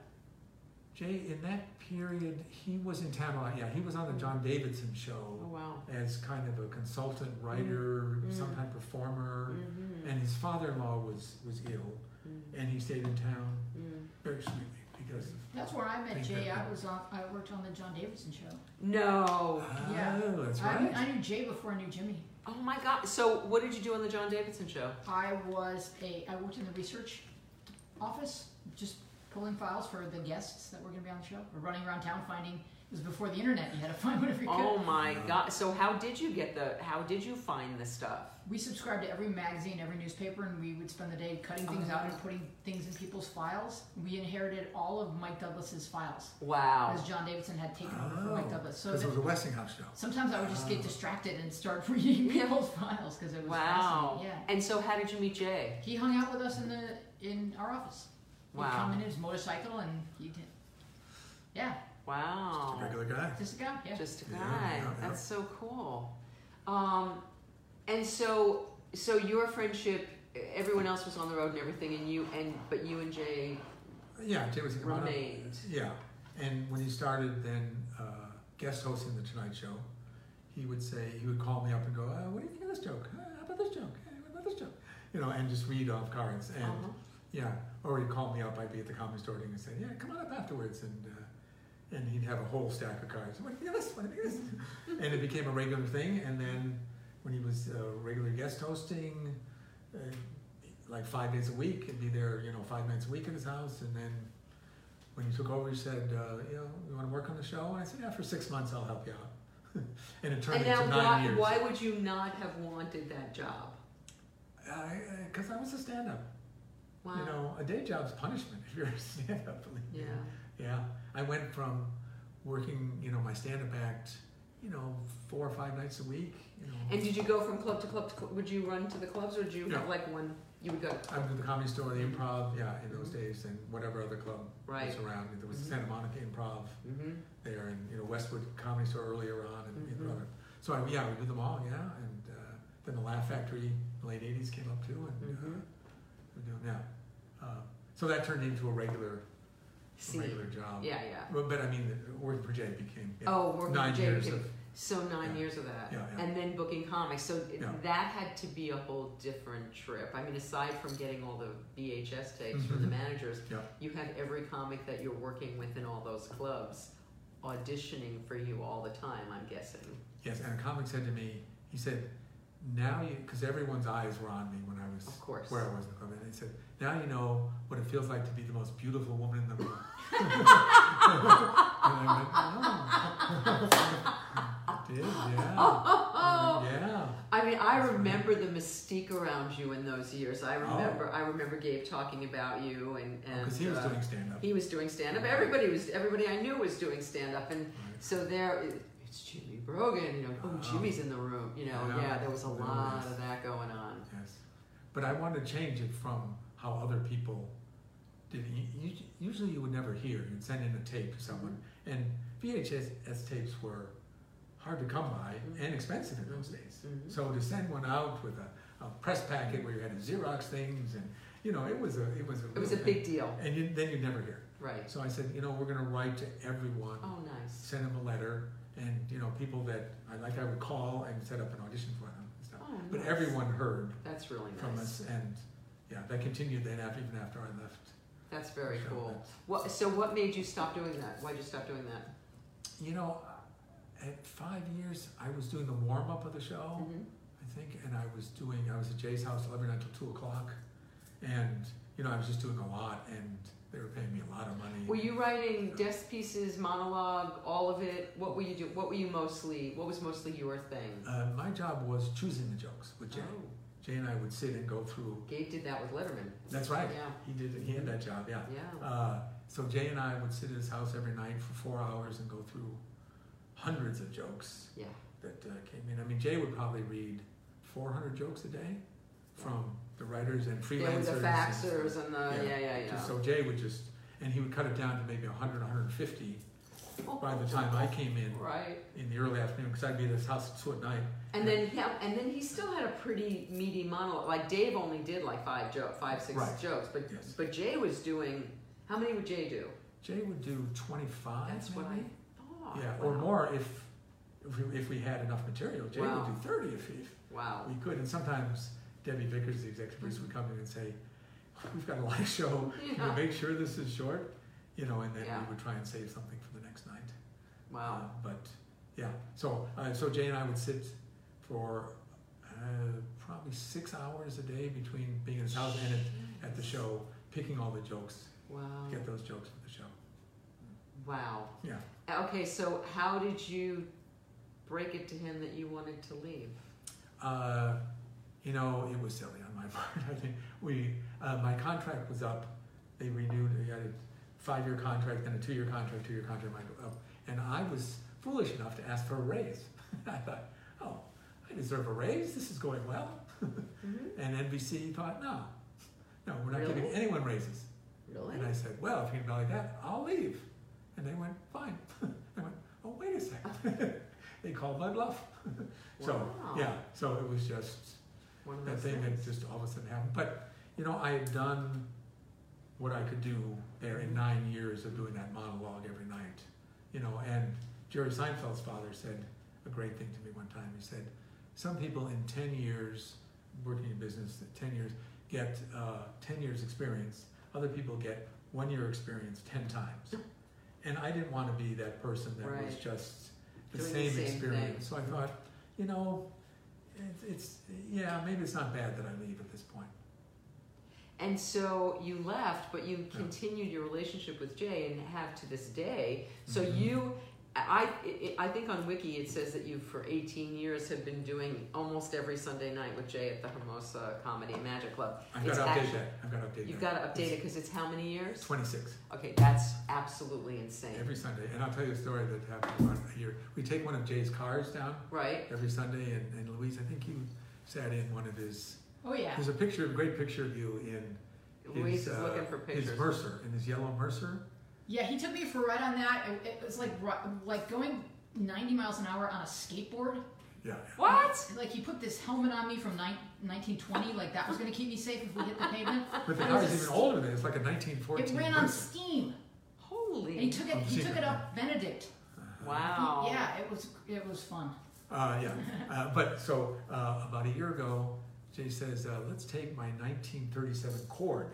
Speaker 2: Jay, in that period, he was in town a lot. Yeah, he was on the John Davidson
Speaker 1: Oh
Speaker 2: show
Speaker 1: wow.
Speaker 2: as kind of a consultant writer,
Speaker 1: Mm.
Speaker 2: sometime performer.
Speaker 1: Mm-hmm.
Speaker 2: And his father-in-law was was ill, and he stayed in town
Speaker 1: Mm-hmm.
Speaker 2: very sweetly because of
Speaker 4: That's where I met
Speaker 2: Thank
Speaker 4: Jay.
Speaker 2: you.
Speaker 4: I was on. I worked on the John Davidson show.
Speaker 1: No.
Speaker 4: Yeah.
Speaker 2: Oh, that's
Speaker 4: I,
Speaker 2: right.
Speaker 4: I knew Jay before I knew Jimmy.
Speaker 1: Oh my God. So what did you do on the John Davidson show?
Speaker 4: I was a. I worked in the research office, just pulling files for the guests that were going to be on the show, or running around town finding. It was before the internet. You had to (laughs) find whatever you could.
Speaker 1: Oh my God. So how did you get the? How did you find the stuff?
Speaker 4: We subscribed to every magazine, every newspaper, and we would spend the day cutting things out and putting things in people's files. We inherited all of Mike Douglas's files
Speaker 1: Wow.
Speaker 4: because John Davidson had taken over from Mike Douglas. So
Speaker 2: because it
Speaker 4: that-
Speaker 2: was a Westinghouse show.
Speaker 4: sometimes I would just get distracted and start (laughs) reading people's files because it was
Speaker 1: Wow.
Speaker 4: fascinating. Yeah.
Speaker 1: And so how did you meet Jay?
Speaker 4: He hung out with us in the in our office. He'd
Speaker 1: Wow.
Speaker 4: come in his motorcycle and he did. Yeah,
Speaker 1: Wow.
Speaker 4: Oh.
Speaker 2: Regular guy.
Speaker 4: just a guy. Yeah.
Speaker 1: Just a
Speaker 2: Yeah,
Speaker 1: guy.
Speaker 2: yeah, yeah.
Speaker 1: That's so cool. Um, and so so your friendship everyone else was on the road and everything and you and but you and Jay
Speaker 2: Yeah, Jay was come on up.
Speaker 1: remained.
Speaker 2: Yeah, and when he started then uh, guest hosting the Tonight Show, he would say he would call me up and go, uh, "What do you think of this joke? Uh, how about this joke? Uh, what about this joke?" You know, and just read off cards. And
Speaker 4: Oh,
Speaker 1: Uh-huh.
Speaker 2: yeah, or he'd call me up. I'd be at the comedy store and he'd say, "Yeah, come on up afterwards," and uh, and he'd have a whole stack of cards. What do you think of this? What do
Speaker 1: (laughs)
Speaker 2: you think of this? and it became a regular thing. And then when he was uh, regular guest hosting, uh, like five days a week and be there, you know, five nights a week at his house. And then when he took over, he said, uh, you know, you want to work on the show? And I said, yeah, for six months, I'll help you out. (laughs) and it turned
Speaker 1: And now,
Speaker 2: into nine
Speaker 1: why,
Speaker 2: years.
Speaker 1: why would you not have wanted that job?
Speaker 2: Because I, was a stand-up.
Speaker 1: Wow.
Speaker 2: You know, a day job's punishment (laughs) if you're a stand-up. believe me.
Speaker 1: yeah.
Speaker 2: Yeah, I went from working, you know, my stand-up act, you know, four or five nights a week. You know,
Speaker 1: And did you go from club to club to club? Would you run to the clubs or did you have
Speaker 2: No.
Speaker 1: like one? You would go,
Speaker 2: I went to the comedy store, the improv, yeah, in those days, and whatever other club
Speaker 1: Mm-hmm. right.
Speaker 2: was around. There was
Speaker 1: Mhm.
Speaker 2: Santa Monica Improv
Speaker 1: Mm-hmm.
Speaker 2: there, and you know Westwood Comedy Store earlier on, and you know,
Speaker 1: Mhm.
Speaker 2: so I, yeah, we did them all, yeah, and uh, then the Laugh Factory in the late '80s came up too, and uh,
Speaker 1: Mhm.
Speaker 2: we're doing now. Uh, so that turned into a regular, a
Speaker 1: See.
Speaker 2: regular job.
Speaker 1: Yeah, yeah.
Speaker 2: But, but I mean, working for Jay became yeah,
Speaker 1: Oh, working
Speaker 2: nine
Speaker 1: with Jay
Speaker 2: years
Speaker 1: became-
Speaker 2: of
Speaker 1: So nine
Speaker 2: Yeah.
Speaker 1: years of that,
Speaker 2: Yeah, yeah.
Speaker 1: and then booking comics. So it-
Speaker 2: Yeah.
Speaker 1: that had to be a whole different trip. I mean, aside from getting all the VHS tapes from the
Speaker 2: Mhm.
Speaker 1: managers,
Speaker 2: Yeah.
Speaker 1: you had every comic that you're working with in all those clubs auditioning for you all the time. I'm guessing.
Speaker 2: Yes, and a comic said to me, he said, now you, because everyone's eyes were on me when I was,
Speaker 1: Of course.
Speaker 2: where I was in the club, and he said, now you know what it feels like to be the most beautiful woman in the
Speaker 1: (laughs)
Speaker 2: room. and I went, oh. (laughs) Did, yeah. I went, yeah.
Speaker 1: Oh, I mean, I
Speaker 2: That's right.
Speaker 1: remember the mystique around you in those years.
Speaker 2: Oh.
Speaker 1: I remember, I remember Gabe talking about you, and and
Speaker 2: Because Oh, he was
Speaker 1: uh,
Speaker 2: doing stand up.
Speaker 1: he was doing stand up. Everybody was, everybody I knew was doing stand up, and So there, it's Jimmy Brogan, you know, oh,
Speaker 2: Wow.
Speaker 1: Jimmy's in the room, you know,
Speaker 2: Yeah.
Speaker 1: yeah, there was a
Speaker 2: There
Speaker 1: lot
Speaker 2: was.
Speaker 1: of that going on.
Speaker 2: Yes. But I wanted to change it from how other people did. it. U- u- Usually you would never hear. You'd send in a tape to someone.
Speaker 1: Mm-hmm.
Speaker 2: And VHS S tapes were hard to come by
Speaker 1: Mhm.
Speaker 2: and expensive in those days.
Speaker 1: Mhm.
Speaker 2: So to send one out with a, a press packet where you had to Xerox things and, you know, it was a, it was a,
Speaker 1: It was a
Speaker 2: real
Speaker 1: big
Speaker 2: thing.
Speaker 1: deal,
Speaker 2: And you, then you'd never hear.
Speaker 1: right?
Speaker 2: So I said, you know, we're going to write to everyone
Speaker 1: Oh, nice.
Speaker 2: send them a letter, and you know people that I like I would call and set up an audition for them and stuff.
Speaker 1: Oh,
Speaker 2: But
Speaker 1: nice.
Speaker 2: everyone heard
Speaker 1: That's really
Speaker 2: from
Speaker 1: nice.
Speaker 2: us, and yeah, that continued then after even after I left.
Speaker 1: That's very
Speaker 2: So
Speaker 1: cool.
Speaker 2: that's-
Speaker 1: What, so what made you stop doing that? Why'd you stop doing that?
Speaker 2: You know, uh, at five years, I was doing the warm up of the show.
Speaker 1: Mhm.
Speaker 2: I think, and I was doing, I was at Jay's house every night till two o'clock, and you know I was just doing a lot, and they were paying me a lot of money.
Speaker 1: Were you writing desk pieces, monologue, all of it? What were you do? What were you mostly? What was mostly your thing?
Speaker 2: Uh, my job was choosing the jokes with Jay.
Speaker 1: Oh,
Speaker 2: Jay and I would sit and go through.
Speaker 1: Gabe did that with Letterman.
Speaker 2: That's right.
Speaker 1: Yeah,
Speaker 2: He did. He had that job. Yeah.
Speaker 1: yeah.
Speaker 2: Uh, so Jay and I would sit at his house every night for four hours and go through hundreds of jokes
Speaker 1: Yeah.
Speaker 2: that uh, came in. I mean, Jay would probably read 400 jokes a day from the writers and
Speaker 1: There were
Speaker 2: freelancers.
Speaker 1: the faxers and
Speaker 2: Yeah.
Speaker 1: the, yeah, yeah,
Speaker 2: Just-
Speaker 1: yeah.
Speaker 2: So Jay would just, and he would cut it down to maybe 100, 150 by the time I came in
Speaker 1: Right.
Speaker 2: in the early afternoon because I'd be at his house at two at night.
Speaker 1: And then yeah, and then he still had a pretty meaty monologue. Like Dave only did like five joke, five six
Speaker 2: Right.
Speaker 1: jokes, but
Speaker 2: Yes.
Speaker 1: but Jay was doing. How many would Jay do?
Speaker 2: Jay would do 25.
Speaker 1: That's what I
Speaker 2: maybe?
Speaker 1: thought.
Speaker 2: Yeah,
Speaker 1: Oh, wow.
Speaker 2: or more if, if, we, if we had enough material. Jay
Speaker 1: Wow.
Speaker 2: would do 30 if, if
Speaker 1: Wow.
Speaker 2: We could, and sometimes Debbie Vickers, the executive producer, would come in and say, "We've got a live show. Can you
Speaker 1: Mm-hmm. Yeah.
Speaker 2: make sure this is short?" You know, and then
Speaker 1: Yeah.
Speaker 2: we would try and save something for the next night. Uh,
Speaker 1: Wow.
Speaker 2: but yeah, so uh, so Jay and I would sit for uh, probably six hours a day between being in his house and at, at the show, picking all the jokes,
Speaker 1: Wow.
Speaker 2: get those jokes for the show.
Speaker 1: Wow. Uh,
Speaker 2: Yeah.
Speaker 1: Okay, so how did you break it to him that you wanted to leave?
Speaker 2: Uh, you know, it was silly on my (laughs) part. I think we, uh, my contract was up. They renewed. We had a five-year contract, then a two-year contract, two-year contract might go up. And I was foolish enough to ask for a raise. (laughs) I thought, oh, I deserve a raise. This is going well. And NBC thought, no, no, we're not giving
Speaker 1: Really?
Speaker 2: anyone raises.
Speaker 1: Really?
Speaker 2: And I said, well, if you're gonna be like that, I'll leave. And they went, fine. (laughs) I went, oh, wait a second. (laughs) they called my bluff. so
Speaker 1: Wow.
Speaker 2: yeah, so it was just
Speaker 1: One of
Speaker 2: that
Speaker 1: those
Speaker 2: thing that
Speaker 1: things.
Speaker 2: just all of a sudden happened. But you know, I had done what I could do there in nine years of doing that monologue every night. You know, and Jerry Seinfeld's father said a great thing to me one time. He said, "Some people in ten years working in business, that ten years get uh, ten years experience. Other people get one year experience ten times." And I didn't want to be that person that was
Speaker 1: Right.
Speaker 2: just the
Speaker 1: Doing the
Speaker 2: same,
Speaker 1: same thing.
Speaker 2: experience. So I thought, you know, it, it's yeah, maybe it's not bad that I leave at this point.
Speaker 1: And so you left, but you continued your relationship with Jay and have to this day. So
Speaker 2: Mhm.
Speaker 1: you, I, I I think on Wiki it says that you for 18 years have been doing almost every Sunday night with Jay at the Hermosa Comedy and Magic Club.
Speaker 2: I've
Speaker 1: It's
Speaker 2: got to update
Speaker 1: actually-
Speaker 2: that. I've got to update
Speaker 1: You've
Speaker 2: that.
Speaker 1: got to update it because it's how many years?
Speaker 2: 26
Speaker 1: Okay, that's absolutely insane.
Speaker 2: every Sunday. And I'll tell you a story that happened about a year. We take one of Jay's cars down
Speaker 1: Right?
Speaker 2: every Sunday, and, and Louise, I think you sat in one of his.
Speaker 4: Oh yeah.
Speaker 2: There's a picture, a great picture of you in his,
Speaker 1: Louise is
Speaker 2: uh,
Speaker 1: looking for
Speaker 2: His
Speaker 1: pictures.
Speaker 2: Mercer, in his yellow Mercer.
Speaker 4: Yeah, he took me for a ride on that. It, it was like ru- like going 90 miles an hour on a skateboard.
Speaker 2: Yeah.
Speaker 1: What?
Speaker 4: Like he put this helmet on me from nine- 1920, like that was going to keep me safe if we hit the pavement.
Speaker 2: But the
Speaker 4: It was
Speaker 2: car is
Speaker 4: a
Speaker 2: even
Speaker 4: s-
Speaker 2: older than it. It's like a 1914.
Speaker 4: It ran on
Speaker 2: Mercer.
Speaker 4: steam,
Speaker 1: Holy.
Speaker 4: and he took it. He took it up Benedict.
Speaker 2: Uh-huh.
Speaker 4: He-
Speaker 1: wow.
Speaker 4: Yeah, it was it was fun.
Speaker 2: Uh, yeah, uh, but so uh, about a year ago, Jay says, uh, "Let's take my 1937 Cord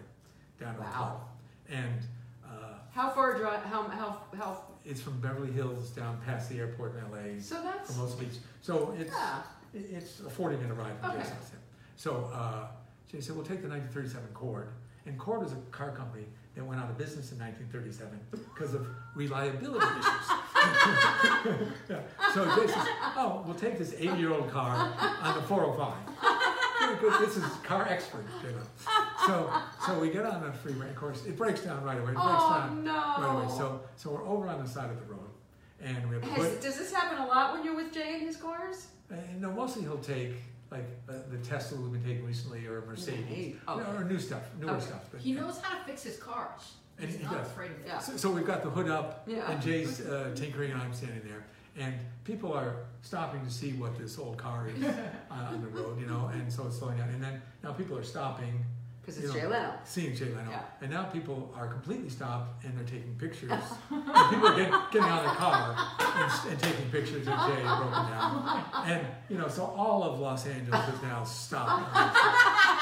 Speaker 2: down to the
Speaker 1: Wow.
Speaker 2: club," and uh,
Speaker 1: How far drive? How how how?
Speaker 2: it's from Beverly Hills down past the airport in LA,
Speaker 1: So that's
Speaker 2: Hermosa Beach. So it's
Speaker 1: yeah.
Speaker 2: it- it's a 40 minute ride from Jay's
Speaker 1: Okay.
Speaker 2: house. So uh, Jay said, "We'll take the 1937 Cord," and Cord was a car company that went out of business in 1937 because of reliability issues.
Speaker 1: (laughs)
Speaker 2: Yeah. So Jay says, "Oh, we'll take this 80 year old car on the 405." this is car expert, you know. So so we get on the freeway. Of course, it breaks down right away. It breaks
Speaker 1: Oh
Speaker 2: down
Speaker 1: no.
Speaker 2: right away. So so we're over on the side of the road, and we have to put-
Speaker 1: Has, does this happen a lot when you're with Jay and his cars?
Speaker 2: uh, no, mostly he'll take like uh, the Tesla we've been taking recently, or a Mercedes,
Speaker 1: Right. Okay.
Speaker 2: You know, or new stuff, newer
Speaker 1: Okay.
Speaker 2: stuff. But,
Speaker 4: He knows how to fix his cars.
Speaker 2: And
Speaker 4: He's
Speaker 2: he
Speaker 4: not
Speaker 2: does.
Speaker 4: afraid of it.
Speaker 1: Yeah.
Speaker 2: so, so we've got the hood up,
Speaker 1: Yeah.
Speaker 2: and Jay's uh, tinkering, and I'm standing there, and people are stopping to see what this old car is on, on the road, you know, and so it's slowing down. And then now people are stopping,
Speaker 1: Because it's
Speaker 2: You
Speaker 1: Jay
Speaker 2: know.
Speaker 1: Leno.
Speaker 2: seeing Jay Leno,
Speaker 1: Yeah.
Speaker 2: and now people are completely stopped and they're taking
Speaker 1: (laughs)
Speaker 2: pictures. and people are get, getting out of the car and, s- and taking pictures of Jay broken down. And you know, so all of Los Angeles is now stopped.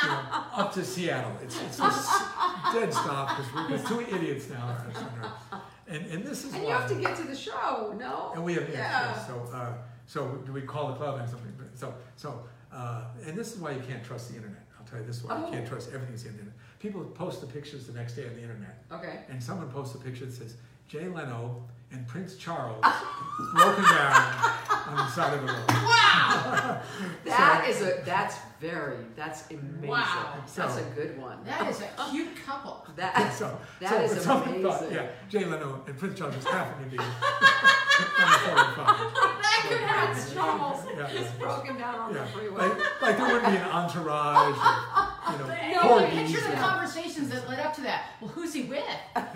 Speaker 2: You know, up to Seattle, it's, it's just dead stop because we're the two idiots now.
Speaker 1: (laughs)
Speaker 2: are on the road. And and this is
Speaker 1: And
Speaker 2: why.
Speaker 1: you have to get to the show, no?
Speaker 2: And we have yes,
Speaker 1: Oh, Yeah.
Speaker 2: yes. So, uh, so do we call the club and something? But So, so, uh, and this is why you can't trust the internet. I'll tell you this is why
Speaker 1: Oh.
Speaker 2: you can't trust everything's the internet. People post the pictures the next day on the internet,
Speaker 1: Okay.
Speaker 2: and someone posts a picture that says Jay Leno and Prince
Speaker 1: (laughs)
Speaker 2: Charles broken down on the side of the road.
Speaker 1: (laughs) That is a that's very that's amazing.
Speaker 4: Wow.
Speaker 1: That's
Speaker 2: So-
Speaker 1: a good one.
Speaker 4: That is a cute couple.
Speaker 1: That
Speaker 2: (laughs) So,
Speaker 1: That
Speaker 2: so
Speaker 1: is
Speaker 2: but someone Thought,
Speaker 1: amazing.
Speaker 2: yeah, Jay Leno and Prince Charles just happened to be (laughs) on the
Speaker 1: (laughs) (laughs)
Speaker 2: 45.
Speaker 1: that could have Charles
Speaker 2: Yeah.
Speaker 1: is broken down on
Speaker 2: Yeah,
Speaker 1: the freeway.
Speaker 2: like, like there wouldn't be an entourage,
Speaker 1: (laughs)
Speaker 2: or, you know,
Speaker 4: No,
Speaker 2: poor
Speaker 4: I picture
Speaker 2: geese
Speaker 4: the
Speaker 2: or-
Speaker 4: conversations that led up to that. Well, who's he with?
Speaker 2: yes.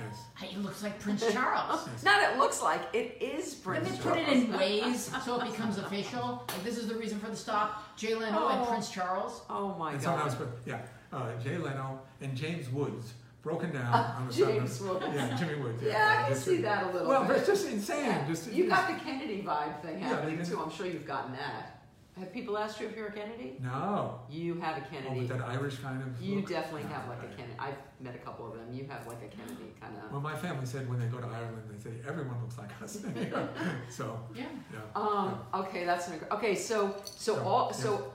Speaker 4: He looks like Prince
Speaker 1: Oh,
Speaker 4: Charles.
Speaker 1: Not it looks like it is
Speaker 4: And
Speaker 1: (laughs) Prince
Speaker 4: they put
Speaker 1: Charles.
Speaker 4: it in Waze so it becomes official. Like this is the reason for the stop. Jay Leno
Speaker 1: Oh.
Speaker 4: and Prince Charles.
Speaker 1: oh my
Speaker 2: And
Speaker 1: god.
Speaker 2: someone else, but yeah, uh, Jay Leno and James Woods broken down on the side of-
Speaker 1: Uh, James
Speaker 2: (laughs)
Speaker 1: Woods.
Speaker 2: Yeah, Jimmy Woods. Yeah,
Speaker 1: yeah, I can
Speaker 2: just-
Speaker 1: see that a little
Speaker 2: Well,
Speaker 1: bit.
Speaker 2: but it's just insane.
Speaker 1: Yeah.
Speaker 2: Just
Speaker 1: you
Speaker 2: just-
Speaker 1: got the Kennedy vibe thing
Speaker 2: Yeah,
Speaker 1: happening
Speaker 2: they didn't-
Speaker 1: too. I'm sure you've gotten that. Have people asked you if you're a Kennedy?
Speaker 2: no.
Speaker 1: You have a
Speaker 2: Oh,
Speaker 1: Kennedy.
Speaker 2: with that Irish kind of.
Speaker 1: you
Speaker 2: look.
Speaker 1: definitely
Speaker 2: Yeah,
Speaker 1: have like a
Speaker 2: I-
Speaker 1: Kennedy. I've met a couple of them. You have like a Kennedy kind of.
Speaker 2: Well, my family said when they go to Ireland, they say everyone looks like us. (laughs) so
Speaker 4: Yeah.
Speaker 2: yeah,
Speaker 1: Um. Okay, that's an, okay. So so
Speaker 2: So,
Speaker 1: all so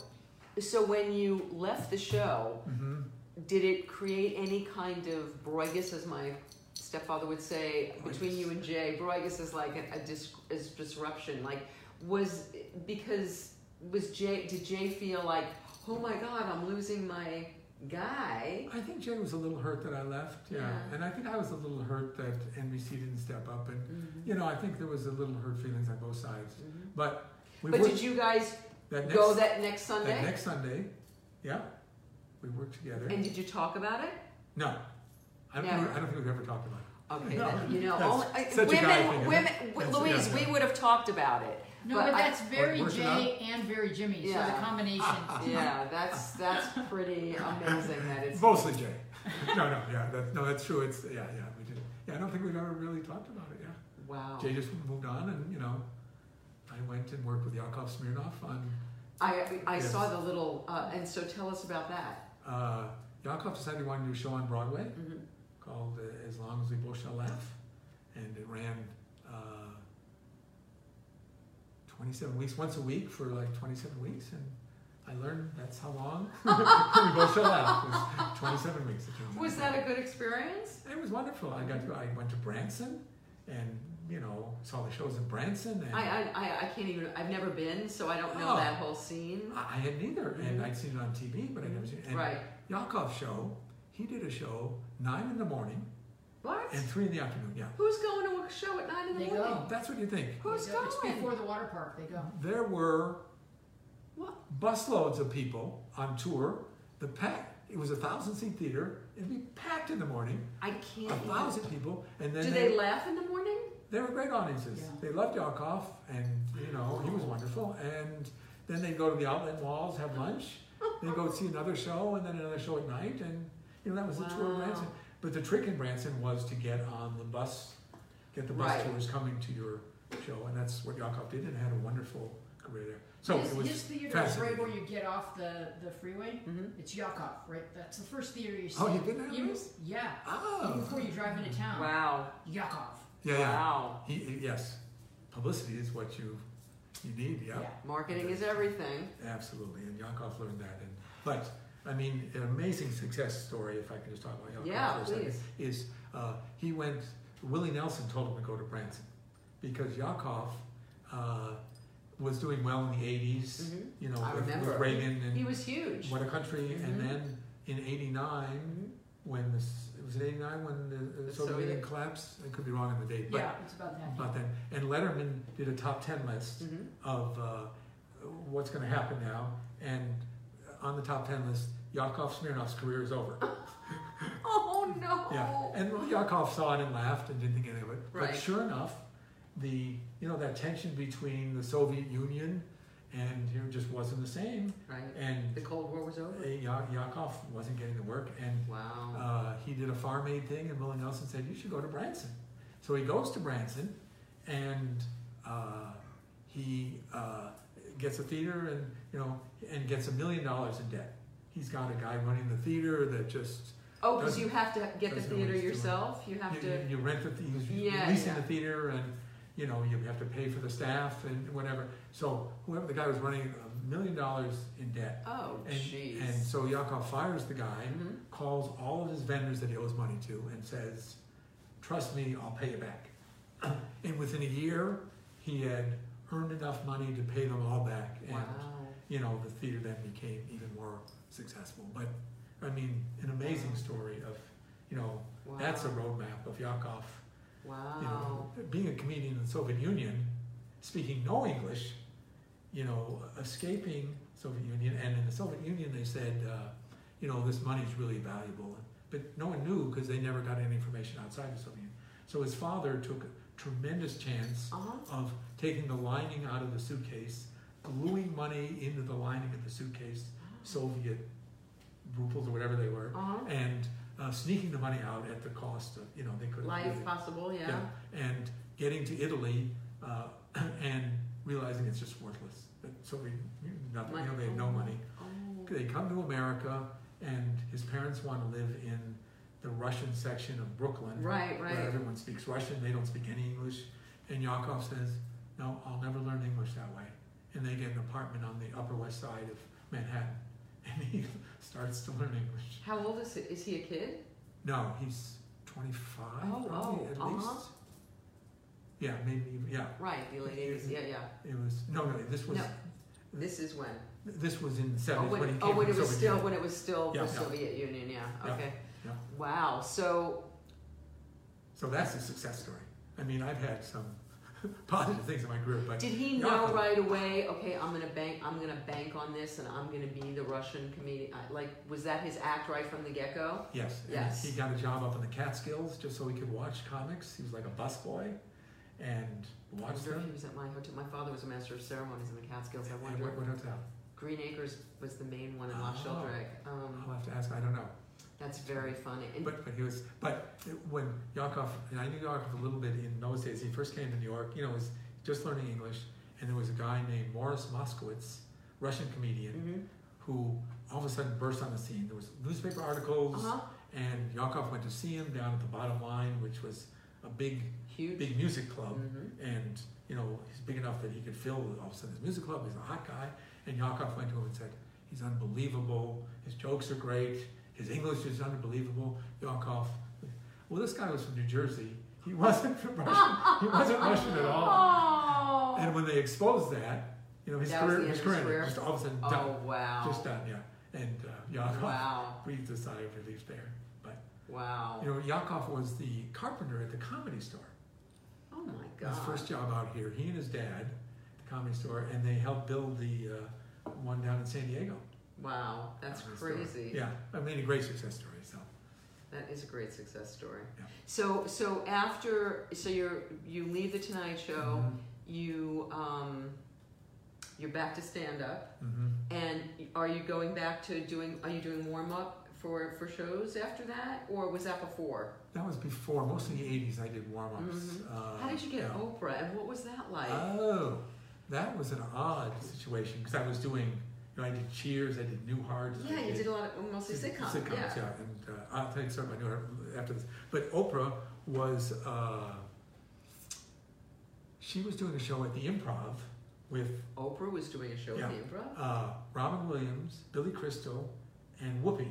Speaker 1: so when you left the show,
Speaker 2: hmm
Speaker 1: did it create any kind of broigus, as my stepfather would say, between
Speaker 2: Broigus.
Speaker 1: you and Jay? Broigus is like a, a dis, is disruption. Like, was because was Jay? Did Jay feel like, oh my God, I'm losing my guy?
Speaker 2: I think Jay was a little hurt that I left. Yeah.
Speaker 1: Yeah.
Speaker 2: and I think I was a little hurt that NBC didn't step up, and you know I think there was a little hurt feelings on both sides, but we
Speaker 1: But
Speaker 2: worked
Speaker 1: did you guys
Speaker 2: that next,
Speaker 1: go that next
Speaker 2: that
Speaker 1: Sunday?
Speaker 2: next Sunday. Yeah, we worked together.
Speaker 1: and did you talk about it?
Speaker 2: No. I don't,
Speaker 1: Never.
Speaker 2: think, I don't think we've ever talked about it.
Speaker 1: Okay,
Speaker 2: No,
Speaker 1: then, you know,
Speaker 2: that's
Speaker 1: only, I-
Speaker 2: such a guy thing,
Speaker 1: women,
Speaker 2: isn't
Speaker 1: women,
Speaker 2: it?
Speaker 1: w-
Speaker 2: That's-
Speaker 1: Louise,
Speaker 2: yeah,
Speaker 1: we
Speaker 2: yeah.
Speaker 1: would have talked about
Speaker 2: (laughs)
Speaker 1: it.
Speaker 4: No,
Speaker 1: But
Speaker 4: but,
Speaker 1: I-
Speaker 4: that's very
Speaker 2: Or- or
Speaker 4: Jay and very Jimmy. So
Speaker 1: Yeah.
Speaker 4: the combination.
Speaker 1: (laughs) Yeah, that's that's pretty amazing that it's
Speaker 2: Mostly Jay. no, no, yeah, that, no, that's true. It's yeah, yeah, we did. Yeah, I don't think we've ever really talked about it. Yeah,
Speaker 1: wow.
Speaker 2: Jay just moved on, and you know, I went and worked with Yakov Smirnoff on.
Speaker 1: I, I
Speaker 2: Yes.
Speaker 1: saw the little, uh, and so tell us about that.
Speaker 2: Uh, Yakov decided he wanted to do a show on Broadway
Speaker 1: Mhm.
Speaker 2: called uh, "As Long as We Both Shall Laugh," and it ran uh, 27 weeks, once a week for (laughs) like 27 weeks, and I learned that's how long we both shall laugh. was 27 weeks. it turned out.
Speaker 1: Was that a good experience?
Speaker 2: It was wonderful. I got to, I went to Branson, and you know saw the shows in Branson. And
Speaker 1: I, I, I, I can't even, I've never been, so I don't know
Speaker 2: Oh.
Speaker 1: that whole scene.
Speaker 2: I- I had neither, and I'd seen it on TV, but I'd never seen it. And
Speaker 1: Right.
Speaker 2: Yakov show. He did a show nine in the morning
Speaker 1: What?
Speaker 2: and three in the afternoon. Yeah,
Speaker 1: Who's going to a show at nine in the
Speaker 4: They
Speaker 1: morning?
Speaker 4: go.
Speaker 2: that's what you think.
Speaker 1: Who's
Speaker 4: They go- It's
Speaker 1: going?
Speaker 4: before the water park. They go.
Speaker 2: There were
Speaker 1: What?
Speaker 2: busloads of people on tour. The pack. It was a thousand seat theater. It'd be packed in the morning.
Speaker 1: I
Speaker 2: A
Speaker 1: can't. even-
Speaker 2: thousand people, and then
Speaker 1: Do they laugh in the morning?
Speaker 2: They were great audiences.
Speaker 4: Yeah.
Speaker 2: They loved Yakov, and you know he was wonderful. And then they'd go to the outlet malls, have lunch, then go see another show, and then another show at night, and you know that was the tour of
Speaker 1: Wow.
Speaker 2: Branson. But the trick in Branson was to get on the bus, get the bus
Speaker 1: Right.
Speaker 2: tours coming to your show, and that's what Yakov did, and had a wonderful career there. So
Speaker 4: his,
Speaker 2: it was
Speaker 4: his theater is right
Speaker 2: fascinating.
Speaker 4: where you get off the, the freeway.
Speaker 1: Mhm.
Speaker 4: It's Yakov, right? That's the first theater you see.
Speaker 2: Oh, you've been there?
Speaker 4: You- yeah. Even
Speaker 2: oh,
Speaker 4: before you drive into town.
Speaker 1: Wow.
Speaker 4: Yakov.
Speaker 2: yeah, yeah.
Speaker 1: Wow.
Speaker 2: He, he- yes, publicity is what you you need. yeah.
Speaker 1: Marketing is everything.
Speaker 2: Absolutely, and Yakov learned that. And but I mean, an amazing success story. If I can just talk about Yakov
Speaker 1: Yeah,
Speaker 2: for a second,
Speaker 1: please.
Speaker 2: is uh, he went? Willie Nelson told him to go to Branson because Yakov uh, was doing well in the 80s
Speaker 1: Mhm.
Speaker 2: You know,
Speaker 1: I
Speaker 2: with, with
Speaker 1: remember.
Speaker 2: Reagan and
Speaker 1: He was huge. Mm-hmm.
Speaker 2: what a country.
Speaker 1: Mhm.
Speaker 2: And then in '89, when the, s- was it '89 when the, uh
Speaker 1: The
Speaker 2: Soviet
Speaker 1: Soviet-
Speaker 2: Union collapsed? I could be wrong on the date, but
Speaker 4: yeah, it's about that.
Speaker 2: about then. And Letterman did a top ten list
Speaker 1: Mhm.
Speaker 2: (laughs) of uh, what's going to happen now. And on the top 10 list, Yakov Smirnov's career is over.
Speaker 1: Oh no.
Speaker 2: Yeah. And Yakov saw it and laughed and didn't think any of it.
Speaker 1: Right.
Speaker 2: But sure enough, the you know that tension between the Soviet Union and you know, just wasn't the same.
Speaker 1: right.
Speaker 2: And
Speaker 1: The Cold War was over.
Speaker 2: uh, Ya- Yakov wasn't getting the work. And
Speaker 1: Wow.
Speaker 2: uh, he did a farm aid thing, and Willie Nelson said, You should go to Branson. So he goes to Branson, and uh, he uh, gets a theater and, you know, and gets a million dollars in debt. He's got a guy running the theater that just,
Speaker 1: Oh, because
Speaker 2: doesn't-
Speaker 1: you have to get the
Speaker 2: doesn't know what
Speaker 1: theater
Speaker 2: he's doing.
Speaker 1: yourself. You have
Speaker 2: you,
Speaker 1: to.
Speaker 2: you- you rent the, he's
Speaker 1: Yeah,
Speaker 2: leasing
Speaker 1: yeah.
Speaker 2: the theater, and, you know, you have to pay for the staff and whatever. So whoever the guy was running a million dollars in debt.
Speaker 1: Oh,
Speaker 2: And, Mm-hmm.
Speaker 1: jeez.
Speaker 2: and so Yakov fires the guy,
Speaker 1: Mhm.
Speaker 2: calls all of his vendors that he owes money to and says, Trust me, I'll pay you back. (clears throat) and within a year, he had earned enough money to pay them all back. And,
Speaker 1: Wow.
Speaker 2: you know, the theater then became even more successful. But, I mean, an amazing
Speaker 1: Wow.
Speaker 2: story of, you know,
Speaker 1: Wow.
Speaker 2: that's a roadmap of Yakov.
Speaker 1: Wow.
Speaker 2: You know, being a comedian in the Soviet Union, speaking no English, you know, escaping Soviet Union, and in the Soviet Union they said, uh, you know, this money's really valuable, but no one knew because they never got any information outside the Soviet Union. So his father took a tremendous chance
Speaker 1: Uh-huh.
Speaker 2: of taking the lining out of the suitcase, gluing money into the lining of the suitcase, Soviet ruples or whatever they were,
Speaker 1: Uh-huh.
Speaker 2: and uh, sneaking the money out at the cost of, you know, they could
Speaker 1: Life possible, yeah.
Speaker 2: and getting to Italy uh, (clears throat) and realizing it's just worthless. That- So we, not that, you know, they had no money.
Speaker 1: Oh.
Speaker 2: They come to America, and his parents want to live in the Russian section of Brooklyn,
Speaker 1: Right,
Speaker 2: where
Speaker 1: right.
Speaker 2: everyone speaks Russian. They don't speak any English. And Yakov says, "No, I'll never learn English that way." And they get an apartment on the Upper West Side of Manhattan, (laughs) and he starts to learn English.
Speaker 1: How old is he? Is he a kid?
Speaker 2: No, he's 25,
Speaker 1: Oh,
Speaker 2: probably,
Speaker 1: oh,
Speaker 2: at
Speaker 1: uh-huh.
Speaker 2: least. Yeah, maybe, yeah.
Speaker 1: Right, the late eighties. Yeah, yeah.
Speaker 2: It was, no, no, this was,
Speaker 1: No. This is when.
Speaker 2: this was in the
Speaker 1: Oh,
Speaker 2: 70s when he
Speaker 1: when,
Speaker 2: came
Speaker 1: oh, when
Speaker 2: from
Speaker 1: it was
Speaker 2: Soviet
Speaker 1: still
Speaker 2: Union.
Speaker 1: when it was still
Speaker 2: Yeah,
Speaker 1: the
Speaker 2: yeah.
Speaker 1: Soviet Union. Yeah.
Speaker 2: Yeah,
Speaker 1: Okay.
Speaker 2: yeah.
Speaker 1: Wow. So
Speaker 2: So that's a success story. I mean, I've had some (laughs) positive things in my career, but
Speaker 1: did he
Speaker 2: Yeah.
Speaker 1: know right away? Okay, I'm gonna bank. I'm gonna bank on this, and I'm gonna be the Russian comedian. I- Like, was that his act right from the get go?
Speaker 2: yes, and
Speaker 1: Yes.
Speaker 2: he got a job up in the Catskills just so he could watch comics. He was like a busboy and
Speaker 1: I
Speaker 2: watched
Speaker 1: wonder if he
Speaker 2: them.
Speaker 1: was at my hotel. My father was a master of ceremonies in the Catskills. I
Speaker 2: And
Speaker 1: wonder.
Speaker 2: what, what hotel?
Speaker 1: Green Acres was the main one in Los
Speaker 2: Oh.
Speaker 1: Sheldrick. Um,
Speaker 2: I'll have to ask. I don't know.
Speaker 1: that's very funny. And
Speaker 2: But but he was but when Yakov and I knew Yakov a little bit in those days. He first came to New York. You know, was just learning English, and there was a guy named Morris Moskowitz, Russian comedian,
Speaker 1: Mhm.
Speaker 2: who all of a sudden burst on the scene. There was newspaper articles,
Speaker 1: uh-huh.
Speaker 2: and Yakov went to see him down at the Bottom Line, which was a big
Speaker 1: huge.
Speaker 2: big music club,
Speaker 1: Mhm.
Speaker 2: and you know he's big enough that he could fill all of a sudden his music club. He's a hot guy, and Yakov went to him and said, "He's unbelievable. His jokes are great." His English is unbelievable. Yarkov. Well, this guy was from New Jersey. He wasn't from Russia. He wasn't Russian at all.
Speaker 1: (laughs)
Speaker 3: Oh.
Speaker 2: And when they exposed that, you know, his
Speaker 1: That was
Speaker 2: career,
Speaker 1: the
Speaker 2: his
Speaker 1: end of his
Speaker 2: career
Speaker 1: career?
Speaker 2: just all of a sudden
Speaker 1: Oh
Speaker 2: done.
Speaker 1: wow.
Speaker 2: Just done, yeah. And uh, Yakov (laughs)
Speaker 1: Wow.
Speaker 2: breathed a sigh of relief there. But,
Speaker 1: Wow.
Speaker 2: you know, Yakov was the carpenter at the comedy store.
Speaker 1: oh my god.
Speaker 2: His first job out here, he and his dad, the comedy store, and they helped build the uh, one down in San Diego.
Speaker 1: Wow, that's
Speaker 2: comedy store.
Speaker 1: crazy.
Speaker 2: Yeah, I mean, a great success story. So,
Speaker 1: That is a great success story.
Speaker 2: Yeah.
Speaker 1: So so after so you're you leave the Tonight Show,
Speaker 2: Mm-hmm.
Speaker 1: you um you're back to stand up
Speaker 2: hmm
Speaker 1: and are you going back to doing are you doing warm up for for shows after that or was that before?
Speaker 2: that was before, mostly the '80s. I did warm ups.
Speaker 1: Mhm.
Speaker 2: Uh,
Speaker 1: How did you get
Speaker 2: yeah.
Speaker 1: Oprah and what was that like?
Speaker 2: Oh, that was an odd situation because I was doing, you know, I did Cheers, I did Newhart. I
Speaker 1: yeah, you did a lot of mostly
Speaker 2: did
Speaker 1: sitcoms.
Speaker 2: sitcoms,
Speaker 1: yeah.
Speaker 2: And uh, I'll tell you something I knew her after this. But Oprah was, uh, she was doing a show at the Improv with
Speaker 1: Oprah was doing a show
Speaker 2: Yeah.
Speaker 1: at the Improv.
Speaker 2: uh, Robin Williams, Billy Crystal, and Whoopi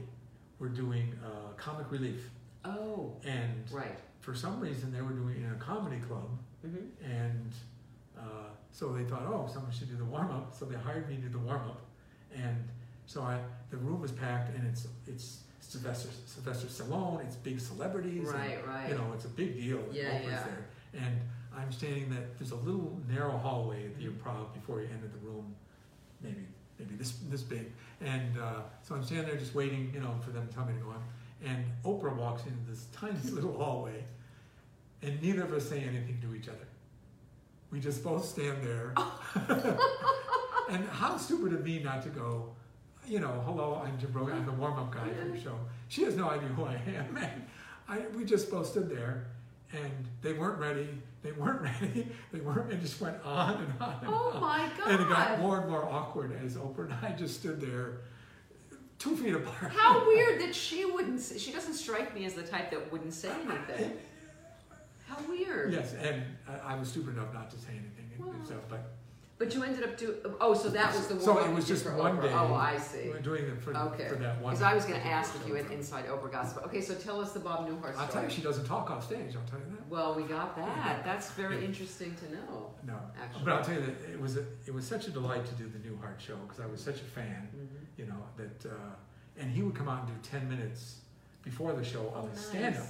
Speaker 2: were doing uh, Comic Relief.
Speaker 1: Oh,
Speaker 2: And
Speaker 1: right.
Speaker 2: for some reason, they were doing it in a comedy club.
Speaker 1: Mm-hmm.
Speaker 2: And uh, so they thought, oh, someone should do the warm up. So they hired me to do the warm up. And so I, the room was packed, and it's it's Sylvester Sylvester Stallone. It's big celebrities. and,
Speaker 1: Right, right.
Speaker 2: You know, it's a big deal. that
Speaker 1: Yeah,
Speaker 2: Oprah's
Speaker 1: yeah.
Speaker 2: There. And I'm standing that there's a little narrow hallway at the
Speaker 1: Mm-hmm.
Speaker 2: improv before you enter the room, maybe maybe this this big. And uh, so I'm standing there just waiting, you know, for them to tell me to go on. And Oprah walks into this tiny (laughs) little hallway, and neither of us say anything to each other. We just both stand there.
Speaker 1: Oh.
Speaker 2: (laughs) and how stupid of me not to go, you know, hello, I'm Jim Brogan, I'm the warm up guy for the show. She has no idea who I am. (laughs) And I, we just both stood there and they weren't ready, they weren't (laughs) ready, they weren't, and just went on and on and
Speaker 1: Oh
Speaker 2: on.
Speaker 1: my god.
Speaker 2: (laughs) And it got more and more awkward as Oprah and I just stood there two feet apart.
Speaker 1: How weird that she wouldn't. s- She doesn't strike me as the type that wouldn't say anything. How weird.
Speaker 2: (laughs) Yes, and I, I was stupid enough not to say anything. and so, but
Speaker 1: But you ended up doing. Oh, so that was the
Speaker 2: So
Speaker 1: warm-up
Speaker 2: it
Speaker 1: you
Speaker 2: was
Speaker 1: did
Speaker 2: just
Speaker 1: for
Speaker 2: one
Speaker 1: Oprah.
Speaker 2: day.
Speaker 1: Oh, I see.
Speaker 2: We're doing it for,
Speaker 1: Okay.
Speaker 2: for that one.
Speaker 1: Because I was going to ask if you had inside Oprah gossip. Okay, so tell us the Bob Newhart story.
Speaker 2: I'll tell you, she doesn't talk off stage. I'll tell you that.
Speaker 1: Well, we got that. That's very
Speaker 2: Yeah.
Speaker 1: interesting to know.
Speaker 2: No,
Speaker 1: Actually.
Speaker 2: but I'll tell you that it was a, it was such a delight to do the Newhart show because I was such a fan,
Speaker 1: Mhm.
Speaker 2: you know that. Uh, and he would come out and do ten minutes before the show
Speaker 1: Oh,
Speaker 2: of his
Speaker 1: nice. Oh.
Speaker 2: stand up,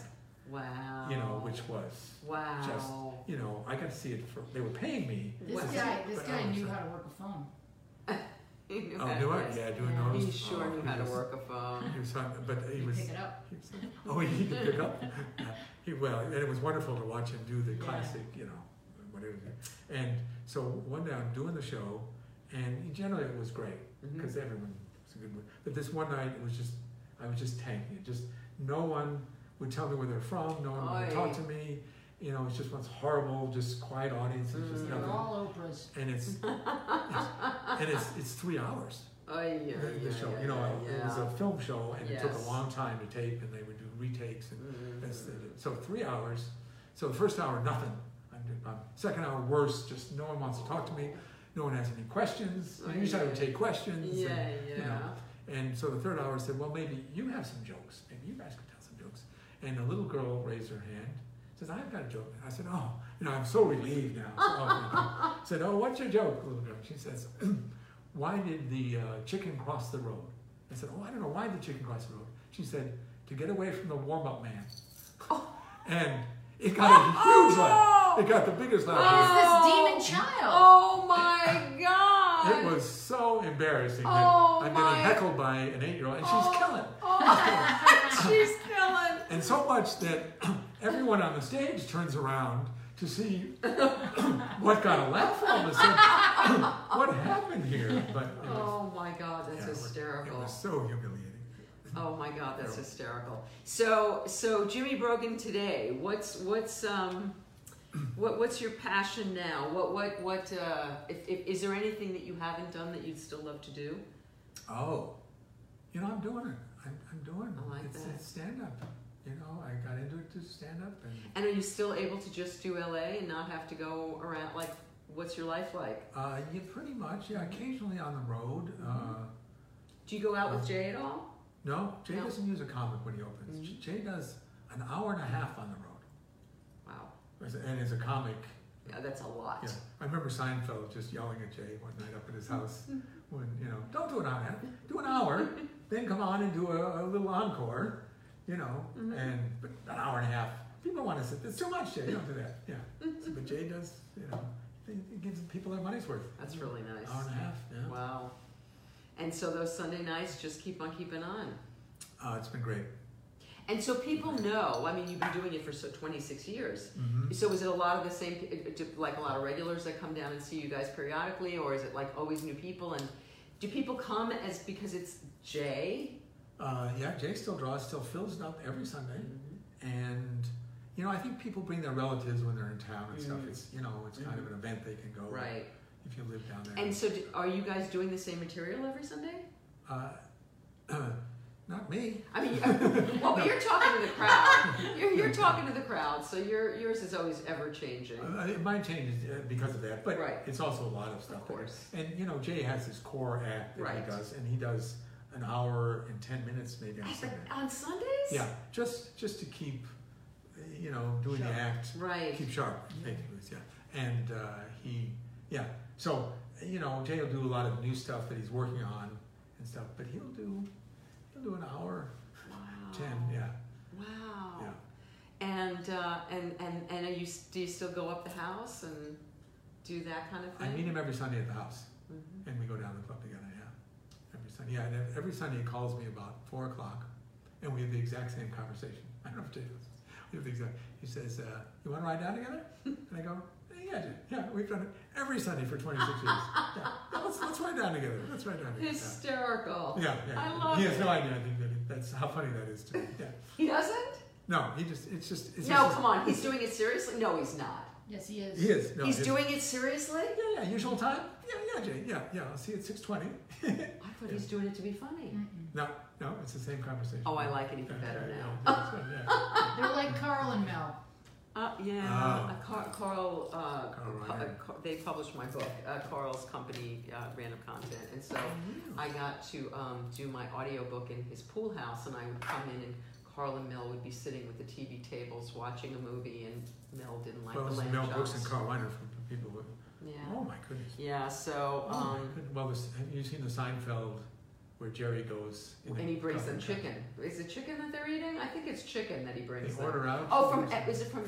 Speaker 1: Wow.
Speaker 2: you know, which was
Speaker 1: Wow.
Speaker 2: just you know I got to see it for they were paying me.
Speaker 4: This
Speaker 1: Wow.
Speaker 4: guy, this
Speaker 2: But oh,
Speaker 4: guy
Speaker 2: I was
Speaker 4: knew
Speaker 2: like-
Speaker 4: how to work a phone.
Speaker 1: (laughs) He knew
Speaker 2: Oh,
Speaker 1: how to
Speaker 2: Newhart,
Speaker 1: do it.
Speaker 2: yeah, doing
Speaker 4: Yeah.
Speaker 2: those.
Speaker 1: He sure
Speaker 2: oh,
Speaker 1: knew how to
Speaker 2: was-
Speaker 1: work a
Speaker 2: (laughs)
Speaker 1: phone.
Speaker 2: He was, fun, but he
Speaker 4: You
Speaker 2: was
Speaker 4: pick it up.
Speaker 2: He was- (laughs) Oh, he could pick up. Yeah, he, well, and it was wonderful to watch him do the classic, you know, whatever. And so one day I'm doing the show, and generally it was great
Speaker 1: Mhm.
Speaker 2: because everyone was a good. mood. But this one night it was just, I was just tanking it. Just no one would tell me where they're from. No one would
Speaker 1: Oy.
Speaker 2: talk to me. You know, it's just one's horrible, just quiet audience. It's just
Speaker 1: Mm.
Speaker 4: They're
Speaker 2: nothing.
Speaker 4: all Oprah's.
Speaker 2: And it's, (laughs) it's and it's it's three hours
Speaker 1: Oh, yeah.
Speaker 2: the, the
Speaker 1: yeah,
Speaker 2: show.
Speaker 1: yeah,
Speaker 2: you know,
Speaker 1: yeah,
Speaker 2: it was a film show, and it took
Speaker 1: Yes.
Speaker 2: a long time to tape, and they would do retakes. And
Speaker 1: Mhm.
Speaker 2: that's the- so three hours. So the first hour, nothing. I'm, doing- I'm, second hour, worse. Just no one wants to talk to me. No one has any questions.
Speaker 1: Oh,
Speaker 2: Usually I would
Speaker 1: yeah.
Speaker 2: take questions.
Speaker 1: Yeah,
Speaker 2: And,
Speaker 1: yeah.
Speaker 2: know. and so the third hour said, well, maybe you have some jokes. Maybe you guys could tell some jokes. And a little girl raised her hand. Says, I've got a joke. I said, oh, you know, I'm so relieved now. Oh,
Speaker 1: (laughs)
Speaker 2: you know. Said, oh, what's your joke, little girl? She says, (clears throat) why did the uh, chicken cross the road? I said, oh, I don't know why the chicken crossed the road. She said, to get away from the warm-up man.
Speaker 1: Oh.
Speaker 2: And it got a huge laugh. It got the biggest laugh.
Speaker 1: Oh.
Speaker 4: It's this demon child.
Speaker 1: Oh
Speaker 2: (laughs)
Speaker 1: my god!
Speaker 2: It was so embarrassing. that
Speaker 1: Oh,
Speaker 2: I'm
Speaker 1: my-
Speaker 2: getting heckled by an eight-year-old, and she's
Speaker 1: Oh. (laughs)
Speaker 2: killing.
Speaker 1: Oh,
Speaker 2: (laughs)
Speaker 1: she's killing.
Speaker 2: And so much that (clears throat) everyone on the stage turns around to see (clears throat) what got a laugh all of a sudden. (clears throat) what happened here? But it was,
Speaker 1: Oh my god, that's
Speaker 2: yeah, it was-
Speaker 1: hysterical.
Speaker 2: It was so humiliating.
Speaker 1: oh my god, that's
Speaker 2: Yeah.
Speaker 1: hysterical. So, so Jimmy Brogan today. What's what's um, what what's your passion now? What what what? Uh, if, if is there anything that you haven't done that you'd still love to do?
Speaker 2: Oh, you know, I'm doing it. I'm, I'm doing it.
Speaker 1: I like
Speaker 2: it's,
Speaker 1: that.
Speaker 2: it's stand-up. You know, I got into it to stand-up. And,
Speaker 1: And are you still able to just do LA and not have to go around? Like, what's your life like?
Speaker 2: uh,
Speaker 1: Mm-hmm.
Speaker 2: yeah, pretty much, yeah, occasionally on the road. Uh,
Speaker 1: Do you go out with Jay at all?
Speaker 2: No, Jay
Speaker 3: No.
Speaker 2: doesn't use a comic when he opens.
Speaker 1: Mm-hmm.
Speaker 2: J- Jay does an hour and a half on the road,
Speaker 1: Wow.
Speaker 2: As- and is a comic.
Speaker 1: Yeah, that's a lot.
Speaker 2: Yeah, I remember Seinfeld just yelling at Jay one night up at his house
Speaker 1: Mm-hmm.
Speaker 2: when you know, don't do an hour, and a half, do
Speaker 1: (laughs)
Speaker 2: an hour, then come on and do a, a little encore, you know,
Speaker 1: Mm-hmm.
Speaker 2: and but an hour and a half. People want to sit. It's too much, Jay. Don't do that.
Speaker 1: (laughs)
Speaker 2: Yeah, So, but Jay does. You know, he, he gives people their money's worth.
Speaker 1: That's really nice.
Speaker 2: Hour and a half. Yeah.
Speaker 1: Wow. And so those Sunday nights just keep on keeping on.
Speaker 2: Uh, it's been great.
Speaker 1: And so people know, I mean, you've been doing it for so 26 years.
Speaker 2: hmm
Speaker 1: So is it a lot of the same, it- it- like a lot of regulars that come down and see you guys periodically, or is it like always new people? And do people come as because it's Jay?
Speaker 2: Uh, yeah, Jay still draws, still fills it up every Sunday, and you know I think people bring their relatives when they're in town and stuff.
Speaker 1: Mhm.
Speaker 2: It's you know it's kind of an event they can go
Speaker 1: Mm-hmm. Right.
Speaker 2: if you live down there.
Speaker 1: And so do, are you guys doing the same material every Sunday?
Speaker 2: uh, (clears throat) not me.
Speaker 1: I
Speaker 2: (laughs)
Speaker 1: mean, you- (laughs) well, but you're talking to the crowd. You're, you're talking to the crowd, so your yours is always ever changing.
Speaker 2: Uh, it might change uh, because of that, but
Speaker 1: Right.
Speaker 2: it's also a lot of stuff.
Speaker 1: Of course.
Speaker 2: And you know Jay has his core act that
Speaker 1: Right.
Speaker 2: he does, and he does an hour and ten minutes maybe on Sunday.
Speaker 1: On Sundays?
Speaker 2: Yeah, just just to keep uh, you know doing the
Speaker 4: Sharp.
Speaker 2: act
Speaker 1: Right.
Speaker 2: Keep sharp. Thank you, Liz. Yeah. And uh, he, yeah. So, you know, Jay will do a lot of new stuff that he's working on and stuff, but he'll do, he'll do an hour,
Speaker 1: Wow.
Speaker 2: 10.
Speaker 1: Oh,
Speaker 2: Yeah.
Speaker 1: Wow.
Speaker 2: Yeah.
Speaker 1: And uh, and and and are you s- do you still go up the house and do that kind of
Speaker 2: I
Speaker 1: thing?
Speaker 2: meet him every Sunday at the house
Speaker 1: Mhm.
Speaker 2: and we go down to the club together. Yeah. Every Sunday. Yeah. And ev- every Sunday he calls me about four o'clock and we have the exact same conversation. I don't know if Jay does. We have the exact, he says, uh, you want to ride down together? And I go, "Eh, yeah, Jay. yeah, we've done it every Sunday for
Speaker 1: (laughs)
Speaker 2: 26 years. Yeah. Let's, let's ride down together. Let's ride down together. Yeah.
Speaker 1: Hysterical.
Speaker 2: Yeah, yeah.
Speaker 1: I love
Speaker 2: He has
Speaker 1: it.
Speaker 2: no idea. I think that it- that's how funny that is to me. Yeah.
Speaker 1: He doesn't?
Speaker 2: No, he just. It's just. It's
Speaker 1: no,
Speaker 2: just,
Speaker 1: come on. He's doing it seriously? No, he's not.
Speaker 4: Yes, he is.
Speaker 2: He is. No,
Speaker 1: he's
Speaker 2: it's-
Speaker 1: doing it seriously?
Speaker 2: Yeah, yeah. Usual time. Yeah, yeah, Jay. Yeah, yeah. I'll see you at six twenty.
Speaker 1: I thought he was doing it to be funny.
Speaker 4: Mm-mm.
Speaker 2: No, no. It's the same conversation.
Speaker 1: Oh, I like it even
Speaker 2: Yeah,
Speaker 1: better
Speaker 2: Mm-hmm. yeah,
Speaker 1: (laughs) now.
Speaker 2: yeah, that's right, yeah.
Speaker 4: They're like Carl and Mel.
Speaker 1: Uh, yeah,
Speaker 2: Oh.
Speaker 1: uh, Car- Carl. Uh,
Speaker 2: Carl
Speaker 1: pu- uh,
Speaker 2: Reiner.
Speaker 1: Car- they published my book, uh, Carl's company, uh, Random Content, and so (laughs) I got to um, do my audiobook in his pool house, and I would come in, and Carl and Mel would be sitting with the TV tables watching a movie, and Mel didn't like
Speaker 2: Well,
Speaker 1: the
Speaker 2: it's
Speaker 1: lamb
Speaker 2: Mel Brooks
Speaker 1: chops.
Speaker 2: and Carl Reiner from people. Who,
Speaker 1: Yeah,
Speaker 2: Oh my goodness.
Speaker 1: yeah. So,
Speaker 2: Oh, my
Speaker 1: um,
Speaker 2: goodness. Well, this, have you seen the Seinfeld where Jerry goes in
Speaker 1: and he
Speaker 2: the
Speaker 1: brings them
Speaker 2: cupboard?
Speaker 1: chicken. Is it chicken that they're eating? I think it's chicken that he brings.
Speaker 2: They
Speaker 1: them.
Speaker 2: order out.
Speaker 1: Oh, from is it from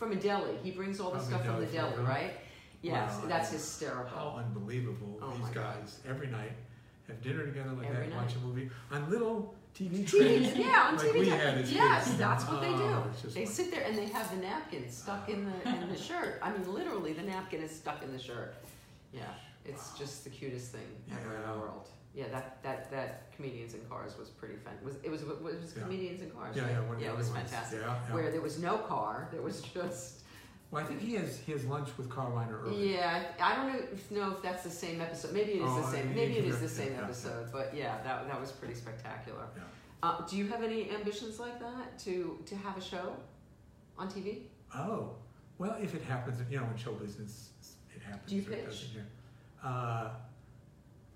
Speaker 1: from a deli? He brings all the
Speaker 2: From a
Speaker 1: stuff from the
Speaker 2: deli,
Speaker 1: deli,
Speaker 2: from-
Speaker 1: right? Yes,
Speaker 2: Wow.
Speaker 1: that's hysterical.
Speaker 2: How unbelievable
Speaker 1: Oh
Speaker 2: these
Speaker 1: my God.
Speaker 2: guys every night have dinner together like
Speaker 1: Every
Speaker 2: that, watch a movie on little TV
Speaker 1: TVs,
Speaker 2: trays.
Speaker 1: yeah, on
Speaker 2: Like
Speaker 1: TV.
Speaker 2: we had as
Speaker 1: yes,
Speaker 2: kids.
Speaker 1: that's what they do.
Speaker 2: Oh, it's just
Speaker 1: They
Speaker 2: like-
Speaker 1: sit there and they have the napkin stuck in the in the
Speaker 2: (laughs)
Speaker 1: shirt. I mean, literally, the napkin is stuck in the shirt. Yeah, it's just the cutest thing ever in
Speaker 2: Yeah.
Speaker 1: the world. Yeah, that that that comedians in cars was pretty fun. Was it was it was
Speaker 2: Yeah.
Speaker 1: comedians in cars?
Speaker 2: Yeah,
Speaker 1: right?
Speaker 2: yeah, one of
Speaker 1: yeah,
Speaker 2: the
Speaker 1: it was
Speaker 2: other ones.
Speaker 1: fantastic.
Speaker 2: Yeah, yeah.
Speaker 1: Where there was no car, there was just
Speaker 2: well, I think he has he has lunch with Carl Reiner early.
Speaker 1: yeah. I don't know if, know if that's the same episode. Maybe it is
Speaker 2: Oh,
Speaker 1: the
Speaker 2: I-
Speaker 1: same.
Speaker 2: you
Speaker 1: Maybe it
Speaker 2: can
Speaker 1: is the
Speaker 2: rec-
Speaker 1: same
Speaker 2: yeah, yeah.
Speaker 1: episode. But yeah, that that was pretty spectacular.
Speaker 2: Yeah.
Speaker 1: Uh, do you have any ambitions like that to to have a show on TV?
Speaker 2: Oh, well, if it happens, you know, in show business, it happens.
Speaker 1: Do you
Speaker 2: or
Speaker 1: pitch?
Speaker 2: it doesn't, yeah. Uh,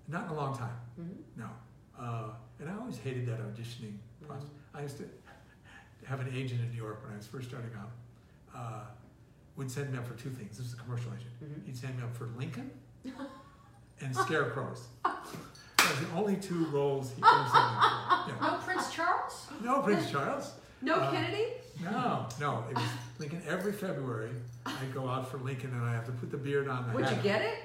Speaker 2: not in a long time.
Speaker 1: Mhm.
Speaker 2: No. Uh, and I always hated that auditioning process. I used to have an agent in New York when I was first starting out. Uh, would send me up for two things. This is a commercial agent.
Speaker 1: Mhm.
Speaker 2: He'd send me up for
Speaker 1: (laughs)
Speaker 2: Lincoln and Scarecrows. Those are the only two roles he ever sent me up for. Yeah.
Speaker 4: No, Prince Charles?
Speaker 2: No, Prince Charles.
Speaker 1: No,
Speaker 2: Uh,
Speaker 1: Kennedy.
Speaker 2: No, no. It was Lincoln every February. I go out for Lincoln and I have to put the beard on. The
Speaker 1: Would you
Speaker 2: hat.
Speaker 1: get it?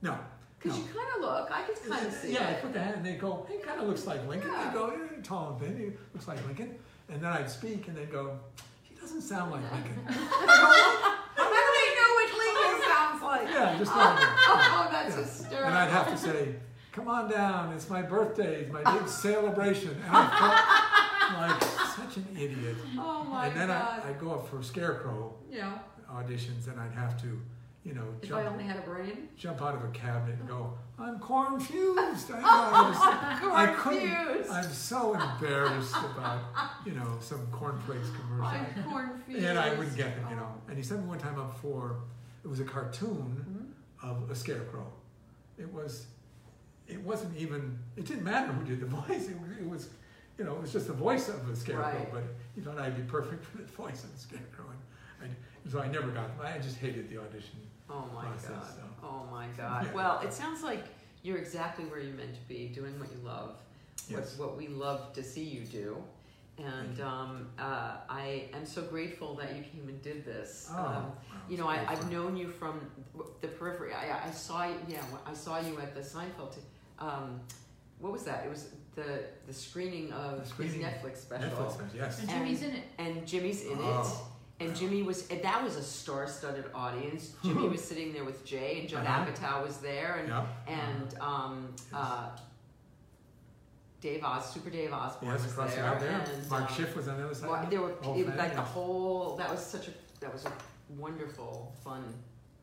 Speaker 2: No.
Speaker 1: Because you kind of look. I could kind of see.
Speaker 2: yeah, I
Speaker 1: It.
Speaker 2: put the hat and they go, he kind of looks like Lincoln.
Speaker 1: Yeah.
Speaker 2: They go, "Eh, tall and thin, he looks like Lincoln. And then I'd speak and they'd go, he doesn't sound like Lincoln.
Speaker 1: (laughs)
Speaker 2: (laughs)
Speaker 1: How do they know what Lincoln sounds like?
Speaker 2: yeah, just like him.
Speaker 1: Oh, that's
Speaker 2: Yeah.
Speaker 1: hysterical.
Speaker 2: And I'd have to say, come on down, it's my birthday, it's my big celebration. And I felt like such an idiot.
Speaker 1: oh my
Speaker 2: and then
Speaker 1: god.
Speaker 2: I, I'd go up for Scarecrow
Speaker 1: yeah.
Speaker 2: auditions and I'd have to, you know,
Speaker 1: If
Speaker 2: jump
Speaker 1: I only had a brain.
Speaker 2: jump out of a cabinet and go, I'm confused. I, I, was, I couldn't.
Speaker 1: Confused.
Speaker 2: I'm so embarrassed about, you know, some cornflakes commercial.
Speaker 1: I'm cornfields.
Speaker 2: And I wouldn't get them, you know. And he sent me one time up for, it was a
Speaker 1: Mm-hmm.
Speaker 2: cartoon of a scarecrow. (laughs) It was, it wasn't even, it didn't matter who did the voice. It, was- it was, you know, it was just the voice of the scarecrow,
Speaker 1: Right.
Speaker 2: but he thought I'd be perfect for the voice of the scarecrow. And, I- and so I never got, I just hated the audition.
Speaker 1: Oh my
Speaker 2: process,
Speaker 1: god.
Speaker 2: so.
Speaker 1: Oh my god.
Speaker 2: Yeah.
Speaker 1: Well, it sounds like you're exactly where you're meant to be, doing what you love,
Speaker 2: Yes.
Speaker 1: what, what we love to see you do. And um, uh, I am so grateful that you came and did this. Um,
Speaker 2: Oh, wow,
Speaker 1: you
Speaker 2: it's
Speaker 1: know, I,
Speaker 2: great
Speaker 1: I've
Speaker 2: fun.
Speaker 1: known you from the periphery. I, I saw you. Yeah, when- I saw you at the Seinfeld. t- Um, what was that? It was the the screening of
Speaker 2: The screening.
Speaker 1: his Netflix special,
Speaker 2: Netflix, says,
Speaker 1: Oh,
Speaker 2: yes.
Speaker 4: And Jimmy's in it.
Speaker 1: and Jimmy's in
Speaker 2: Oh,
Speaker 1: it. And
Speaker 2: wow.
Speaker 1: Jimmy was and that was a star-studded audience. Jimmy was sitting there with Jay, and Judd
Speaker 2: Uh-huh.
Speaker 1: Apatow was there, and
Speaker 2: yeah.
Speaker 1: and um, uh, Dave Oz, Super Dave Osborne
Speaker 2: Yes,
Speaker 1: was
Speaker 2: across the
Speaker 1: there,
Speaker 2: out there.
Speaker 1: and
Speaker 2: Mark
Speaker 1: um,
Speaker 2: Schiff was on the other side.
Speaker 1: well, there were
Speaker 2: Oh,
Speaker 1: it was like
Speaker 2: fantastic.
Speaker 1: a whole. That was such a that was a wonderful, fun,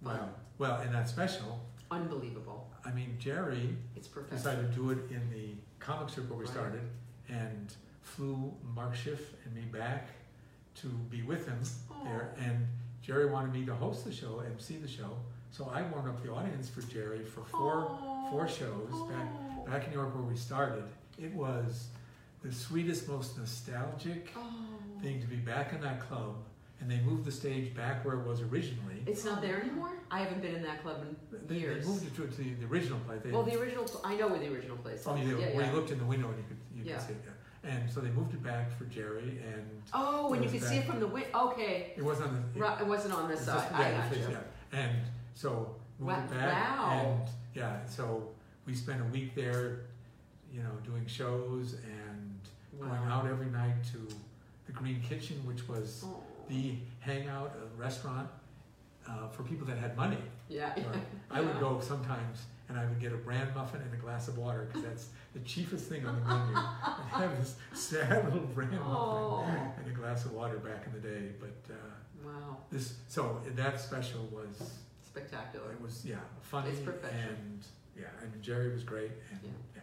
Speaker 1: fun,
Speaker 2: Wow. Well, in that special,
Speaker 1: unbelievable.
Speaker 2: I mean, Jerry
Speaker 1: It's perfect.
Speaker 2: decided to do it in the comic strip where we
Speaker 1: Right.
Speaker 2: started and flew Mark Schiff and me back to be with him there. And Jerry wanted me to host the show, MC the show. So I warmed up the audience for Jerry for four, four shows back,
Speaker 1: Oh.
Speaker 2: back in New York where we started. It was the sweetest, most nostalgic
Speaker 1: Oh.
Speaker 2: thing to be back in that club. And they moved the stage back where it was originally.
Speaker 1: It's not there anymore. I haven't been in that club
Speaker 2: They,
Speaker 1: in
Speaker 2: they
Speaker 1: years.
Speaker 2: moved it to, to the, the original place. They
Speaker 1: Well, the original. I know where the original place. Is.
Speaker 2: Oh, yeah,
Speaker 1: yeah,
Speaker 2: where
Speaker 1: yeah.
Speaker 2: you looked in the window and you could, you
Speaker 1: Yeah.
Speaker 2: could see it. Yeah. And so they moved it back for Jerry, and
Speaker 1: Oh, and you
Speaker 2: It
Speaker 1: can
Speaker 2: was
Speaker 1: see it
Speaker 2: back.
Speaker 1: from the win. Okay,
Speaker 2: it wasn't on the. it-
Speaker 1: right, it wasn't on
Speaker 2: it
Speaker 1: this
Speaker 2: was
Speaker 1: side.
Speaker 2: just-
Speaker 1: I
Speaker 2: yeah,
Speaker 1: got
Speaker 2: the
Speaker 1: you.
Speaker 2: face, yeah. And so moved
Speaker 1: Wa-
Speaker 2: it back,
Speaker 1: wow.
Speaker 2: and yeah, so we spent a week there, you know, doing shows and going
Speaker 1: Wow.
Speaker 2: out every night to the Green Kitchen, which was
Speaker 1: Oh.
Speaker 2: the hangout a restaurant uh, for people that had money.
Speaker 1: Yeah.
Speaker 2: Or I would go sometimes and I would get a bran muffin and a glass of water because that's the cheapest thing on the menu. (laughs) I have this sad little bran
Speaker 1: Oh.
Speaker 2: muffin and a glass of water back in the day, but uh,
Speaker 1: (laughs) Wow.
Speaker 2: this so that special was
Speaker 1: Spectacular.
Speaker 2: it was yeah funny
Speaker 1: It's perfection.
Speaker 2: and yeah and Jerry was great and
Speaker 1: Yeah.
Speaker 2: yeah,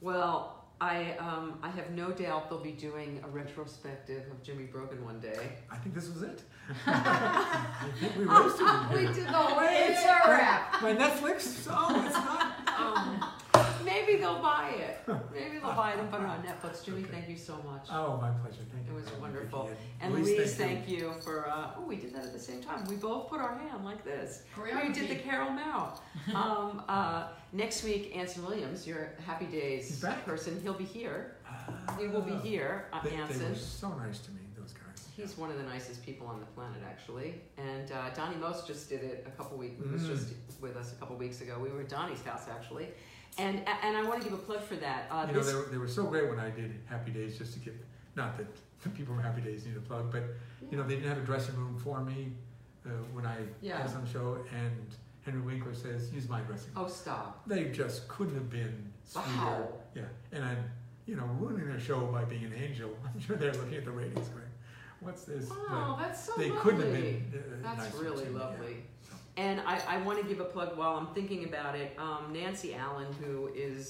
Speaker 1: Well, I um, I have no doubt they'll be doing a retrospective of Jimmy Brogan one
Speaker 2: (laughs)
Speaker 1: day.
Speaker 2: I think this was it. I think we roasted
Speaker 1: (laughs)
Speaker 2: him
Speaker 1: We
Speaker 2: here.
Speaker 1: did the way.
Speaker 4: (laughs) It's a wrap.
Speaker 2: My (laughs) Netflix oh it's not
Speaker 1: Um, (laughs) maybe they'll buy it. Maybe they'll buy it and put it on Netflix. Jimmy,
Speaker 2: Okay.
Speaker 1: thank you so much.
Speaker 2: oh my pleasure thank
Speaker 1: It
Speaker 2: you
Speaker 1: was
Speaker 2: very much,
Speaker 1: wonderful.
Speaker 2: Vicky.
Speaker 1: and Louise, thank you, for uh, oh, we did that at the same time. We both put our hand like this. We did the Carol Mao. Um, uh, next week, Anson Williams, your Happy Days
Speaker 2: He's back.
Speaker 1: person, he'll be here.
Speaker 2: Ah.
Speaker 1: He will be here, uh,
Speaker 2: They, they
Speaker 1: Anson.
Speaker 2: were so nice to me, those guys.
Speaker 1: He's one of the nicest people on the planet, actually. And uh, Donnie Most just did it a couple weeks. Was
Speaker 2: Mm.
Speaker 1: just with us a couple weeks ago. We were at Donnie's house actually, and and I want to give a plug for that. Uh,
Speaker 2: you know,
Speaker 1: this-
Speaker 2: they were, they were so great when I did Happy Days, just to give, not that (laughs) the people from Happy Days need a plug, but, you know, they didn't have a dressing room for me uh, when I
Speaker 1: Yeah.
Speaker 2: had some show, and Henry Winkler says, use my dressing room.
Speaker 1: oh, stop!
Speaker 2: They just couldn't have been sweeter.
Speaker 1: Wow.
Speaker 2: Yeah, and I'm, you know, ruining their show by being an angel. (laughs) I'm sure they're looking at the ratings going, what's this?
Speaker 1: Wow, that's so
Speaker 2: But they
Speaker 1: lovely.
Speaker 2: couldn't have been uh,
Speaker 1: That's
Speaker 2: nicer
Speaker 1: really
Speaker 2: to me, yeah.
Speaker 1: lovely.
Speaker 2: So-
Speaker 1: And I, I want to give a plug while I'm thinking about it. Um, Nancy Allen, who is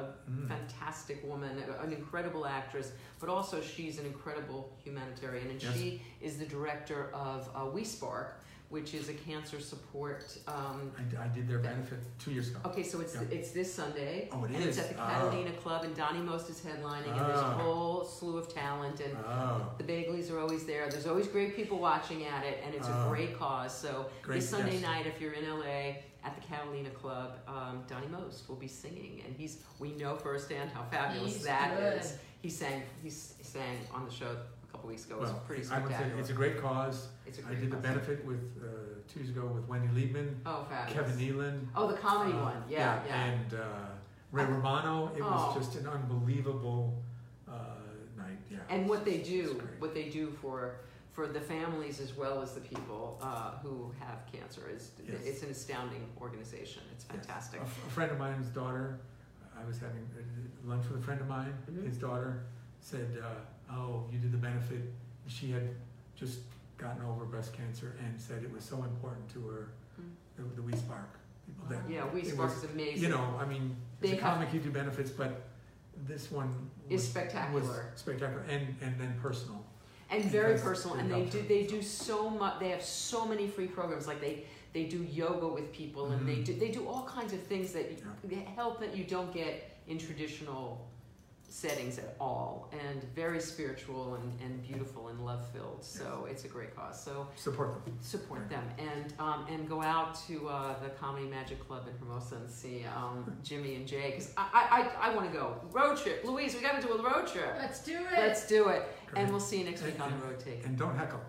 Speaker 1: a
Speaker 2: Mm.
Speaker 1: fantastic woman, a- an incredible actress, but also she's an incredible humanitarian. And
Speaker 2: Yes.
Speaker 1: she is the director of uh, We Spark, which is a cancer support. Um,
Speaker 2: I, I did their benefit two years ago.
Speaker 1: okay, so it's
Speaker 2: Yeah.
Speaker 1: it's this Sunday.
Speaker 2: Oh, it
Speaker 1: and it's
Speaker 2: is?
Speaker 1: at the
Speaker 2: Oh.
Speaker 1: Catalina Club, and Donnie Most is headlining, and there's a
Speaker 2: Ah.
Speaker 1: whole slew of talent. And
Speaker 2: Oh,
Speaker 1: the Bagleys are always there. There's always great people watching at it, and it's a
Speaker 2: Oh.
Speaker 1: great cause. So
Speaker 2: Great,
Speaker 1: this Sunday
Speaker 2: yes.
Speaker 1: night, if you're in LA at the Catalina Club, um, Donnie Most will be singing, and he's we know firsthand how fabulous
Speaker 4: He's
Speaker 1: that is.
Speaker 4: good.
Speaker 1: He sang he s- sang on the show a couple weeks ago. It was
Speaker 2: well,
Speaker 1: pretty
Speaker 2: I would say
Speaker 1: spectacular.
Speaker 2: it's a great cause.
Speaker 1: It's a
Speaker 2: I
Speaker 1: great
Speaker 2: did the
Speaker 1: cause.
Speaker 2: benefit with uh, two years ago with Wendy Liebman,
Speaker 1: Oh, fabulous.
Speaker 2: Kevin Nealon.
Speaker 1: Oh, the comedy
Speaker 2: uh,
Speaker 1: one. Yeah, yeah.
Speaker 2: And uh, Ray Romano. It was
Speaker 1: Oh.
Speaker 2: just an unbelievable uh, night. Yeah.
Speaker 1: and what they
Speaker 2: It's
Speaker 1: do,
Speaker 2: great.
Speaker 1: what they do for for the families as well as the people uh, who have cancer is
Speaker 2: Yes.
Speaker 1: it's an astounding organization. It's
Speaker 2: Yes. Oh,
Speaker 1: fantastic.
Speaker 2: A, f- a friend of mine's daughter. I was having uh, lunch with a friend of mine.
Speaker 1: Mhm.
Speaker 2: His daughter said, uh, "Oh, you did the benefit." She had just gotten over breast cancer and said it was so important to her.
Speaker 1: Mm.
Speaker 2: The, the We Spark people that
Speaker 1: Yeah, We
Speaker 2: It
Speaker 1: Spark
Speaker 2: was-
Speaker 1: is amazing.
Speaker 2: you know, I mean,
Speaker 1: They
Speaker 2: it's a
Speaker 1: have-
Speaker 2: comic, you do benefits, but this one
Speaker 1: Is
Speaker 2: was-
Speaker 1: spectacular.
Speaker 2: Was spectacular, and and then personal.
Speaker 1: and very
Speaker 2: That's
Speaker 1: personal and they
Speaker 2: pretty
Speaker 1: do
Speaker 2: helpful.
Speaker 1: they do so much they have so many free programs like they they do yoga with people and they
Speaker 2: Mhm.
Speaker 1: do they do all kinds of things that you- the help that you don't get in traditional settings at all, and very spiritual and, and beautiful and love filled. So it's a great cause. So
Speaker 2: Support them.
Speaker 1: support them and um, and go out to uh, the Comedy Magic Club in Hermosa and see um, Jimmy and Jay because I I, I, I want to go road trip. Louise, we got to do a road trip.
Speaker 4: Let's do it. (laughs)
Speaker 1: Let's do it,
Speaker 2: Great.
Speaker 1: and we'll see you next week on Road Take.
Speaker 2: And don't heckle.